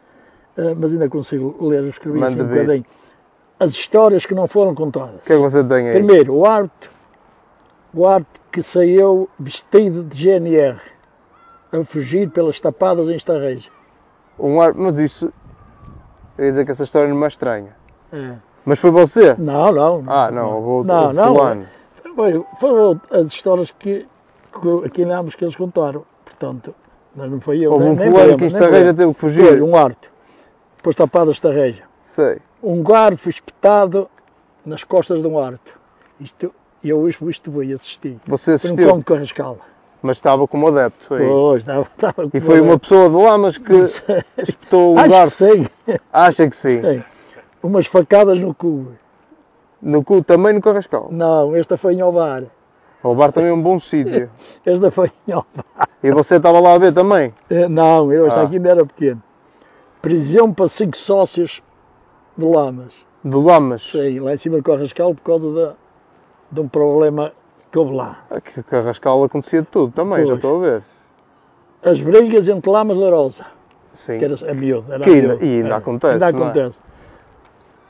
Speaker 2: eh, mas ainda consigo ler, escrevi assim
Speaker 1: Manda
Speaker 2: um
Speaker 1: ver.
Speaker 2: bocadinho. As histórias que não foram contadas.
Speaker 1: O que é que você tem aí?
Speaker 2: Primeiro, o arte, o arte que saiu vestido de GNR a fugir pelas tapadas em Estarreja.
Speaker 1: Um ar... Mas isso. Eu ia dizer que essa história não é estranha.
Speaker 2: É.
Speaker 1: Mas foi você?
Speaker 2: Não, não.
Speaker 1: Ah, não, eu vou.
Speaker 2: Não,
Speaker 1: o
Speaker 2: não.
Speaker 1: fulano.
Speaker 2: Bem, foram as histórias que, que, que ambos que eles contaram. Portanto, mas não foi eu.
Speaker 1: Houve
Speaker 2: nem-
Speaker 1: um
Speaker 2: nem
Speaker 1: fulano
Speaker 2: foi
Speaker 1: que
Speaker 2: eu,
Speaker 1: isto
Speaker 2: nem foi eu.
Speaker 1: arranja teve que
Speaker 2: Foi
Speaker 1: fugir.
Speaker 2: um arte. Depois tapadas Estarreja.
Speaker 1: Sei.
Speaker 2: Um garfo espetado nas costas de um arte. Isto, eu isto, isto fui assistir.
Speaker 1: Você
Speaker 2: Foi um
Speaker 1: assistiu,
Speaker 2: cão um de carrascal.
Speaker 1: mas estava como adepto aí.
Speaker 2: Pois, estava, estava
Speaker 1: E foi uma pessoa de lá, mas que
Speaker 2: é-
Speaker 1: espetou um
Speaker 2: Acho que
Speaker 1: garfo.
Speaker 2: sei.
Speaker 1: Acha que sim.
Speaker 2: É. Umas facadas no cu.
Speaker 1: No cu também no Carrascal.
Speaker 2: Não, esta foi em Ovar.
Speaker 1: O bar também é um bom sítio.
Speaker 2: Esta foi em Ovar.
Speaker 1: E você estava lá a ver também.
Speaker 2: Eh, Não, eu esta
Speaker 1: Ah.
Speaker 2: aqui ainda era pequeno. Prisão para cinco sócios de Lamas.
Speaker 1: Do Lamas.
Speaker 2: Sim, lá em cima do Corrascal por causa da- de, um problema que houve lá.
Speaker 1: Ah, que Carrascal acontecia de tudo também, já
Speaker 2: Pois.
Speaker 1: estou a ver.
Speaker 2: As brigas entre Lamas e Larosa.
Speaker 1: Sim.
Speaker 2: Que era a miúda. Era
Speaker 1: Que
Speaker 2: a
Speaker 1: ainda-
Speaker 2: miúda.
Speaker 1: e ainda
Speaker 2: Era.
Speaker 1: acontece,
Speaker 2: Ainda
Speaker 1: não é?
Speaker 2: acontece.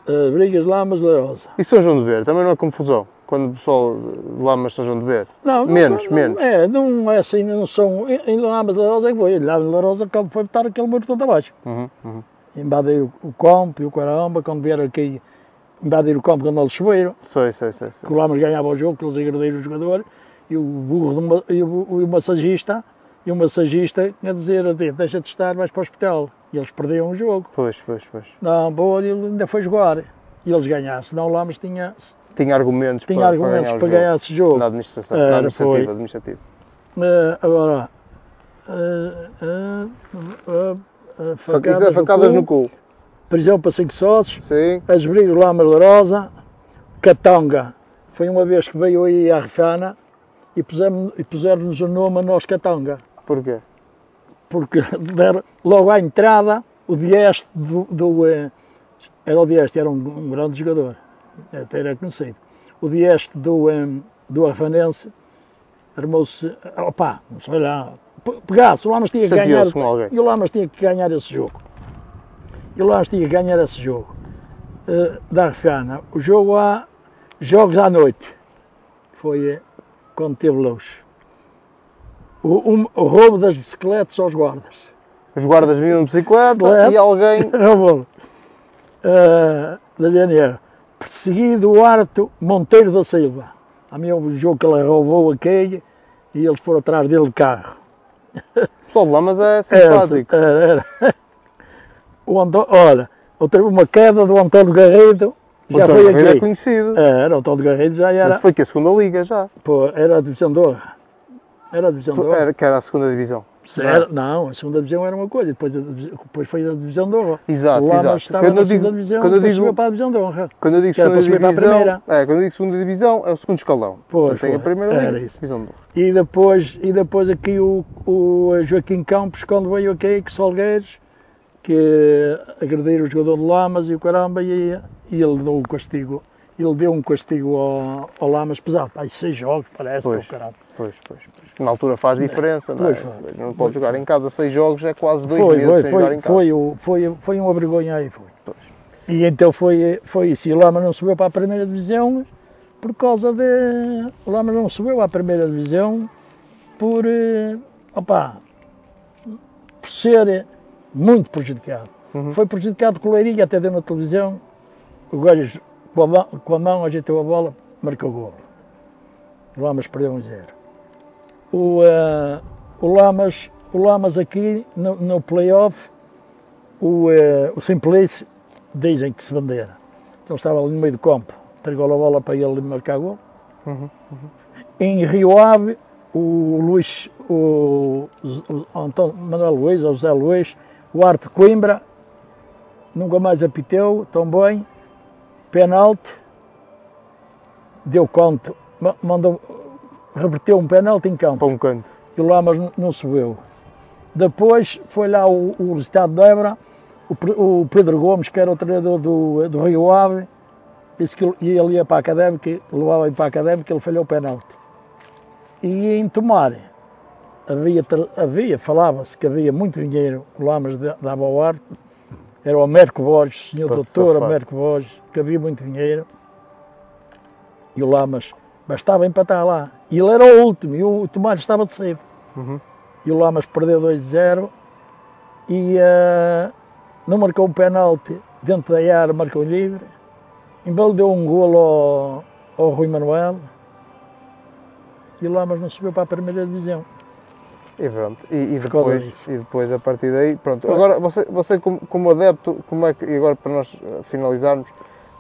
Speaker 2: As brigas Lamas e Larosa.
Speaker 1: E São João de Ver, também não é confusão. Quando o pessoal de Lamas São João de Ver.
Speaker 2: Não, não-
Speaker 1: Menos,
Speaker 2: não-
Speaker 1: menos.
Speaker 2: É, não é assim, não são. Em em Lamas e Larosa é que foi. Em Lamas e Larosa acabou- foi botar aquele muro todo abaixo.
Speaker 1: Uhum, uhum.
Speaker 2: invadir o, o Compo e o Caramba, quando vieram aqui invadir o Compo quando eles subiram,
Speaker 1: Sei, sei, sei. sei.
Speaker 2: que o Lamas ganhava o jogo, que eles agrediram o jogador, e o burro do ma- e o, e o massagista, e o massagista a dizer a ti, deixa de estar, vais para o hospital. E eles perdiam o jogo.
Speaker 1: Pois, pois, pois.
Speaker 2: Não, boa, ele ainda foi jogar. E eles ganharam, senão o Lamas tinha,
Speaker 1: Tinha argumentos
Speaker 2: tinha
Speaker 1: para,
Speaker 2: argumentos para ganhar,
Speaker 1: para ganhar o jogo.
Speaker 2: esse jogo.
Speaker 1: Na administração,
Speaker 2: Era,
Speaker 1: na administrativa,
Speaker 2: foi.
Speaker 1: administrativa.
Speaker 2: Eh, agora, eh, eh, eh, eh,
Speaker 1: Facadas, é facadas no cu.
Speaker 2: prisão para cinco sócios,
Speaker 1: Sim.
Speaker 2: as brigas lá Malorosa, Catonga. Foi uma vez que veio aí a Refana e pusemos- e puseram-nos o nome a nós Catonga,
Speaker 1: Porquê?
Speaker 2: porque deram logo à entrada o Dieste do. do, eh, era o Dieste, era um, um grande jogador, até era conhecido. O Dieste do, eh, do Arfanense armou-se. Opá, sei lá. pe- Pegasse, o Lamas tinha que ganhar.
Speaker 1: Chateou-se com alguém.
Speaker 2: E o Lamas tinha que ganhar esse jogo. E o Lamas tinha que ganhar esse jogo eh, da Arfiana. O jogo há jogos à noite. Foi eh, quando teve luz. O, um- o roubo das bicicletas aos guardas.
Speaker 1: Os guardas vinham de bicicleta
Speaker 2: Bicicleta.
Speaker 1: e alguém.
Speaker 2: Roubou. Eh, da GNR. Perseguido o Arto Monteiro da Silva. A mim houve um jogo que ele roubou aquele e eles foram atrás dele de carro.
Speaker 1: O pessoal de Lamas é
Speaker 2: Era,
Speaker 1: simpático.
Speaker 2: era, era. é, O Antó- olha, outra, uma queda do António Garrido.
Speaker 1: O
Speaker 2: Já
Speaker 1: António
Speaker 2: foi
Speaker 1: Ferreira é
Speaker 2: aqui.
Speaker 1: conhecido.
Speaker 2: Era, o António Garrido já era.
Speaker 1: Mas foi que a segunda liga já.
Speaker 2: Pô, era a divisão de honra. Era a divisão de honra.
Speaker 1: Era, que era a segunda divisão.
Speaker 2: Se era- não, a segunda divisão era uma coisa, depois, a divi- depois foi a divisão de honra.
Speaker 1: Exato,
Speaker 2: o Lamas
Speaker 1: exato.
Speaker 2: estava
Speaker 1: Quando
Speaker 2: na
Speaker 1: eu digo,
Speaker 2: segunda divisão,
Speaker 1: quando eu
Speaker 2: depois
Speaker 1: digo-
Speaker 2: subiu para a divisão de honra.
Speaker 1: quando eu digo
Speaker 2: Que era
Speaker 1: segunda
Speaker 2: para subir para a
Speaker 1: divisão,
Speaker 2: primeira.
Speaker 1: é, quando eu digo segunda divisão é o segundo escalão.
Speaker 2: Pois,
Speaker 1: Portanto, tem a
Speaker 2: foi.
Speaker 1: primeira
Speaker 2: Era
Speaker 1: liga,
Speaker 2: isso.
Speaker 1: divisão de honra.
Speaker 2: E depois, e depois aqui o, o Joaquim Campos, quando veio aqui, que Solgueiros, que agrediram o jogador de Lamas e o caramba, e, e ele deu um castigo. Ele deu um castigo ao, ao Lamas pesado, pá, seis jogos, parece,
Speaker 1: Pois.
Speaker 2: para o caramba.
Speaker 1: Pois, pois, pois. Na altura faz diferença, não é?
Speaker 2: Pois, pois.
Speaker 1: Não pode jogar em casa seis jogos, é quase dois
Speaker 2: Foi,
Speaker 1: meses
Speaker 2: foi,
Speaker 1: sem jogar
Speaker 2: foi,
Speaker 1: em casa.
Speaker 2: foi, o- foi, foi uma vergonha aí, foi.
Speaker 1: Pois.
Speaker 2: E então foi, foi isso. E o Lama não subiu para a primeira divisão por causa de. O Lama não subiu à primeira divisão por. eh, opá, por ser eh, muito prejudicado.
Speaker 1: Uhum.
Speaker 2: Foi prejudicado com o Leirinho, até deu na televisão. O Galhos com a mão, com a mão ajeitou a bola, marcou o gol. O Lamas perdeu um zero. O, eh, o, Lamas, o Lamas aqui no, no playoff, o, eh, o Simplice dizem que se bandeira. Ele estava ali no meio do campo, entregou a bola para ele marcar gol.
Speaker 1: Uhum,
Speaker 2: Em Rio Ave, o Luís, o, Z- o Antão- Manuel Luís, ou José Luís, o Arte Coimbra, nunca mais apiteu, tão bem, penalti, deu conto, ma- mandou, reverteu um penalti em campo
Speaker 1: Para um canto.
Speaker 2: e o Lamas n- não subiu. Depois foi lá o, o Estado de Évora, o, Pe- o Pedro Gomes, que era o treinador do, do Rio Ave, disse que ele- e ele ia para a Académica, levava para a Académica, ele falhou o penalti. E em Tomar, havia, tra- havia falava-se que havia muito dinheiro, o Lamas da- dava ao ar, era o Américo Borges, o senhor
Speaker 1: Para se
Speaker 2: doutor
Speaker 1: safar.
Speaker 2: Américo Borges, que havia muito dinheiro, e o Lamas bastava empatar lá. E ele era o último, e o Tomar estava de saída
Speaker 1: Uhum.
Speaker 2: e o Lamas perdeu 2-0 e eh, não marcou um penalti dentro da área, marcou livre. Embalo deu um golo ao, ao Rui Manuel e o Lamas não subiu para a primeira divisão.
Speaker 1: E pronto, e, e
Speaker 2: Por causa
Speaker 1: depois,
Speaker 2: disso.
Speaker 1: e depois a partir daí, pronto. Agora, você, você como, como adepto, como é que, e agora para nós eh, finalizarmos,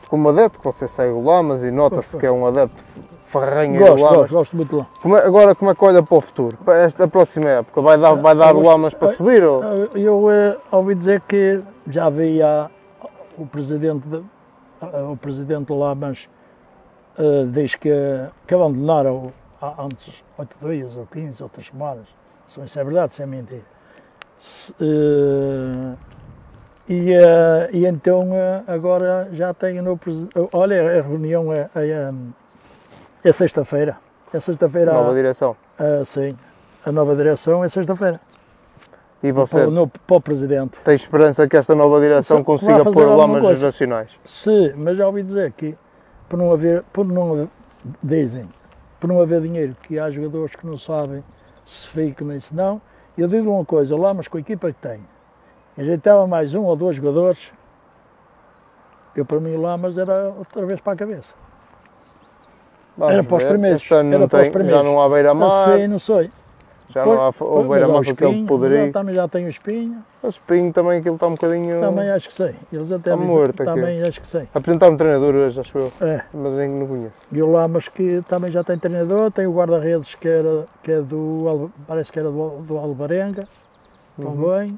Speaker 1: como adepto que você segue o Lamas e nota-se
Speaker 2: Pois,
Speaker 1: que é um adepto ferrenho do
Speaker 2: Gosto,
Speaker 1: é Lamas,
Speaker 2: gosto, gosto muito lá.
Speaker 1: como é- agora como é que olha para o futuro? Para esta próxima época, vai dar, vai dar o
Speaker 2: Gosto-
Speaker 1: Lamas para subir? Ou?
Speaker 2: Eu, eh, ouvi dizer que já havia ah, o presidente, de- eh, o presidente Lamas eh, diz que, que abandonaram há antes 8 dias ou 15 ou 3 semanas. Se isso é verdade, se é mentira. Se, eh, e, eh, e então eh, agora já tem o novo presidente. Olha, a reunião é, é, hum, é sexta-feira. É sexta-feira.
Speaker 1: Nova direção.
Speaker 2: ah, sim. A nova direção é sexta-feira
Speaker 1: E você
Speaker 2: para, o, no- para o presidente.
Speaker 1: tem esperança que esta nova direção
Speaker 2: Vai
Speaker 1: consiga
Speaker 2: Então, fazer
Speaker 1: pôr o
Speaker 2: alguma
Speaker 1: Lamas nos
Speaker 2: coisa.
Speaker 1: nacionais?
Speaker 2: Se, mas já ouvi dizer que por não haver, por não haver- dizem, por não haver dinheiro, que há jogadores que não sabem se ficam nem se não. Eu digo uma coisa, lá, mas com a equipa que tem, ajeitava mais um ou dois jogadores, eu para mim lá, mas era outra vez para a cabeça.
Speaker 1: Vamos
Speaker 2: Era para os
Speaker 1: ver.
Speaker 2: primeiros,
Speaker 1: Este ano não
Speaker 2: era para os
Speaker 1: tem- já
Speaker 2: primeiros.
Speaker 1: não há
Speaker 2: não sei,
Speaker 1: beira-mar,
Speaker 2: não sei.
Speaker 1: já não há o
Speaker 2: Pois, pois, mas há
Speaker 1: beira-mar
Speaker 2: o
Speaker 1: com aquele
Speaker 2: espinho,
Speaker 1: poderio.
Speaker 2: Já, tá. também já tem o espinho,
Speaker 1: Mas Pinho também aquilo está um bocadinho.
Speaker 2: também acho que sei. Eles até
Speaker 1: Está
Speaker 2: dizem-
Speaker 1: morto aquilo.
Speaker 2: também acho que sei.
Speaker 1: Apresentaram um treinador hoje, acho eu,
Speaker 2: É.
Speaker 1: mas ainda não conheço.
Speaker 2: E o Lamas que também já tem treinador, tem o guarda-redes que, era, que é do, Al- parece que era do, Al- do Alvarenga, também,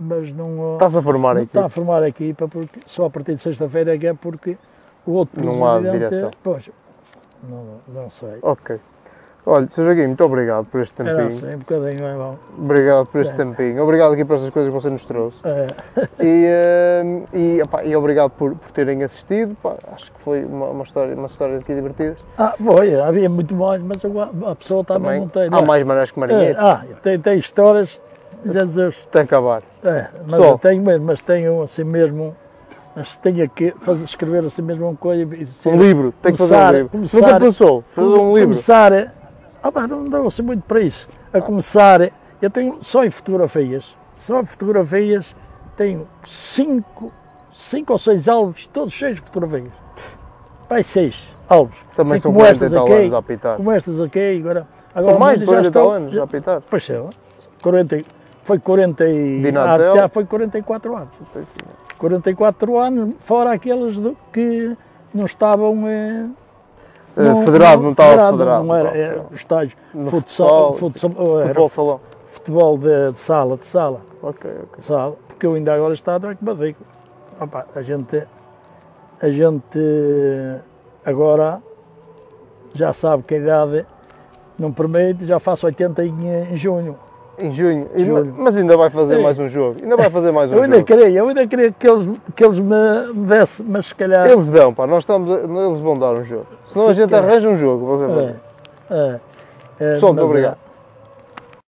Speaker 2: mas
Speaker 1: Está-se
Speaker 2: não,
Speaker 1: Uhum. Tá a formar
Speaker 2: não
Speaker 1: aqui.
Speaker 2: está a formar a equipa, porque só a partir de sexta-feira é que é porque o outro
Speaker 1: Não há
Speaker 2: presidente- é-
Speaker 1: direção.
Speaker 2: Pois, não, não sei.
Speaker 1: Ok. Olha, Sr. Joaquim, muito obrigado por este
Speaker 2: Era
Speaker 1: tempinho.
Speaker 2: assim, um bocadinho é bom.
Speaker 1: Obrigado por este
Speaker 2: É.
Speaker 1: tempinho. Obrigado aqui por essas coisas que você nos trouxe.
Speaker 2: É,
Speaker 1: E, hum, e, opá, e obrigado por, por terem assistido. pá, acho que foi uma, uma história, uma história aqui divertida.
Speaker 2: Ah, foi, havia muito mais, mas agora a pessoa também,
Speaker 1: Também
Speaker 2: não tem.
Speaker 1: há
Speaker 2: não.
Speaker 1: mais maneiras que
Speaker 2: É,
Speaker 1: marinheiros.
Speaker 2: ah, tem, tem histórias, Jesus.
Speaker 1: Tem que acabar.
Speaker 2: É, mas
Speaker 1: Pessoal.
Speaker 2: eu tenho mesmo, mas tenho assim mesmo, mas tenho que fazer, escrever assim mesmo uma coisa e ser,
Speaker 1: Um livro, tem que fazer um
Speaker 2: começar-
Speaker 1: livro.
Speaker 2: começar-
Speaker 1: Nunca pensou fazer um livro.
Speaker 2: Começar, ah, pá, não dou assim muito para isso. A começar, é, eu tenho só em fotografias, só em fotografias tenho cinco, cinco ou seis álbuns, todos cheios de fotografias. Pai, seis álbuns.
Speaker 1: Também
Speaker 2: Assim,
Speaker 1: são
Speaker 2: como
Speaker 1: 40 e
Speaker 2: estas
Speaker 1: tal
Speaker 2: aqui,
Speaker 1: anos a apitar.
Speaker 2: como estas aqui, agora, agora
Speaker 1: São mais de
Speaker 2: muitas
Speaker 1: 40
Speaker 2: já
Speaker 1: e tal
Speaker 2: estão-
Speaker 1: anos a apitar.
Speaker 2: Pois é, 40, e- foi 40 e,
Speaker 1: Dinatel.
Speaker 2: ah, já foi 44 anos. 44 anos, fora aqueles do- que não estavam eh,
Speaker 1: Eh, federado, não estava
Speaker 2: federado,
Speaker 1: federado.
Speaker 2: Não era,
Speaker 1: estava
Speaker 2: era os tais
Speaker 1: No
Speaker 2: futsal,
Speaker 1: futsal,
Speaker 2: futsal, eh, era
Speaker 1: Futebol de salão.
Speaker 2: futebol de, de sala, de sala,
Speaker 1: Ok, ok.
Speaker 2: de sala, porque eu ainda agora estava é que barrico. Opa, a gente, a gente eh, agora já sabe que a idade não permite, já faço 80 em, eh, em junho.
Speaker 1: Em junho.
Speaker 2: Julho.
Speaker 1: Mas ainda vai fazer
Speaker 2: Ei.
Speaker 1: mais um jogo. Ainda vai fazer mais um
Speaker 2: Eu ainda
Speaker 1: jogo.
Speaker 2: queria, eu ainda queria que eles, que eles me, me dessem, mas se calhar.
Speaker 1: Eles dão, pá, nós estamos a- eles vão dar um jogo. Senão a
Speaker 2: Sim,
Speaker 1: gente
Speaker 2: cara.
Speaker 1: arranja um jogo. Você vai.
Speaker 2: É, é, é,
Speaker 1: Pessoal, muito
Speaker 2: mas é-
Speaker 1: obrigado.